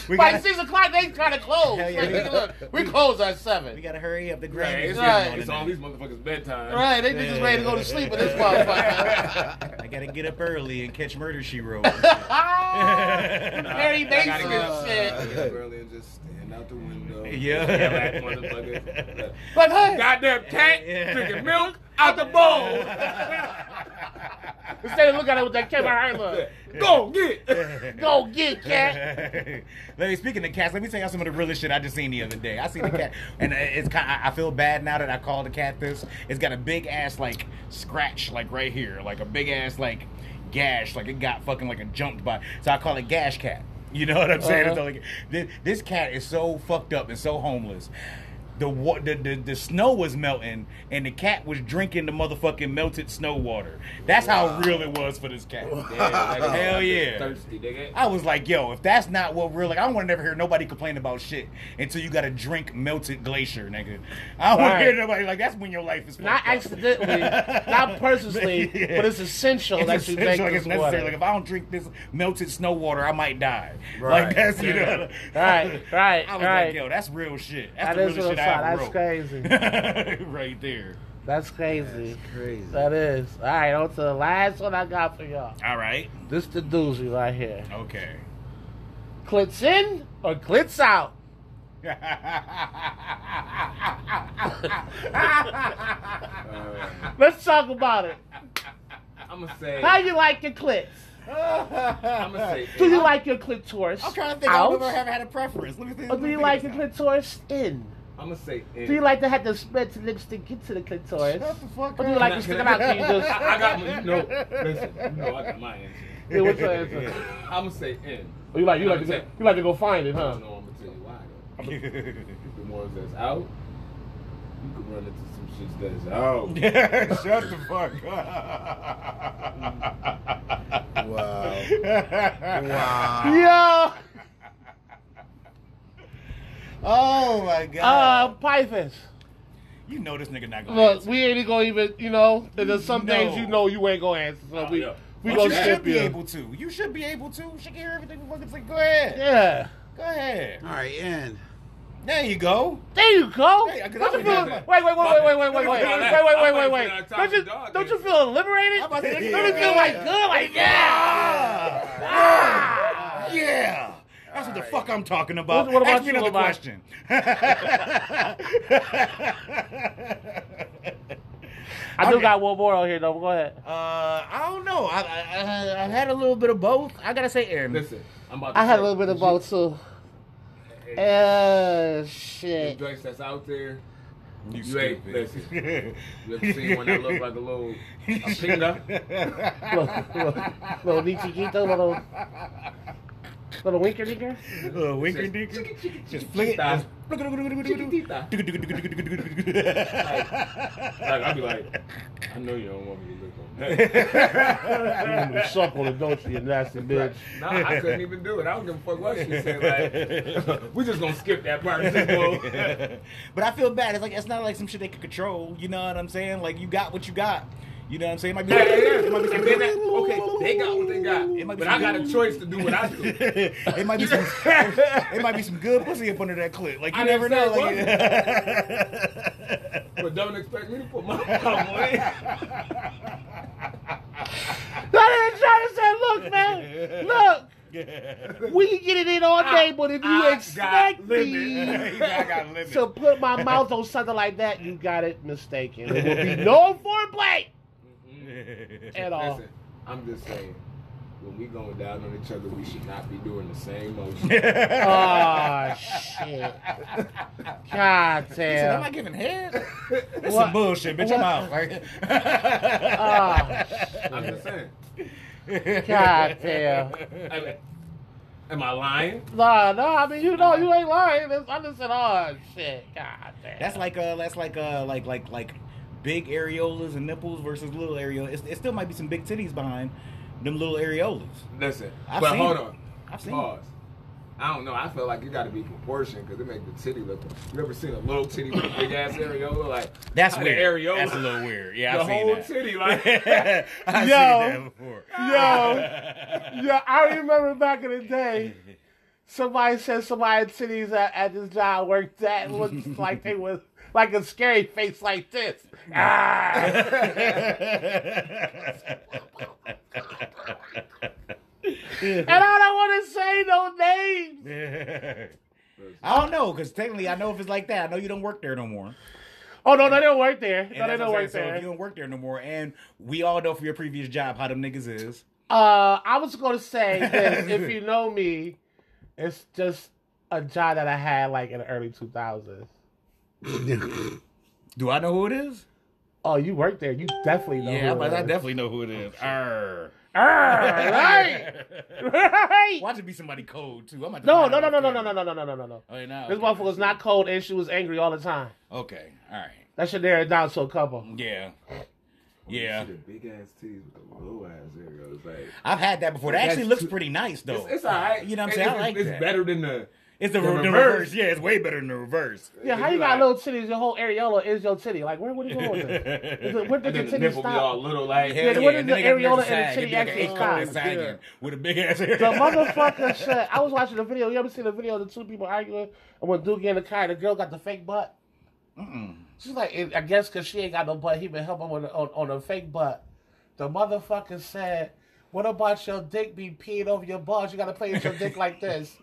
[SPEAKER 2] we
[SPEAKER 1] By
[SPEAKER 2] got,
[SPEAKER 1] six o'clock, they kind of close.
[SPEAKER 7] Hell yeah.
[SPEAKER 1] Like, nigga, look, we close at
[SPEAKER 7] We
[SPEAKER 1] seven.
[SPEAKER 7] gotta hurry up. The
[SPEAKER 4] Right,
[SPEAKER 7] Grammys.
[SPEAKER 4] it's,
[SPEAKER 7] is
[SPEAKER 1] Right.
[SPEAKER 7] on
[SPEAKER 4] it's
[SPEAKER 7] tonight.
[SPEAKER 4] all these motherfuckers' bedtime.
[SPEAKER 1] Right, they niggas ready to go to sleep in this motherfucker.
[SPEAKER 7] I gotta get up early and catch Murder She Wrote.
[SPEAKER 1] Ah, Mary
[SPEAKER 4] I gotta
[SPEAKER 1] Mason
[SPEAKER 4] get
[SPEAKER 1] and
[SPEAKER 4] up.
[SPEAKER 1] shit.
[SPEAKER 4] Get up early and just stand out the window.
[SPEAKER 2] Yeah.
[SPEAKER 4] Black motherfuckers.
[SPEAKER 1] But hey,
[SPEAKER 4] Goddamn cat
[SPEAKER 7] Yeah.
[SPEAKER 4] drinking milk out the bowl.
[SPEAKER 1] instead of looking at it with that camera, I look.
[SPEAKER 4] Go get. it.
[SPEAKER 1] Go get cat.
[SPEAKER 2] let me speaking of cats. Let me tell y'all some of the realest shit I just seen the other day. I seen the cat, and it's kind. I feel bad now that I called the cat this. It's got a big ass like scratch, like right here, like a big ass like gash, like it got fucking like a jumped by. So I call it gash cat. You know what I'm saying?
[SPEAKER 1] Uh-huh.
[SPEAKER 2] So, like, thi- this cat is so fucked up and so homeless. The, wa- the, the the snow was melting and the cat was drinking the motherfucking melted snow water. That's how real it was for this cat. Hell yeah.
[SPEAKER 4] Thirsty, nigga.
[SPEAKER 2] I was like, yo, if that's not what real, like, I don't want to never hear nobody complain about shit until you got to drink melted glacier, nigga. I don't want
[SPEAKER 1] Right.
[SPEAKER 2] to hear nobody like that's when your life is
[SPEAKER 1] Not
[SPEAKER 2] fucked up.
[SPEAKER 1] accidentally, not purposely,
[SPEAKER 2] Yeah.
[SPEAKER 1] but it's essential
[SPEAKER 2] It's
[SPEAKER 1] that you
[SPEAKER 2] essential,
[SPEAKER 1] drink
[SPEAKER 2] like,
[SPEAKER 1] this
[SPEAKER 2] it's necessary. Like
[SPEAKER 1] water.
[SPEAKER 2] if I don't drink this melted snow water, I might die. Like
[SPEAKER 7] Right.
[SPEAKER 2] that's you know.
[SPEAKER 1] Right, right,
[SPEAKER 2] I was like,
[SPEAKER 1] right.
[SPEAKER 2] yo, that's real shit. That's
[SPEAKER 1] That
[SPEAKER 2] the
[SPEAKER 1] is
[SPEAKER 2] real
[SPEAKER 1] what I'm saying.
[SPEAKER 2] shit I
[SPEAKER 1] That's
[SPEAKER 2] wrote.
[SPEAKER 1] crazy.
[SPEAKER 2] right there.
[SPEAKER 1] That's crazy.
[SPEAKER 3] Crazy.
[SPEAKER 1] That is. All right, on to the last one I got for y'all.
[SPEAKER 2] All right.
[SPEAKER 1] This the doozy right here.
[SPEAKER 2] Okay.
[SPEAKER 1] Clits in or clits out? Let's talk about it.
[SPEAKER 4] I'm gonna say.
[SPEAKER 1] How you like your clits?
[SPEAKER 4] I'm gonna say.
[SPEAKER 1] Do you like your clitoris
[SPEAKER 2] I'm trying to think. I've
[SPEAKER 1] out?
[SPEAKER 2] never have had a preference. Let me think.
[SPEAKER 1] Or
[SPEAKER 2] let
[SPEAKER 1] do
[SPEAKER 2] me
[SPEAKER 1] you
[SPEAKER 2] think
[SPEAKER 1] like your
[SPEAKER 2] about it.
[SPEAKER 1] clitoris in?
[SPEAKER 4] I'm gonna say. in.
[SPEAKER 1] Do you like to have to spread to lipstick get to the clitoris?
[SPEAKER 2] Shut the fuck
[SPEAKER 1] Or do you
[SPEAKER 2] up.
[SPEAKER 1] like to stick it out? Can you just...
[SPEAKER 4] I I got my. You know, listen. You know, I got my answer.
[SPEAKER 1] Yeah, what's your answer?
[SPEAKER 4] I'm gonna say in.
[SPEAKER 1] Or you like you like to go, you like to go find it,
[SPEAKER 4] I
[SPEAKER 1] huh?
[SPEAKER 4] don't know. I'm gonna tell you why. Though. The ones that's out, you can run into some shit that is
[SPEAKER 2] Oh. Shut
[SPEAKER 4] out.
[SPEAKER 2] the fuck up.
[SPEAKER 3] Wow.
[SPEAKER 2] wow.
[SPEAKER 1] Yo,
[SPEAKER 2] Oh my god.
[SPEAKER 1] uh, Pythons.
[SPEAKER 2] you know this nigga not gonna.
[SPEAKER 1] Look,
[SPEAKER 2] answer.
[SPEAKER 1] we ain't gonna even, you know, there's some
[SPEAKER 2] No.
[SPEAKER 1] things you know you ain't gonna answer. So
[SPEAKER 4] Oh,
[SPEAKER 1] we
[SPEAKER 4] yeah.
[SPEAKER 1] we
[SPEAKER 2] But
[SPEAKER 1] gonna
[SPEAKER 2] you should
[SPEAKER 1] skip
[SPEAKER 2] be
[SPEAKER 1] you.
[SPEAKER 2] able to. You should be able to. She can hear everything. we fucking say. Go ahead.
[SPEAKER 1] Yeah.
[SPEAKER 2] Go ahead.
[SPEAKER 3] All right, and
[SPEAKER 2] There you go.
[SPEAKER 1] There you go.
[SPEAKER 2] Hey, 'cause
[SPEAKER 1] Don't
[SPEAKER 2] that's
[SPEAKER 1] you
[SPEAKER 2] what
[SPEAKER 1] feel?
[SPEAKER 2] it is.
[SPEAKER 1] Wait, wait, wait, wait, wait, wait, wait, wait, wait, wait, wait, wait,
[SPEAKER 4] I'm
[SPEAKER 1] wait.
[SPEAKER 4] waiting for
[SPEAKER 1] Don't you
[SPEAKER 4] that top
[SPEAKER 1] don't you
[SPEAKER 4] dog.
[SPEAKER 1] feel liberated?
[SPEAKER 2] about to say-
[SPEAKER 1] Don't you feel like good? Like yeah.
[SPEAKER 2] Ah.
[SPEAKER 1] Ah!
[SPEAKER 2] Yeah. Yeah. That's what the fuck I'm talking about.
[SPEAKER 1] What- what about
[SPEAKER 2] Ask me
[SPEAKER 1] you,
[SPEAKER 2] another
[SPEAKER 1] Lamar?
[SPEAKER 2] question.
[SPEAKER 1] I do
[SPEAKER 2] Okay.
[SPEAKER 1] got one more on here though. Go ahead.
[SPEAKER 2] Uh, I don't know. I, I, I, I had a little bit of both. I gotta say, Aaron.
[SPEAKER 4] Listen, I'm about. To
[SPEAKER 1] I had a
[SPEAKER 4] say,
[SPEAKER 1] little bit of both too. Uh, shit.
[SPEAKER 4] The joints that's out there.
[SPEAKER 2] you
[SPEAKER 4] ain't-
[SPEAKER 2] stupid.
[SPEAKER 4] You ever seen one that look like a little a finger?
[SPEAKER 1] Little little nichikito, little little winker dinker.
[SPEAKER 2] little winker
[SPEAKER 4] Just-
[SPEAKER 2] dinker.
[SPEAKER 4] chicka, chicka,
[SPEAKER 2] Just
[SPEAKER 4] chicka,
[SPEAKER 2] flick it.
[SPEAKER 4] tita.
[SPEAKER 2] just-
[SPEAKER 4] Like I'd be like, I know you don't want me to look on that.
[SPEAKER 1] You want me to suck on it, don't you, you nasty bitch?
[SPEAKER 4] No, I couldn't even do it. I don't give a fuck what she said. Like, we just gonna skip that part. Just go.
[SPEAKER 2] but I feel bad. It's like it's not like some shit they could control. You know what I'm saying? Like you got what you got. You know what I'm saying? It might be
[SPEAKER 4] Yeah,
[SPEAKER 2] like,
[SPEAKER 4] yeah, yeah.
[SPEAKER 2] it might be some-
[SPEAKER 4] And then that- okay, they got what they
[SPEAKER 2] It might
[SPEAKER 4] got,
[SPEAKER 2] be
[SPEAKER 4] but I
[SPEAKER 2] some-
[SPEAKER 4] got a choice to do what I do.
[SPEAKER 2] it might be some. It might be some good pussy up under that clip. Like you
[SPEAKER 4] I
[SPEAKER 2] never
[SPEAKER 4] didn't
[SPEAKER 2] know.
[SPEAKER 4] say
[SPEAKER 2] Like,
[SPEAKER 4] But don't expect me to put my mouth on it.
[SPEAKER 1] That ain't trying to say, look, man, look, we can get it in all day, but if
[SPEAKER 2] Ah,
[SPEAKER 1] you
[SPEAKER 4] I
[SPEAKER 1] expect
[SPEAKER 4] got
[SPEAKER 1] me
[SPEAKER 2] I got limits.
[SPEAKER 1] to put my mouth on something like that, you got it mistaken. There will be no foreplay
[SPEAKER 4] Mm-hmm.
[SPEAKER 1] at all.
[SPEAKER 4] Listen, I'm just saying, when we going down on each other, we should not be doing the same motion. Ah,
[SPEAKER 1] Oh shit! God
[SPEAKER 2] Listen, am I
[SPEAKER 1] damn!
[SPEAKER 2] giving head? That's
[SPEAKER 1] What?
[SPEAKER 2] some bullshit, bitch. I'm
[SPEAKER 1] What?
[SPEAKER 2] out. Like,
[SPEAKER 1] Oh
[SPEAKER 4] I'm just saying.
[SPEAKER 1] God damn!
[SPEAKER 4] I mean, am I lying?
[SPEAKER 1] No, no, I mean you know you ain't lying. It's- I just said, oh shit, God damn.
[SPEAKER 2] That's like uh, that's like uh, like like like big areolas and nipples versus little areolas. It's, it still might be some big titties behind them little areolas.
[SPEAKER 4] Listen,
[SPEAKER 2] I've
[SPEAKER 4] but
[SPEAKER 2] seen
[SPEAKER 4] hold
[SPEAKER 2] it.
[SPEAKER 4] on.
[SPEAKER 2] I've seen.
[SPEAKER 4] Pause. I don't know. I feel like you got to be proportioned because it make the titty look. You ever seen a little titty with a big ass areola? Like
[SPEAKER 8] That's
[SPEAKER 4] how the
[SPEAKER 8] weird.
[SPEAKER 4] Areola,
[SPEAKER 8] That's a little weird. Yeah,
[SPEAKER 4] the
[SPEAKER 8] I've seen
[SPEAKER 4] whole
[SPEAKER 8] that.
[SPEAKER 4] titty, like
[SPEAKER 8] I've seen
[SPEAKER 1] Yo.
[SPEAKER 8] that before.
[SPEAKER 1] Yo, yo, I remember back in the day, somebody said somebody titties at, at this job worked that looked like they was like a scary face like this. Ah. and I don't want to say no names.
[SPEAKER 2] I don't know, because technically I know if it's like that, I know you don't work there no more.
[SPEAKER 1] Oh no, no, they don't work there.
[SPEAKER 2] And
[SPEAKER 1] No, they
[SPEAKER 2] that's
[SPEAKER 1] don't
[SPEAKER 2] what I'm
[SPEAKER 1] work
[SPEAKER 2] saying. So if you
[SPEAKER 1] there.
[SPEAKER 2] don't work there no more, and we all know from your previous job how them niggas is.
[SPEAKER 1] Uh, I was gonna say this. if you know me, it's just a job that I had like in the early two thousands.
[SPEAKER 2] Do I know who it is?
[SPEAKER 1] Oh, you worked there. You definitely know.
[SPEAKER 2] yeah,
[SPEAKER 1] who
[SPEAKER 2] but
[SPEAKER 1] it
[SPEAKER 2] I
[SPEAKER 1] is.
[SPEAKER 2] definitely know who it is. Arr.
[SPEAKER 1] Arr, right, right.
[SPEAKER 2] Watch it be somebody cold too. I'm about to
[SPEAKER 1] No,
[SPEAKER 2] find
[SPEAKER 1] no, no,
[SPEAKER 2] out
[SPEAKER 1] no, no,
[SPEAKER 2] if
[SPEAKER 1] no, no,
[SPEAKER 2] they're-
[SPEAKER 1] no, no, no, no, no, no.
[SPEAKER 2] Oh, yeah, nah,
[SPEAKER 1] This
[SPEAKER 2] okay.
[SPEAKER 1] motherfucker was not cold and she was angry all the time.
[SPEAKER 2] Okay, all right.
[SPEAKER 1] That should narrow it down to a couple.
[SPEAKER 2] Yeah, yeah.
[SPEAKER 4] the big ass titties with the little ass areolas. Like
[SPEAKER 2] I've had that before. That
[SPEAKER 4] That's
[SPEAKER 2] actually looks
[SPEAKER 4] too-
[SPEAKER 2] pretty nice though.
[SPEAKER 4] it's, it's all right.
[SPEAKER 2] Oh, You know what I'm
[SPEAKER 4] It-
[SPEAKER 2] saying? I
[SPEAKER 4] It's,
[SPEAKER 2] like
[SPEAKER 4] it's
[SPEAKER 2] that.
[SPEAKER 4] better than the.
[SPEAKER 2] It's the,
[SPEAKER 4] The
[SPEAKER 2] the, reverse.
[SPEAKER 4] reverse.
[SPEAKER 2] Yeah, it's way better than the reverse.
[SPEAKER 1] Yeah, how
[SPEAKER 4] it's
[SPEAKER 1] you got
[SPEAKER 4] like-
[SPEAKER 1] little titties? Your whole areola is your titty. Like, where would you go with this? Is it- Where did
[SPEAKER 4] And
[SPEAKER 1] your
[SPEAKER 4] then the
[SPEAKER 1] titty
[SPEAKER 4] nipple be all
[SPEAKER 1] stop?
[SPEAKER 4] little, like
[SPEAKER 1] Yeah, what is
[SPEAKER 2] and
[SPEAKER 1] the
[SPEAKER 2] then they got
[SPEAKER 1] areola and the
[SPEAKER 2] side. It'd
[SPEAKER 1] titty
[SPEAKER 2] be like an
[SPEAKER 1] actually
[SPEAKER 2] acorn
[SPEAKER 1] stop?
[SPEAKER 2] side
[SPEAKER 1] Yeah.
[SPEAKER 2] with a big ass
[SPEAKER 1] The motherfucker said, I was watching the video. You ever seen the video of the two people arguing? And when dude get in the car, the girl got the fake butt. She's like, it- I guess because she ain't got no butt, he been helping with on, on a fake butt. The motherfucker said, "What about your dick be peeing over your balls? You gotta play with your dick like this."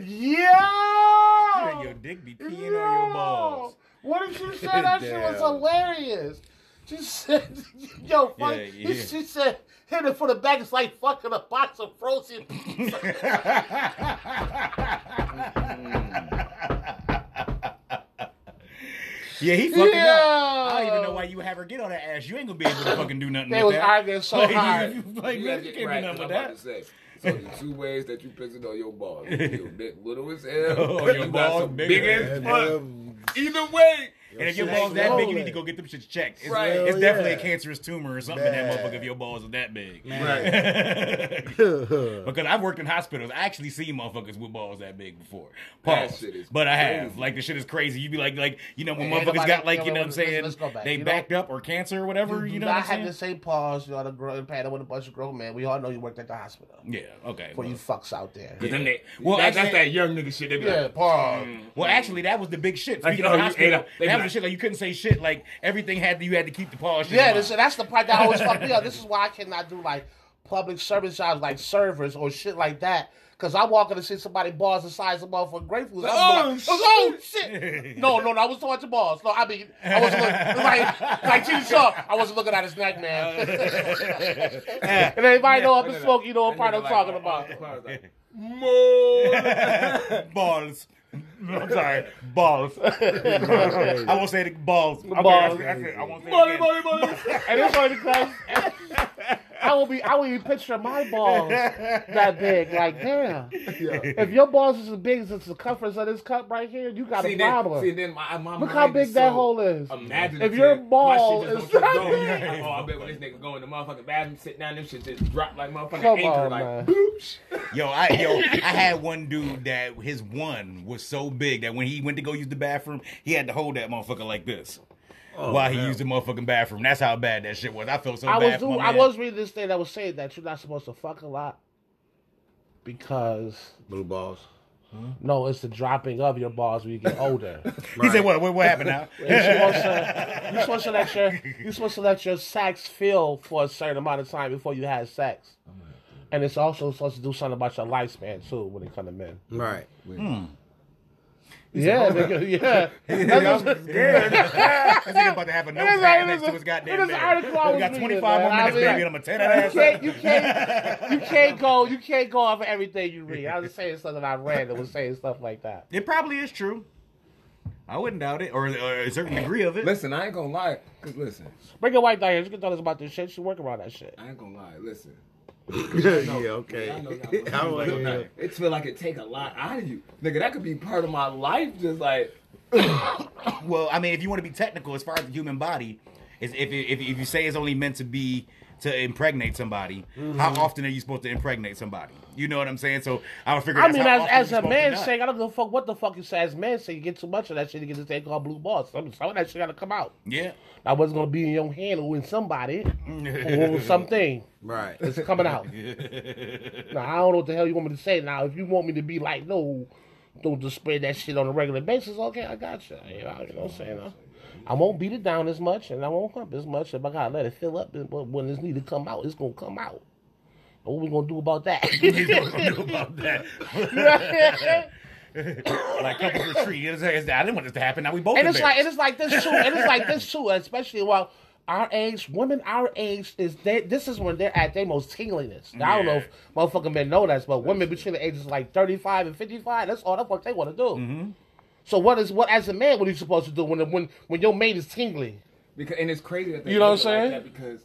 [SPEAKER 1] Yeah.
[SPEAKER 2] Your dick be peeing on your balls.
[SPEAKER 1] What did she say? That shit was
[SPEAKER 2] Damn.
[SPEAKER 1] hilarious. She said, "Yo, fuck."
[SPEAKER 2] Yeah, yeah.
[SPEAKER 1] She said, "Hit it for the back. It's like fucking a box of frozen."
[SPEAKER 2] Yeah, he fucking up. I don't
[SPEAKER 1] Yeah.
[SPEAKER 2] even know why you have her get on that ass. You ain't gonna be able to fucking do nothing
[SPEAKER 1] They
[SPEAKER 2] with
[SPEAKER 1] was
[SPEAKER 2] that.
[SPEAKER 1] arguing so
[SPEAKER 2] Like,
[SPEAKER 1] hard.
[SPEAKER 2] You, you- like,
[SPEAKER 4] You
[SPEAKER 2] man, you
[SPEAKER 4] gotta get
[SPEAKER 2] can't do
[SPEAKER 4] right.
[SPEAKER 2] nothing
[SPEAKER 4] I'm
[SPEAKER 2] with
[SPEAKER 4] about
[SPEAKER 2] that.
[SPEAKER 4] to say. So the two ways that you fix it on your balls. Your dick little as hell.
[SPEAKER 2] Oh,
[SPEAKER 4] you
[SPEAKER 2] your
[SPEAKER 4] got
[SPEAKER 2] balls
[SPEAKER 4] some
[SPEAKER 2] big
[SPEAKER 4] big
[SPEAKER 2] as
[SPEAKER 4] as fuck.
[SPEAKER 3] Um,
[SPEAKER 4] Either way.
[SPEAKER 2] And if your
[SPEAKER 3] shit
[SPEAKER 2] balls
[SPEAKER 3] ain't
[SPEAKER 2] that big, you
[SPEAKER 3] rolling.
[SPEAKER 2] need to go get them shits checked. It's,
[SPEAKER 4] Right.
[SPEAKER 2] it's
[SPEAKER 3] Hell
[SPEAKER 2] definitely
[SPEAKER 3] yeah.
[SPEAKER 2] a cancerous tumor or something in that
[SPEAKER 3] Man.
[SPEAKER 2] motherfucker if your balls are that big.
[SPEAKER 4] Right.
[SPEAKER 2] because I've worked in hospitals. I actually seen motherfuckers with balls that big before.
[SPEAKER 4] That
[SPEAKER 2] Pause.
[SPEAKER 4] shit is
[SPEAKER 2] But I have.
[SPEAKER 4] crazy.
[SPEAKER 2] Like the shit is crazy. You be like, like, you know, when
[SPEAKER 1] Hey,
[SPEAKER 2] motherfuckers
[SPEAKER 1] nobody-
[SPEAKER 2] got like,
[SPEAKER 1] nobody-
[SPEAKER 2] you know what I'm
[SPEAKER 1] let's-
[SPEAKER 2] saying?
[SPEAKER 1] let's go back.
[SPEAKER 2] They
[SPEAKER 1] You
[SPEAKER 2] backed up or cancer or whatever, you, know what
[SPEAKER 1] I
[SPEAKER 2] I'm
[SPEAKER 1] had
[SPEAKER 2] saying?
[SPEAKER 1] to say pause. You know, the growing pain. I went a bunch of grown men. We all know you worked at the hospital.
[SPEAKER 2] Yeah, okay.
[SPEAKER 1] For
[SPEAKER 2] Well,
[SPEAKER 1] you fucks out there.
[SPEAKER 2] yeah. Mm.
[SPEAKER 4] Then they,
[SPEAKER 2] well,
[SPEAKER 4] that,
[SPEAKER 2] actually,
[SPEAKER 4] that's that young nigga shit. They be
[SPEAKER 1] Yeah,
[SPEAKER 4] like,
[SPEAKER 1] pause.
[SPEAKER 2] well, actually, that was the big shit.
[SPEAKER 4] Like,
[SPEAKER 2] Speaking
[SPEAKER 4] oh,
[SPEAKER 2] of
[SPEAKER 4] you ate
[SPEAKER 2] hospital,
[SPEAKER 4] up.
[SPEAKER 2] that was the
[SPEAKER 4] They be like-
[SPEAKER 2] shit. Like, you couldn't say shit. Like, everything had to, you had to keep the pause shit.
[SPEAKER 1] Yeah,
[SPEAKER 2] in
[SPEAKER 1] this,
[SPEAKER 2] line.
[SPEAKER 1] that's the part that always fucked me up. This is why I cannot do like public service jobs like servers or shit like that. Cause I walk in and see somebody balls the size of motherfucking grapefruits. I'm like, oh shit! No, no, no, I was talking to balls. No, I mean, I was looking like, like you saw, I wasn't looking at his neck, man. and everybody know up in smoke, you know what part I'm talking about.
[SPEAKER 2] balls. I'm sorry, balls. I won't say the balls. Okay,
[SPEAKER 1] Balls.
[SPEAKER 2] I, I, I won't say it
[SPEAKER 4] Money,
[SPEAKER 2] again.
[SPEAKER 4] money, money.
[SPEAKER 1] And it's only because I will be I will even picture my balls that big. Like, damn. If your balls is as big as the circumference of this cup right here, you got
[SPEAKER 4] See,
[SPEAKER 1] a
[SPEAKER 4] then,
[SPEAKER 1] problem.
[SPEAKER 4] see, then my, my
[SPEAKER 1] Look
[SPEAKER 4] mind
[SPEAKER 1] how big
[SPEAKER 4] is
[SPEAKER 1] that
[SPEAKER 4] so
[SPEAKER 1] hole is.
[SPEAKER 4] Imaginative.
[SPEAKER 1] If your
[SPEAKER 4] My shit
[SPEAKER 1] ball
[SPEAKER 4] just
[SPEAKER 1] is
[SPEAKER 4] don't
[SPEAKER 1] that
[SPEAKER 4] keep going.
[SPEAKER 1] big.
[SPEAKER 4] Like, Oh, I bet when this nigga go in the motherfucking bathroom, sit down, them shit just drop like motherfucking
[SPEAKER 1] Come
[SPEAKER 4] anchor,
[SPEAKER 1] on,
[SPEAKER 4] like
[SPEAKER 1] man.
[SPEAKER 4] boosh.
[SPEAKER 2] Yo, I yo, I had one dude that his one was so big that when he went to go use the bathroom, he had to hold that motherfucker like this while he used the motherfucking bathroom. That's how bad that shit was. I felt so
[SPEAKER 1] I was
[SPEAKER 2] bad. for
[SPEAKER 1] doing,
[SPEAKER 2] my
[SPEAKER 1] I
[SPEAKER 2] man.
[SPEAKER 1] was reading this thing that was saying that you're not supposed to fuck a lot because
[SPEAKER 3] Blue balls.
[SPEAKER 1] no, it's the dropping of your balls when you get older.
[SPEAKER 2] He said, "What? What, what happened now?"
[SPEAKER 1] You're supposed to you're supposed to let your you're supposed to let your sex feel for a certain amount of time before you have sex. And it's also supposed to do something about your lifespan too when it comes to men.
[SPEAKER 3] Right.
[SPEAKER 1] Yeah, nigga, yeah. That's what-
[SPEAKER 2] yeah, this nigga about to have a
[SPEAKER 1] It is-
[SPEAKER 2] nose pad
[SPEAKER 1] it
[SPEAKER 2] next
[SPEAKER 1] is-
[SPEAKER 2] to his goddamn
[SPEAKER 1] it is
[SPEAKER 2] bed.
[SPEAKER 1] article I
[SPEAKER 2] We got
[SPEAKER 1] was
[SPEAKER 2] 25
[SPEAKER 1] reading,
[SPEAKER 2] more
[SPEAKER 1] man. I was
[SPEAKER 2] minutes, baby.
[SPEAKER 1] like-
[SPEAKER 2] I'm gonna tear
[SPEAKER 1] you
[SPEAKER 2] that ass
[SPEAKER 1] can't, you can't, you can't go, you can't go off of everything you read. I was saying something I read that was saying stuff like that.
[SPEAKER 2] It probably is true. I wouldn't doubt it, or, or a certain degree of it.
[SPEAKER 4] Listen, I ain't gonna lie. Cause listen,
[SPEAKER 1] Bring your wife down here. She can tell us about this shit. She working around that shit.
[SPEAKER 4] I ain't gonna lie. Listen,
[SPEAKER 3] yeah,
[SPEAKER 4] I
[SPEAKER 3] okay.
[SPEAKER 4] know y'all
[SPEAKER 3] I don't
[SPEAKER 4] feel
[SPEAKER 3] wanna-
[SPEAKER 4] like- It feel like it take a lot out of you, nigga. That could be part of my life. Just like
[SPEAKER 2] Well, I mean, if you want to be technical, as far as the human body, is if if if you say it's only meant to be
[SPEAKER 7] to impregnate somebody, how
[SPEAKER 1] Mm-hmm.
[SPEAKER 7] often are you supposed to impregnate somebody? You know what I'm saying? So I would figure.
[SPEAKER 1] I
[SPEAKER 7] that's
[SPEAKER 1] mean,
[SPEAKER 7] how
[SPEAKER 1] as,
[SPEAKER 7] often
[SPEAKER 1] as
[SPEAKER 7] you're
[SPEAKER 1] a
[SPEAKER 7] supposed to
[SPEAKER 1] man
[SPEAKER 7] nut.
[SPEAKER 1] saying, I don't give a fuck what the fuck you say. As a man saying, you get too much of that shit, you get this thing called blue balls. Some, some of that shit gotta come out.
[SPEAKER 7] yeah,
[SPEAKER 1] I wasn't gonna be in your hand or in somebody or something.
[SPEAKER 3] Right.
[SPEAKER 1] It's coming out. now I don't know what the hell you want me to say. Now if you want me to be like, no, don't just spread that shit on a regular basis. Okay, I got you. You know, you know what I'm saying? I, I won't beat it down as much, and I won't come up as much. If I gotta let it fill up, and when when it's need to come out, it's gonna come out. And what we gonna do about that?
[SPEAKER 7] I knew about that. like couple retreat. You know what I'm saying? I didn't want this to happen. Now we both.
[SPEAKER 1] and it's like
[SPEAKER 7] embarrassed.
[SPEAKER 1] and it's like this too. And it's like this too, especially while our age, women our age is they, this is when they're at their most tingliness. Now, I don't know if motherfucking men know that, but women between the ages like thirty five and fifty five, that's all the fuck they want to do.
[SPEAKER 4] Mm-hmm.
[SPEAKER 1] So what is what as a man what are you supposed to do when when when your mate is tingling?
[SPEAKER 4] Because and it's crazy that they
[SPEAKER 1] You know what
[SPEAKER 4] do it
[SPEAKER 1] I'm
[SPEAKER 4] like that because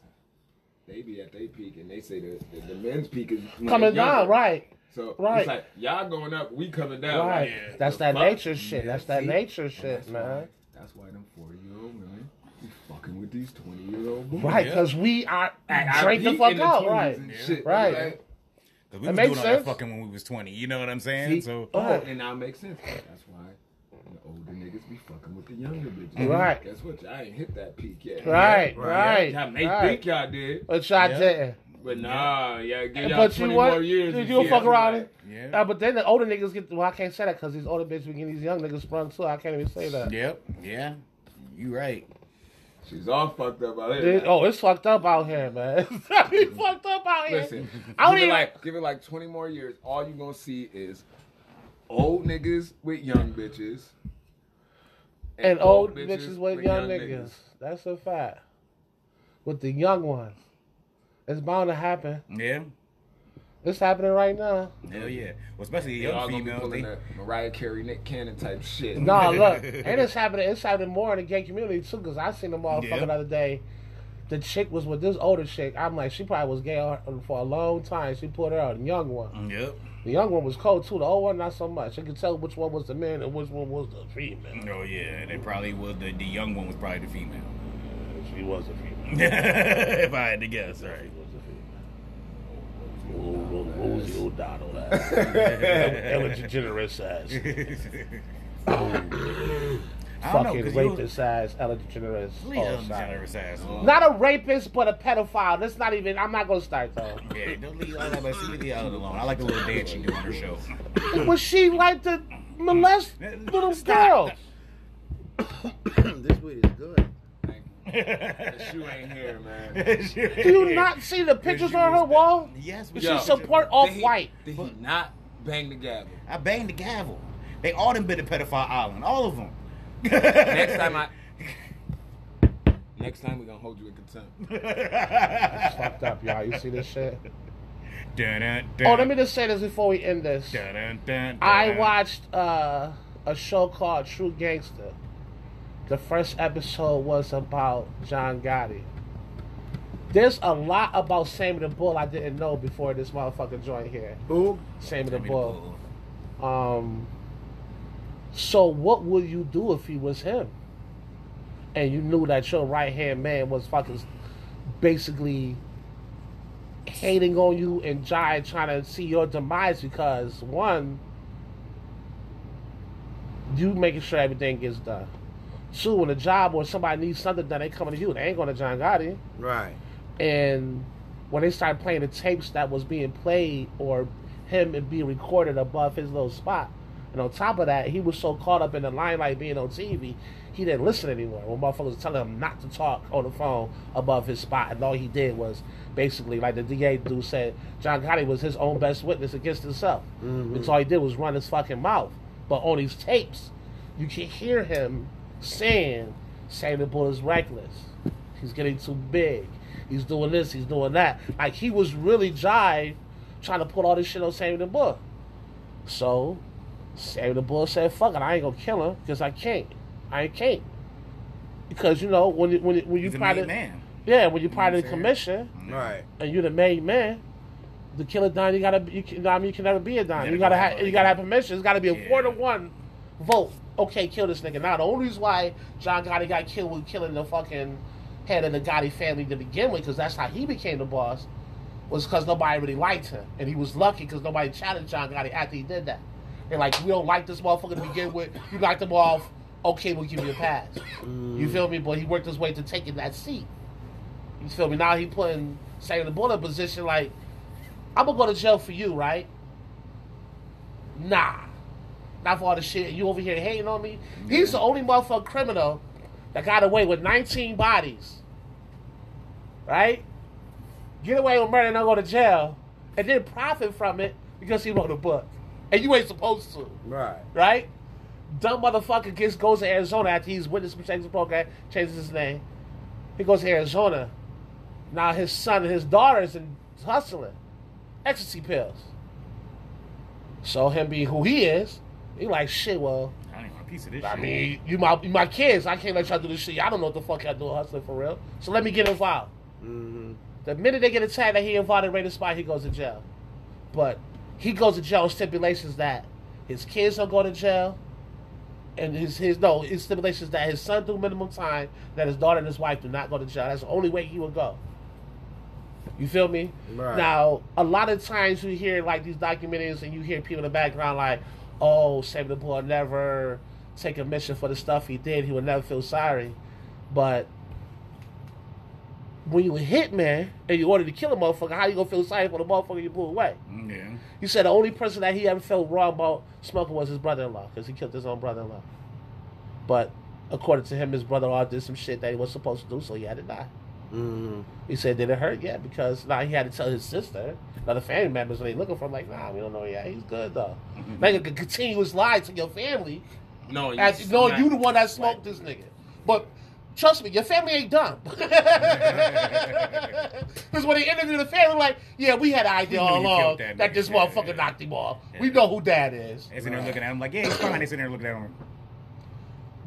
[SPEAKER 4] they be at their peak and they say the, the, the men's peak is when
[SPEAKER 1] Coming
[SPEAKER 4] they're
[SPEAKER 1] down,
[SPEAKER 4] younger.
[SPEAKER 1] right?
[SPEAKER 4] So
[SPEAKER 1] Right.
[SPEAKER 4] it's like y'all going up, we coming down.
[SPEAKER 1] Right.
[SPEAKER 4] Like, Oh, yeah,
[SPEAKER 1] That's
[SPEAKER 4] the
[SPEAKER 1] that
[SPEAKER 4] fuck?
[SPEAKER 1] nature shit. That's that
[SPEAKER 4] see?
[SPEAKER 1] nature
[SPEAKER 4] And
[SPEAKER 1] shit,
[SPEAKER 4] that's
[SPEAKER 1] man.
[SPEAKER 4] Why, that's why them forty year old women be fucking with these twenty year old women.
[SPEAKER 1] Right, because we are
[SPEAKER 4] At our
[SPEAKER 1] drink the
[SPEAKER 4] peak
[SPEAKER 1] fuck
[SPEAKER 4] in the
[SPEAKER 1] out,
[SPEAKER 4] 20s
[SPEAKER 1] right?
[SPEAKER 4] and shit.
[SPEAKER 1] Right.
[SPEAKER 4] Like,
[SPEAKER 7] Cause we
[SPEAKER 1] It
[SPEAKER 7] was
[SPEAKER 1] makes
[SPEAKER 7] doing all
[SPEAKER 1] sense.
[SPEAKER 7] that fucking when we was 20. You know what I'm saying? So
[SPEAKER 4] Oh,
[SPEAKER 1] Right.
[SPEAKER 4] and now it makes sense. That's why the older niggas be fucking with the younger bitches.
[SPEAKER 1] Right.
[SPEAKER 4] Guess what? Y'all ain't hit that peak yet.
[SPEAKER 1] Right,
[SPEAKER 4] Y'all-
[SPEAKER 1] right,
[SPEAKER 4] Y'all may
[SPEAKER 1] right.
[SPEAKER 4] think y'all did,
[SPEAKER 1] But y'all didn't.
[SPEAKER 4] but nah. Y'all give y'all
[SPEAKER 1] But you
[SPEAKER 4] twenty
[SPEAKER 1] what?
[SPEAKER 4] more years.
[SPEAKER 1] You
[SPEAKER 4] and
[SPEAKER 1] gonna
[SPEAKER 4] shit.
[SPEAKER 1] fuck around
[SPEAKER 4] Like,
[SPEAKER 1] it?
[SPEAKER 7] yeah,
[SPEAKER 1] Uh, but then the older niggas get. Well, I can't say that because these older bitches be getting these young niggas sprung too. I can't even say that.
[SPEAKER 7] yep, yeah. You right.
[SPEAKER 4] She's all fucked up out here.
[SPEAKER 1] Dude, oh, it's fucked up out here, man. it's fucked up out here.
[SPEAKER 4] Listen,
[SPEAKER 1] I don't
[SPEAKER 4] give,
[SPEAKER 1] even.
[SPEAKER 4] it like, give it like 20 more years. All you gonna see is old niggas with young bitches.
[SPEAKER 1] and old bitches, with young, niggas. That's a fact. With the young ones, it's bound to happen.
[SPEAKER 7] Yeah,
[SPEAKER 1] It's happening right now.
[SPEAKER 7] hell yeah. Well, especially
[SPEAKER 4] They all
[SPEAKER 7] young
[SPEAKER 4] gonna be
[SPEAKER 7] females.
[SPEAKER 4] pulling
[SPEAKER 7] They,
[SPEAKER 4] that Mariah Carey, Nick Cannon type shit.
[SPEAKER 1] Nah, look, and it's happening. It's happening more in the gay community too. Cause I seen a motherfucker
[SPEAKER 7] Yeah.
[SPEAKER 1] the other day. The chick was with this older chick. I'm like, she probably was gay on- for a long time. She put her out a young one.
[SPEAKER 7] yep.
[SPEAKER 1] The young one was cold too. The old one, not so much. You could tell which one was the man and which one was the female.
[SPEAKER 7] Oh yeah. They probably was the the young one was probably the female.
[SPEAKER 1] She was a female.
[SPEAKER 7] if I had to guess, right.
[SPEAKER 1] Rosie O'Donnell ass. Ellen DeGeneres ass.
[SPEAKER 7] I don't know.
[SPEAKER 1] Fucking
[SPEAKER 7] Cause you
[SPEAKER 1] rapist ass. Ellen DeGeneres.
[SPEAKER 7] was,
[SPEAKER 1] Oh,
[SPEAKER 7] Leave
[SPEAKER 1] sorry.
[SPEAKER 7] generous ass.
[SPEAKER 1] Not a rapist, but a pedophile. That's not even. I'm not gonna start though.
[SPEAKER 7] Yeah, don't leave all that. But leave the other alone. I like the little dance she do on her show.
[SPEAKER 1] Was she like the molest little girl?
[SPEAKER 3] this weed is good.
[SPEAKER 4] That shoe ain't here, man.
[SPEAKER 1] Do you not see the pictures on her wall?
[SPEAKER 7] Yes, we
[SPEAKER 1] She
[SPEAKER 4] Yo.
[SPEAKER 1] support off white.
[SPEAKER 4] Did he not bang the gavel?
[SPEAKER 7] I banged the gavel. They all them been to Pedophile Island. All of them.
[SPEAKER 4] Next time I. Next time we gonna hold you in contempt.
[SPEAKER 1] It's fucked up, y'all. You see this shit?
[SPEAKER 7] Dun, dun, dun,
[SPEAKER 1] Oh, let me just say this before we end this.
[SPEAKER 7] Dun, dun, dun,
[SPEAKER 1] I
[SPEAKER 7] dun.
[SPEAKER 1] watched uh, a show called True Gangster. The first episode was about John Gotti. There's a lot about Sammy the Bull I didn't know before this motherfucker joined here.
[SPEAKER 3] Who?
[SPEAKER 1] Sammy the
[SPEAKER 7] Give me the
[SPEAKER 1] Bull.
[SPEAKER 7] bull.
[SPEAKER 1] Um, so what would you do if he was him? And you knew that your right hand man was fucking basically hating on you and Jai trying to see your demise because one, you making sure everything gets done. Two, when a job or somebody needs something done, they coming to you. They ain't going to John Gotti.
[SPEAKER 3] Right.
[SPEAKER 1] And when they started playing the tapes that was being played or him and being recorded above his little spot, and on top of that, he was so caught up in the limelight being on TV, he didn't listen anymore. When motherfuckers was telling him not to talk on the phone above his spot, and all he did was basically, like the DA dude said, John Gotti was his own best witness against himself. Because all he did was run his fucking mouth. But on these tapes, you can hear him saying, saying the bull is reckless. He's getting too big. He's doing this. He's doing that. Like he was really jive, trying to put all this shit on Sammy the Bull. So Sammy the Bull said, "Fuck it, I ain't gonna kill him because I can't. I can't because you know when you- when you- when you
[SPEAKER 7] He's a made
[SPEAKER 1] part of
[SPEAKER 7] man.
[SPEAKER 1] yeah when you part
[SPEAKER 7] what
[SPEAKER 1] of
[SPEAKER 7] I'm
[SPEAKER 1] the
[SPEAKER 7] saying?
[SPEAKER 1] commission
[SPEAKER 3] Right.
[SPEAKER 1] and you the main man." The killer dime, you gotta, be- you can, you know what I mean, you can never be a dime.
[SPEAKER 7] Never
[SPEAKER 1] You gotta
[SPEAKER 7] go
[SPEAKER 1] have,
[SPEAKER 7] down.
[SPEAKER 1] you gotta have permission. It's gotta be a
[SPEAKER 7] Yeah.
[SPEAKER 1] four to one vote. Okay, kill this nigga. Now the only reason why John Gotti got killed was killing the fucking head of the Gotti family to begin with, because that's how he became the boss, was because nobody really liked him, and he was lucky because nobody challenged John Gotti after he did that. They're like, we don't like this motherfucker to begin with. You knocked him off. Okay, we'll give you a pass. You feel me? But he worked his way to taking that seat. You feel me? Now he putting Sandra Bull in a position like, I'm gonna go to jail for you, right? Nah. Not for all the shit. You over here hating on me? He's the only motherfucking criminal that got away with 19 bodies. Right? Get away with murder and don't go to jail. And then profit from it because he wrote a book. And you ain't supposed to.
[SPEAKER 4] Right.
[SPEAKER 1] Right? Dumb motherfucker gets goes to Arizona after he's witness protection program, changes his name. He goes to Arizona. Now his son and his daughter is in hustling ecstasy pills. So him being who he is, he like shit. Well,
[SPEAKER 7] I don't even want a piece of this
[SPEAKER 1] I
[SPEAKER 7] shit.
[SPEAKER 1] mean, you my you my kids. I can't let y'all do this shit. Y'all don't know what the fuck y'all doing hustling for real. So let me get involved.
[SPEAKER 3] Mm-hmm.
[SPEAKER 1] The minute they get attacked, that he involved in raiding spot, he goes to jail. But he goes to jail on stipulations that his kids don't go to jail, and his his no his stipulations that his son do minimum time, that his daughter and his wife do not go to jail. That's the only way he would go. You feel me?
[SPEAKER 3] Right.
[SPEAKER 1] Now, a lot of times you hear like these documentaries and you hear people in the background like, "Oh, Save the Boy never take a mission for the stuff he did. He would never feel sorry." But when you a hitman and you ordered to kill a motherfucker, how you gonna feel sorry for the motherfucker you blew away?
[SPEAKER 2] Mm,
[SPEAKER 7] Yeah.
[SPEAKER 1] He said the only person that he ever felt wrong about smoking was his brother-in-law because he killed his own brother-in-law. But according to him, his brother-in-law did some shit that he was supposed to do, so he had to die.
[SPEAKER 3] Mm-hmm.
[SPEAKER 1] He said, "Did it hurt? Yeah, because now he had to tell his sister, now the family members, when they looking for him, like, nah, we don't know yet. He's good though.
[SPEAKER 7] Mm-hmm.
[SPEAKER 1] Like a c- continuous lie to your family,
[SPEAKER 9] No, you
[SPEAKER 1] as no, you the one that smoked this nigga. But trust me, your family ain't dumb. Because when they interviewed the family, like, yeah, we had an idea
[SPEAKER 7] We knew
[SPEAKER 1] all
[SPEAKER 7] you
[SPEAKER 1] along
[SPEAKER 7] killed
[SPEAKER 1] that,
[SPEAKER 7] that nigga.
[SPEAKER 1] this
[SPEAKER 7] Yeah,
[SPEAKER 1] motherfucker
[SPEAKER 7] yeah.
[SPEAKER 1] knocked him off. We
[SPEAKER 7] Yeah.
[SPEAKER 1] know who dad is.
[SPEAKER 7] They sitting there looking at him like, yeah, he's fine. They sitting there looking at him.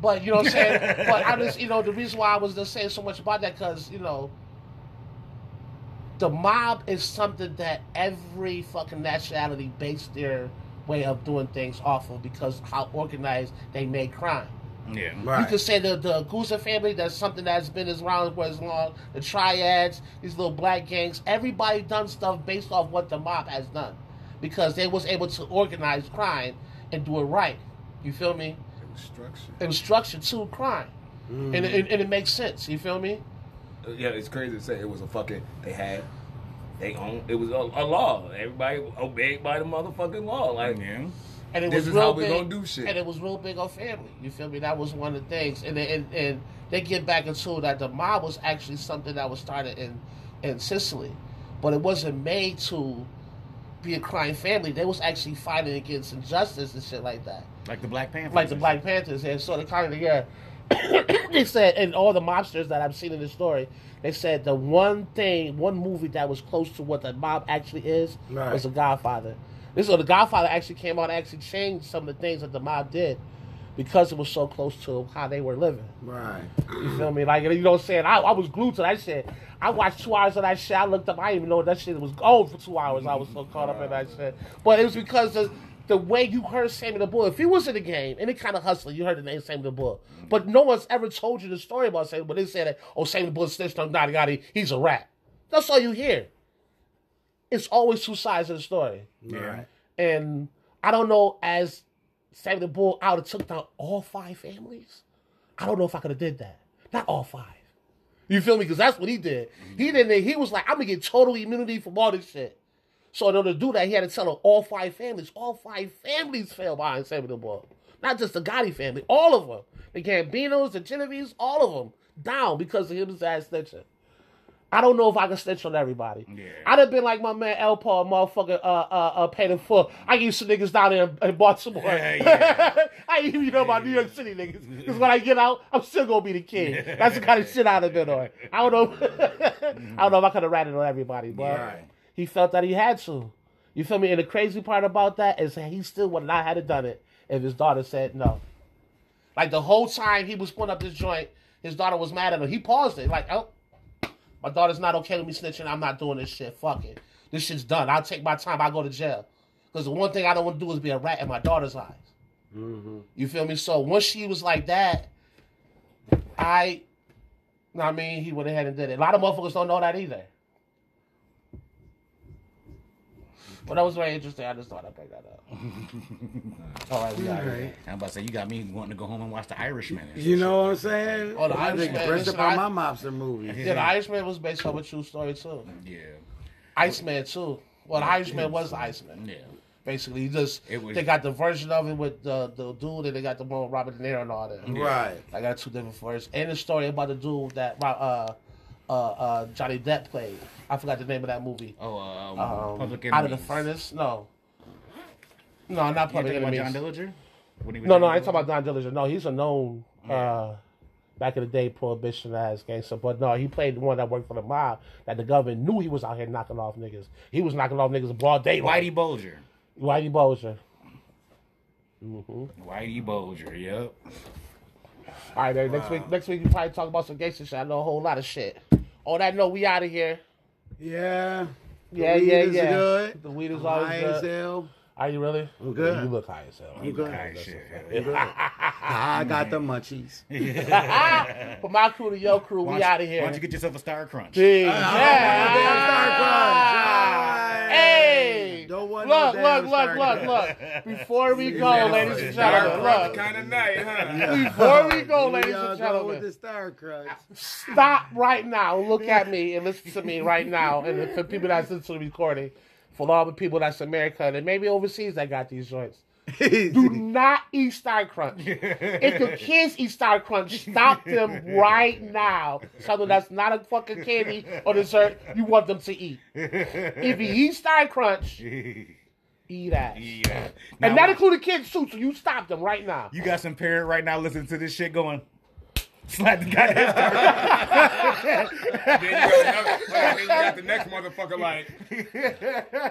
[SPEAKER 1] But you know what I'm saying. but I just you know the reason why I was just saying so much about that because you know the mob is something that every fucking nationality based their way of doing things off of because how organized they made crime.
[SPEAKER 7] Yeah.
[SPEAKER 1] You could say the the Gusa family. That's something that's been as around for as long. The triads, these little black gangs. Everybody done stuff based off what the mob has done, because they was able to organize crime and do it right. You feel me?
[SPEAKER 6] Structure.
[SPEAKER 1] Instruction to crime, and, and and it makes sense. You feel me?
[SPEAKER 4] Uh,
[SPEAKER 9] Yeah, it's crazy to say it was a fucking. They had. They own. It was a, a law. Everybody obeyed by the motherfucking law. Like
[SPEAKER 7] Yeah.
[SPEAKER 1] And it
[SPEAKER 9] This
[SPEAKER 1] was
[SPEAKER 9] is
[SPEAKER 1] real
[SPEAKER 9] how we
[SPEAKER 1] big,
[SPEAKER 9] gonna do shit.
[SPEAKER 1] And it was real big on family. You feel me? That was one of the things. And they- and, and they get back into that the mob was actually something that was started in in Sicily, but it wasn't made to be a crime family. They was actually fighting against injustice and shit like that.
[SPEAKER 7] Like the Black Panther.
[SPEAKER 1] Like the Black Panthers and so they kind of yeah. they said, and all the mobsters that I've seen in this story, they said the one thing, one movie that was close to what the mob actually is
[SPEAKER 3] Right.
[SPEAKER 1] was The Godfather. This so The Godfather actually came out and actually changed some of the things that the mob did because it was so close to how they were living.
[SPEAKER 3] Right.
[SPEAKER 1] You feel me? Like you know what I'm saying? I, I was glued to that shit. I watched two hours of that shit. I looked up. I didn't even know that shit was gold for two hours. I was so caught up in that shit. But it was because of the way you heard Sammy the Bull. If he was in the game, any kind of hustler, you heard the name Sammy the Bull. But no one's ever told you the story about Sammy. But they said that oh, Sammy the Bull snitched on Gotti Gotti. He's a rat. That's all you hear. It's always two sides of the story.
[SPEAKER 7] Yeah.
[SPEAKER 1] And I don't know, as Sammy the Bull, I would have took down all five families. I don't know if I could have did that. Not all five. You feel me? Because that's what he did. He didn't. He was like, I'm gonna get total immunity from all this shit. So in order to do that, he had to tell them all five families. All five families fell behind Sammy the Bull. Not just the Gotti family. All of them. The Gambinos, the Genevieves, all of them down because of his ass snitching. I don't know if I can snitch on everybody.
[SPEAKER 7] Yeah.
[SPEAKER 1] I'd have been like my man El Paul, motherfucker, uh, uh, uh, paid full. I used to niggas down there in, in Baltimore.
[SPEAKER 7] Yeah, yeah.
[SPEAKER 1] I ain't even know about New York City niggas. Because when I get out, I'm still gonna be the king. That's the kind of shit I'd have been on. I don't know. I don't know if I could have ratted on everybody, but he felt that he had to. You feel me? And the crazy part about that is that he still would not have done it if his daughter said no. Like the whole time he was putting up this joint, his daughter was mad at him. He paused it. Like, oh, my daughter's not okay with me snitching. I'm not doing this shit. Fuck it. This shit's done. I'll take my time. I'll go to jail. Because the one thing I don't want to do is be a rat in my daughter's eyes. You feel me? So once she was like that, I No, I mean he went ahead and did it. A lot of motherfuckers don't know that either. But that was very interesting. I just thought I'd bring that up. All right, we got it.
[SPEAKER 2] I'm about to say you got me wanting to go home and watch The Irishman. and
[SPEAKER 3] You
[SPEAKER 2] shit.
[SPEAKER 3] know what I'm saying?
[SPEAKER 1] Oh, the
[SPEAKER 3] I was
[SPEAKER 1] Irishman,
[SPEAKER 3] impressed
[SPEAKER 1] listen,
[SPEAKER 3] upon
[SPEAKER 1] I-
[SPEAKER 3] my mobster movie.
[SPEAKER 1] Yeah, the Irishman was based on a true story too.
[SPEAKER 2] Yeah,
[SPEAKER 1] Iceman too. Well, the Irishman was the Iceman.
[SPEAKER 2] yeah.
[SPEAKER 1] Basically, he just
[SPEAKER 2] It was-
[SPEAKER 1] they got the version of it with the the dude, and they got the one with Robert De Niro and all
[SPEAKER 2] Mm-hmm.
[SPEAKER 1] that.
[SPEAKER 3] Right.
[SPEAKER 1] I got two different versions, and the story about the dude that uh uh uh Johnny Depp played. I forgot the name of that movie.
[SPEAKER 2] Oh, um,
[SPEAKER 1] um,
[SPEAKER 2] Public
[SPEAKER 1] out of the
[SPEAKER 2] Enemies.
[SPEAKER 1] furnace. No, no, not
[SPEAKER 2] You
[SPEAKER 1] public
[SPEAKER 2] talking about
[SPEAKER 1] enemies.
[SPEAKER 2] John Dillinger? When he was
[SPEAKER 1] no,
[SPEAKER 2] John
[SPEAKER 1] no, I ain't
[SPEAKER 2] Dillinger?
[SPEAKER 1] talking about Don Dillinger. No, he's a known uh, back in the day prohibition ass gangster. But no, he played the one that worked for the mob that the government knew he was out here knocking off niggas. He was knocking off niggas broad daylight.
[SPEAKER 2] Whitey Bulger.
[SPEAKER 1] Whitey Bulger.
[SPEAKER 2] Whitey Bulger. Yep.
[SPEAKER 1] All right, man, next week, next week we probably talk about some gangster shit. I know a whole lot of shit. On that note, we out of here.
[SPEAKER 3] Yeah. The
[SPEAKER 1] Yeah,
[SPEAKER 3] weed
[SPEAKER 1] yeah,
[SPEAKER 3] is
[SPEAKER 1] yeah.
[SPEAKER 3] Good.
[SPEAKER 1] The weed is
[SPEAKER 3] I'm
[SPEAKER 1] always
[SPEAKER 3] high
[SPEAKER 1] good.
[SPEAKER 3] as hell.
[SPEAKER 1] Are you really?
[SPEAKER 3] good.
[SPEAKER 1] Yeah, you look high as hell.
[SPEAKER 3] I'm good.
[SPEAKER 2] Alright, shit.
[SPEAKER 1] Ah,
[SPEAKER 3] I got the munchies.
[SPEAKER 1] From my crew to your crew,
[SPEAKER 2] Why
[SPEAKER 1] we
[SPEAKER 2] don't-
[SPEAKER 1] out of here.
[SPEAKER 2] Why don't you get yourself a Star Crunch?
[SPEAKER 1] Jeez.
[SPEAKER 3] damn Star Crunch.
[SPEAKER 1] Ah. Hey!
[SPEAKER 3] Don't want no
[SPEAKER 1] look,
[SPEAKER 3] damn
[SPEAKER 1] look,
[SPEAKER 3] Star
[SPEAKER 1] look, look, look. Before we go,
[SPEAKER 3] Yeah.
[SPEAKER 1] ladies and
[SPEAKER 3] Star
[SPEAKER 1] gentlemen, look.
[SPEAKER 4] kind of night, huh?
[SPEAKER 1] Before we go, ladies
[SPEAKER 3] Y'all
[SPEAKER 1] and
[SPEAKER 3] go with
[SPEAKER 1] gentlemen,
[SPEAKER 3] the Star Crunch.
[SPEAKER 1] stop right now. Look at me and listen to me right now. And for people that's listening to the recording, for all the people that's in America and maybe overseas that got these joints. Do not eat Star Crunch. if your kids eat Star Crunch, stop them right now. Something that's not a fucking candy or dessert you want them to eat. If you eat Star Crunch, eat ass.
[SPEAKER 2] Yeah. Now,
[SPEAKER 1] And that included kids too, so you stop them right now.
[SPEAKER 2] you got some parent right now listening to this shit going. Slap the goddamn Star Crunch.
[SPEAKER 4] then, you got another, then you got the next motherfucker like,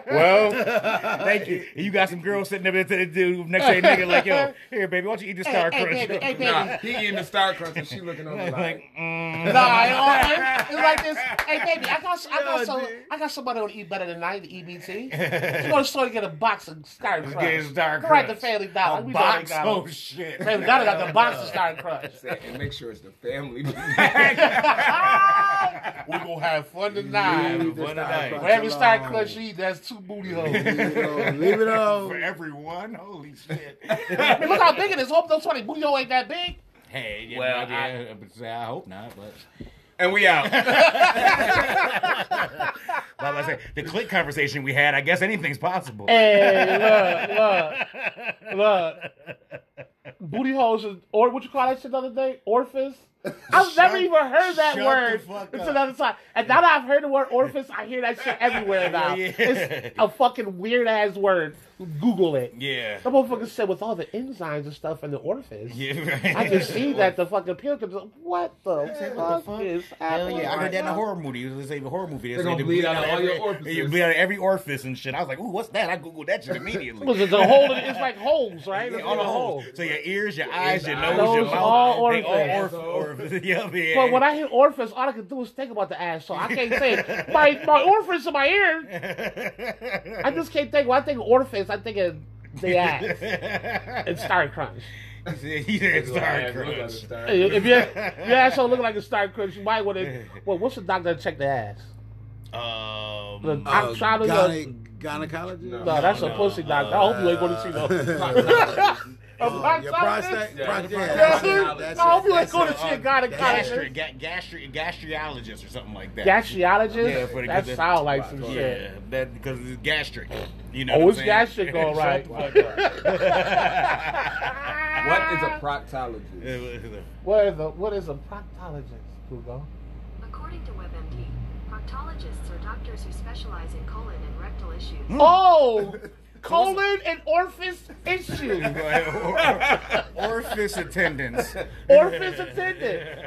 [SPEAKER 2] Well, thank you. And you got some girls sitting up there to the dude next to the nigga like, yo, here, baby, why don't you eat this Star
[SPEAKER 1] hey,
[SPEAKER 2] Crunch?
[SPEAKER 1] baby, hey, baby.
[SPEAKER 4] nah, he eating the Star Crunch and she looking over
[SPEAKER 2] Like,
[SPEAKER 4] like,
[SPEAKER 2] mm,
[SPEAKER 1] Nah, it all- it's like this. Hey, baby, I got, I got,
[SPEAKER 3] Yeah,
[SPEAKER 1] some,
[SPEAKER 3] dude.
[SPEAKER 1] I got somebody who eat better than I eat EBT. You go to the store and get a box of Star Crunch.
[SPEAKER 2] get a Star
[SPEAKER 1] Go right to
[SPEAKER 2] Crunch.
[SPEAKER 1] Family Dollar.
[SPEAKER 2] a
[SPEAKER 1] We know they
[SPEAKER 2] box.
[SPEAKER 1] got 'em.
[SPEAKER 2] Oh shit.
[SPEAKER 1] Family Dollar got the box of Star Crunch.
[SPEAKER 4] and make sure it's the family.
[SPEAKER 1] We're gonna have fun
[SPEAKER 3] Leave
[SPEAKER 1] tonight.
[SPEAKER 3] the
[SPEAKER 2] What a
[SPEAKER 3] Star
[SPEAKER 2] night.
[SPEAKER 3] Crunch
[SPEAKER 1] For every Star
[SPEAKER 3] alone.
[SPEAKER 1] Crunch you eat, that's two booty holes.
[SPEAKER 3] Leave it alone. Leave it
[SPEAKER 2] For
[SPEAKER 3] alone.
[SPEAKER 2] everyone, holy shit.
[SPEAKER 1] I mean, look how big it is. Hope those twenty booty hole ain't that big.
[SPEAKER 2] hey, yeah,
[SPEAKER 10] Well,
[SPEAKER 2] well, yeah, but I hope not. But
[SPEAKER 4] and we out.
[SPEAKER 2] But I was saying, the click conversation we had, I guess anything's possible.
[SPEAKER 1] Hey, look, look, look. Booty holes is- or what you call that shit the other day? Orifice? I've never even heard that
[SPEAKER 2] shut
[SPEAKER 1] word
[SPEAKER 2] the fuck
[SPEAKER 1] until
[SPEAKER 2] up.
[SPEAKER 1] the other time. And now that I've heard the word orifice, I hear that shit everywhere now.
[SPEAKER 2] Yeah.
[SPEAKER 1] It's a fucking weird ass word. Google it.
[SPEAKER 2] Yeah.
[SPEAKER 1] That motherfucker said with all the enzymes and stuff in the orifice.
[SPEAKER 2] Yeah, right.
[SPEAKER 1] I can see that the fucking pill comes up. What the fuck,
[SPEAKER 2] what the fuck?
[SPEAKER 1] is
[SPEAKER 2] Hell
[SPEAKER 1] happening?
[SPEAKER 2] yeah, I
[SPEAKER 1] right
[SPEAKER 2] heard that in a
[SPEAKER 1] now?
[SPEAKER 2] horror movie. It was a horror movie. They
[SPEAKER 4] They're
[SPEAKER 2] said
[SPEAKER 4] gonna
[SPEAKER 2] to
[SPEAKER 4] bleed out all your
[SPEAKER 2] every-
[SPEAKER 4] orifices.
[SPEAKER 2] You bleed out every orifice and shit. I was like, ooh, what's that? I googled that shit immediately.
[SPEAKER 1] Because it's a hole. in- It's like holes, right?
[SPEAKER 2] Yeah,
[SPEAKER 1] It's
[SPEAKER 2] all
[SPEAKER 1] like
[SPEAKER 2] the
[SPEAKER 1] a hole.
[SPEAKER 2] holes. So your ears, your eyes, your nose,
[SPEAKER 1] Those
[SPEAKER 2] your mouth,
[SPEAKER 1] all
[SPEAKER 2] they all
[SPEAKER 1] orifices.
[SPEAKER 2] orifice. orifice. yeah, yeah.
[SPEAKER 1] But when I hear orifice, all I can do is think about the ass. So I can't say my my orifice in my ear. I just can't think. When I think of orifice, I think of the ass. It's Star Crunch.
[SPEAKER 2] he said, sorry, crunch.
[SPEAKER 1] If if your your asshole look like a Star Crunch, you might want to. Well, what's the doctor that check the ass? The
[SPEAKER 2] Um,
[SPEAKER 3] Uh,
[SPEAKER 1] gyne-
[SPEAKER 3] gyne- gynecologist?
[SPEAKER 1] No, that's a pussy doctor. I hope you ain't going to see
[SPEAKER 2] uh,
[SPEAKER 1] no. A
[SPEAKER 3] Uh, your prostate?
[SPEAKER 1] proctologist?
[SPEAKER 3] Yeah, prostate.
[SPEAKER 1] Yeah,
[SPEAKER 3] That's
[SPEAKER 1] dude.
[SPEAKER 3] it. That's
[SPEAKER 1] I hope
[SPEAKER 3] it.
[SPEAKER 1] you ain't going to see a gynecologist.
[SPEAKER 2] gastric, ga- gastric, gastriologist or something like that.
[SPEAKER 1] Gastriologist?
[SPEAKER 2] Yeah, for the-
[SPEAKER 1] that
[SPEAKER 2] the-
[SPEAKER 1] sound like some shit.
[SPEAKER 2] Yeah, that because it's gastric. You know,
[SPEAKER 1] Oh,
[SPEAKER 2] what
[SPEAKER 1] it's
[SPEAKER 2] I'm saying?
[SPEAKER 1] gastric, all right.
[SPEAKER 4] What is a proctologist?
[SPEAKER 1] What is a, what is a proctologist, Google?
[SPEAKER 11] According to WebMD, proctologists are doctors who specialize in colon and rectal issues.
[SPEAKER 1] Oh, colon and orifice issue.
[SPEAKER 2] Orifice attendants.
[SPEAKER 1] Orifice attendant.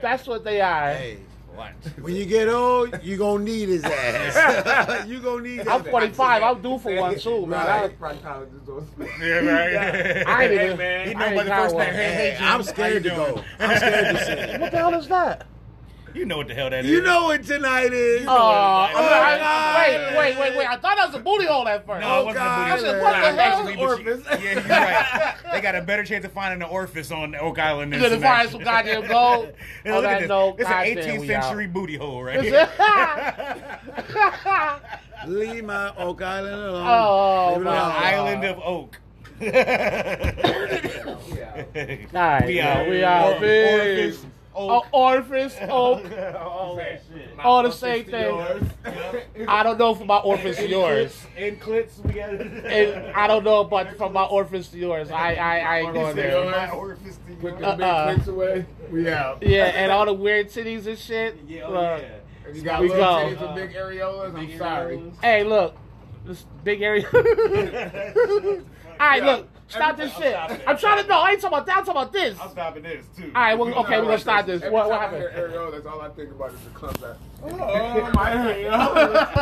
[SPEAKER 1] That's what they are.
[SPEAKER 3] Hey,
[SPEAKER 2] What?
[SPEAKER 3] when you get old, you gonna need his ass. you gonna need
[SPEAKER 1] I'm
[SPEAKER 3] that.
[SPEAKER 1] 45. I'm due for one too, man.
[SPEAKER 3] Right.
[SPEAKER 4] Proctologist on Smith.
[SPEAKER 2] Yeah, right.
[SPEAKER 1] I, I ain't even.
[SPEAKER 2] He
[SPEAKER 1] I
[SPEAKER 2] know
[SPEAKER 1] ain't
[SPEAKER 2] by the
[SPEAKER 1] got
[SPEAKER 2] first
[SPEAKER 1] one.
[SPEAKER 2] name. Hey,
[SPEAKER 3] Hey,
[SPEAKER 2] hey, Jim,
[SPEAKER 3] I'm
[SPEAKER 2] how you
[SPEAKER 3] scared to
[SPEAKER 2] doing?
[SPEAKER 3] go. I'm scared to see.
[SPEAKER 1] What the hell is that?
[SPEAKER 2] You know what the hell that is.
[SPEAKER 3] You know what tonight is.
[SPEAKER 2] Oh,
[SPEAKER 1] I'm
[SPEAKER 2] I'm not-
[SPEAKER 1] like, Uh, wait, wait, wait, wait. I thought that was a booty hole at first.
[SPEAKER 2] No, it wasn't
[SPEAKER 3] God.
[SPEAKER 2] a booty.
[SPEAKER 1] I said,
[SPEAKER 2] hole.
[SPEAKER 1] what the
[SPEAKER 2] Nah,
[SPEAKER 1] hell?
[SPEAKER 2] but you- yeah, you're right. They got a better chance of finding an orifice on Oak Island than
[SPEAKER 1] Than to
[SPEAKER 2] some
[SPEAKER 1] find
[SPEAKER 2] that
[SPEAKER 1] some
[SPEAKER 2] shit.
[SPEAKER 1] goddamn gold.
[SPEAKER 2] And
[SPEAKER 1] On
[SPEAKER 2] look
[SPEAKER 1] that
[SPEAKER 2] at this.
[SPEAKER 1] note,
[SPEAKER 2] it's
[SPEAKER 1] goddamn,
[SPEAKER 2] an 18th
[SPEAKER 1] we out.
[SPEAKER 2] century booty hole right here.
[SPEAKER 1] oh,
[SPEAKER 3] Leave my Oak Island alone. Leave it
[SPEAKER 2] The
[SPEAKER 1] my.
[SPEAKER 2] island of Oak.
[SPEAKER 1] All right,
[SPEAKER 2] we
[SPEAKER 1] we
[SPEAKER 2] out.
[SPEAKER 1] out. We out.
[SPEAKER 2] Or-
[SPEAKER 1] Big.
[SPEAKER 2] orifice,
[SPEAKER 1] Oh,
[SPEAKER 2] Oak.
[SPEAKER 1] orifice, oak,
[SPEAKER 12] All that shit.
[SPEAKER 1] all the same thing. I don't know from my orifice to yours.
[SPEAKER 2] In clips, we got it.
[SPEAKER 1] And I don't know about from my orifice to yours. I, I, I ain't going there.
[SPEAKER 2] My orifice to
[SPEAKER 4] Put
[SPEAKER 2] yours.
[SPEAKER 4] the
[SPEAKER 1] Uh-uh.
[SPEAKER 4] big clicks away. We out.
[SPEAKER 1] Yeah, and all the weird titties and shit.
[SPEAKER 2] Yeah, oh,
[SPEAKER 1] Look.
[SPEAKER 2] yeah.
[SPEAKER 4] If you got
[SPEAKER 1] We
[SPEAKER 4] little
[SPEAKER 1] go.
[SPEAKER 4] titties and big areolas, I'm sorry.
[SPEAKER 1] Hey, look, this big area. all right, look, stop this shit.
[SPEAKER 2] stopping it.
[SPEAKER 1] I'm trying to know. I ain't talking about that. I'm talking about this.
[SPEAKER 2] I'm
[SPEAKER 1] All
[SPEAKER 2] stopping this too.
[SPEAKER 1] right, well, okay, we're gonna
[SPEAKER 4] Like
[SPEAKER 1] stop this.
[SPEAKER 4] Every
[SPEAKER 1] What,
[SPEAKER 4] time
[SPEAKER 1] what
[SPEAKER 4] I hear
[SPEAKER 1] happened?
[SPEAKER 4] areolas, all I think about is the club. Like, oh, my areolas.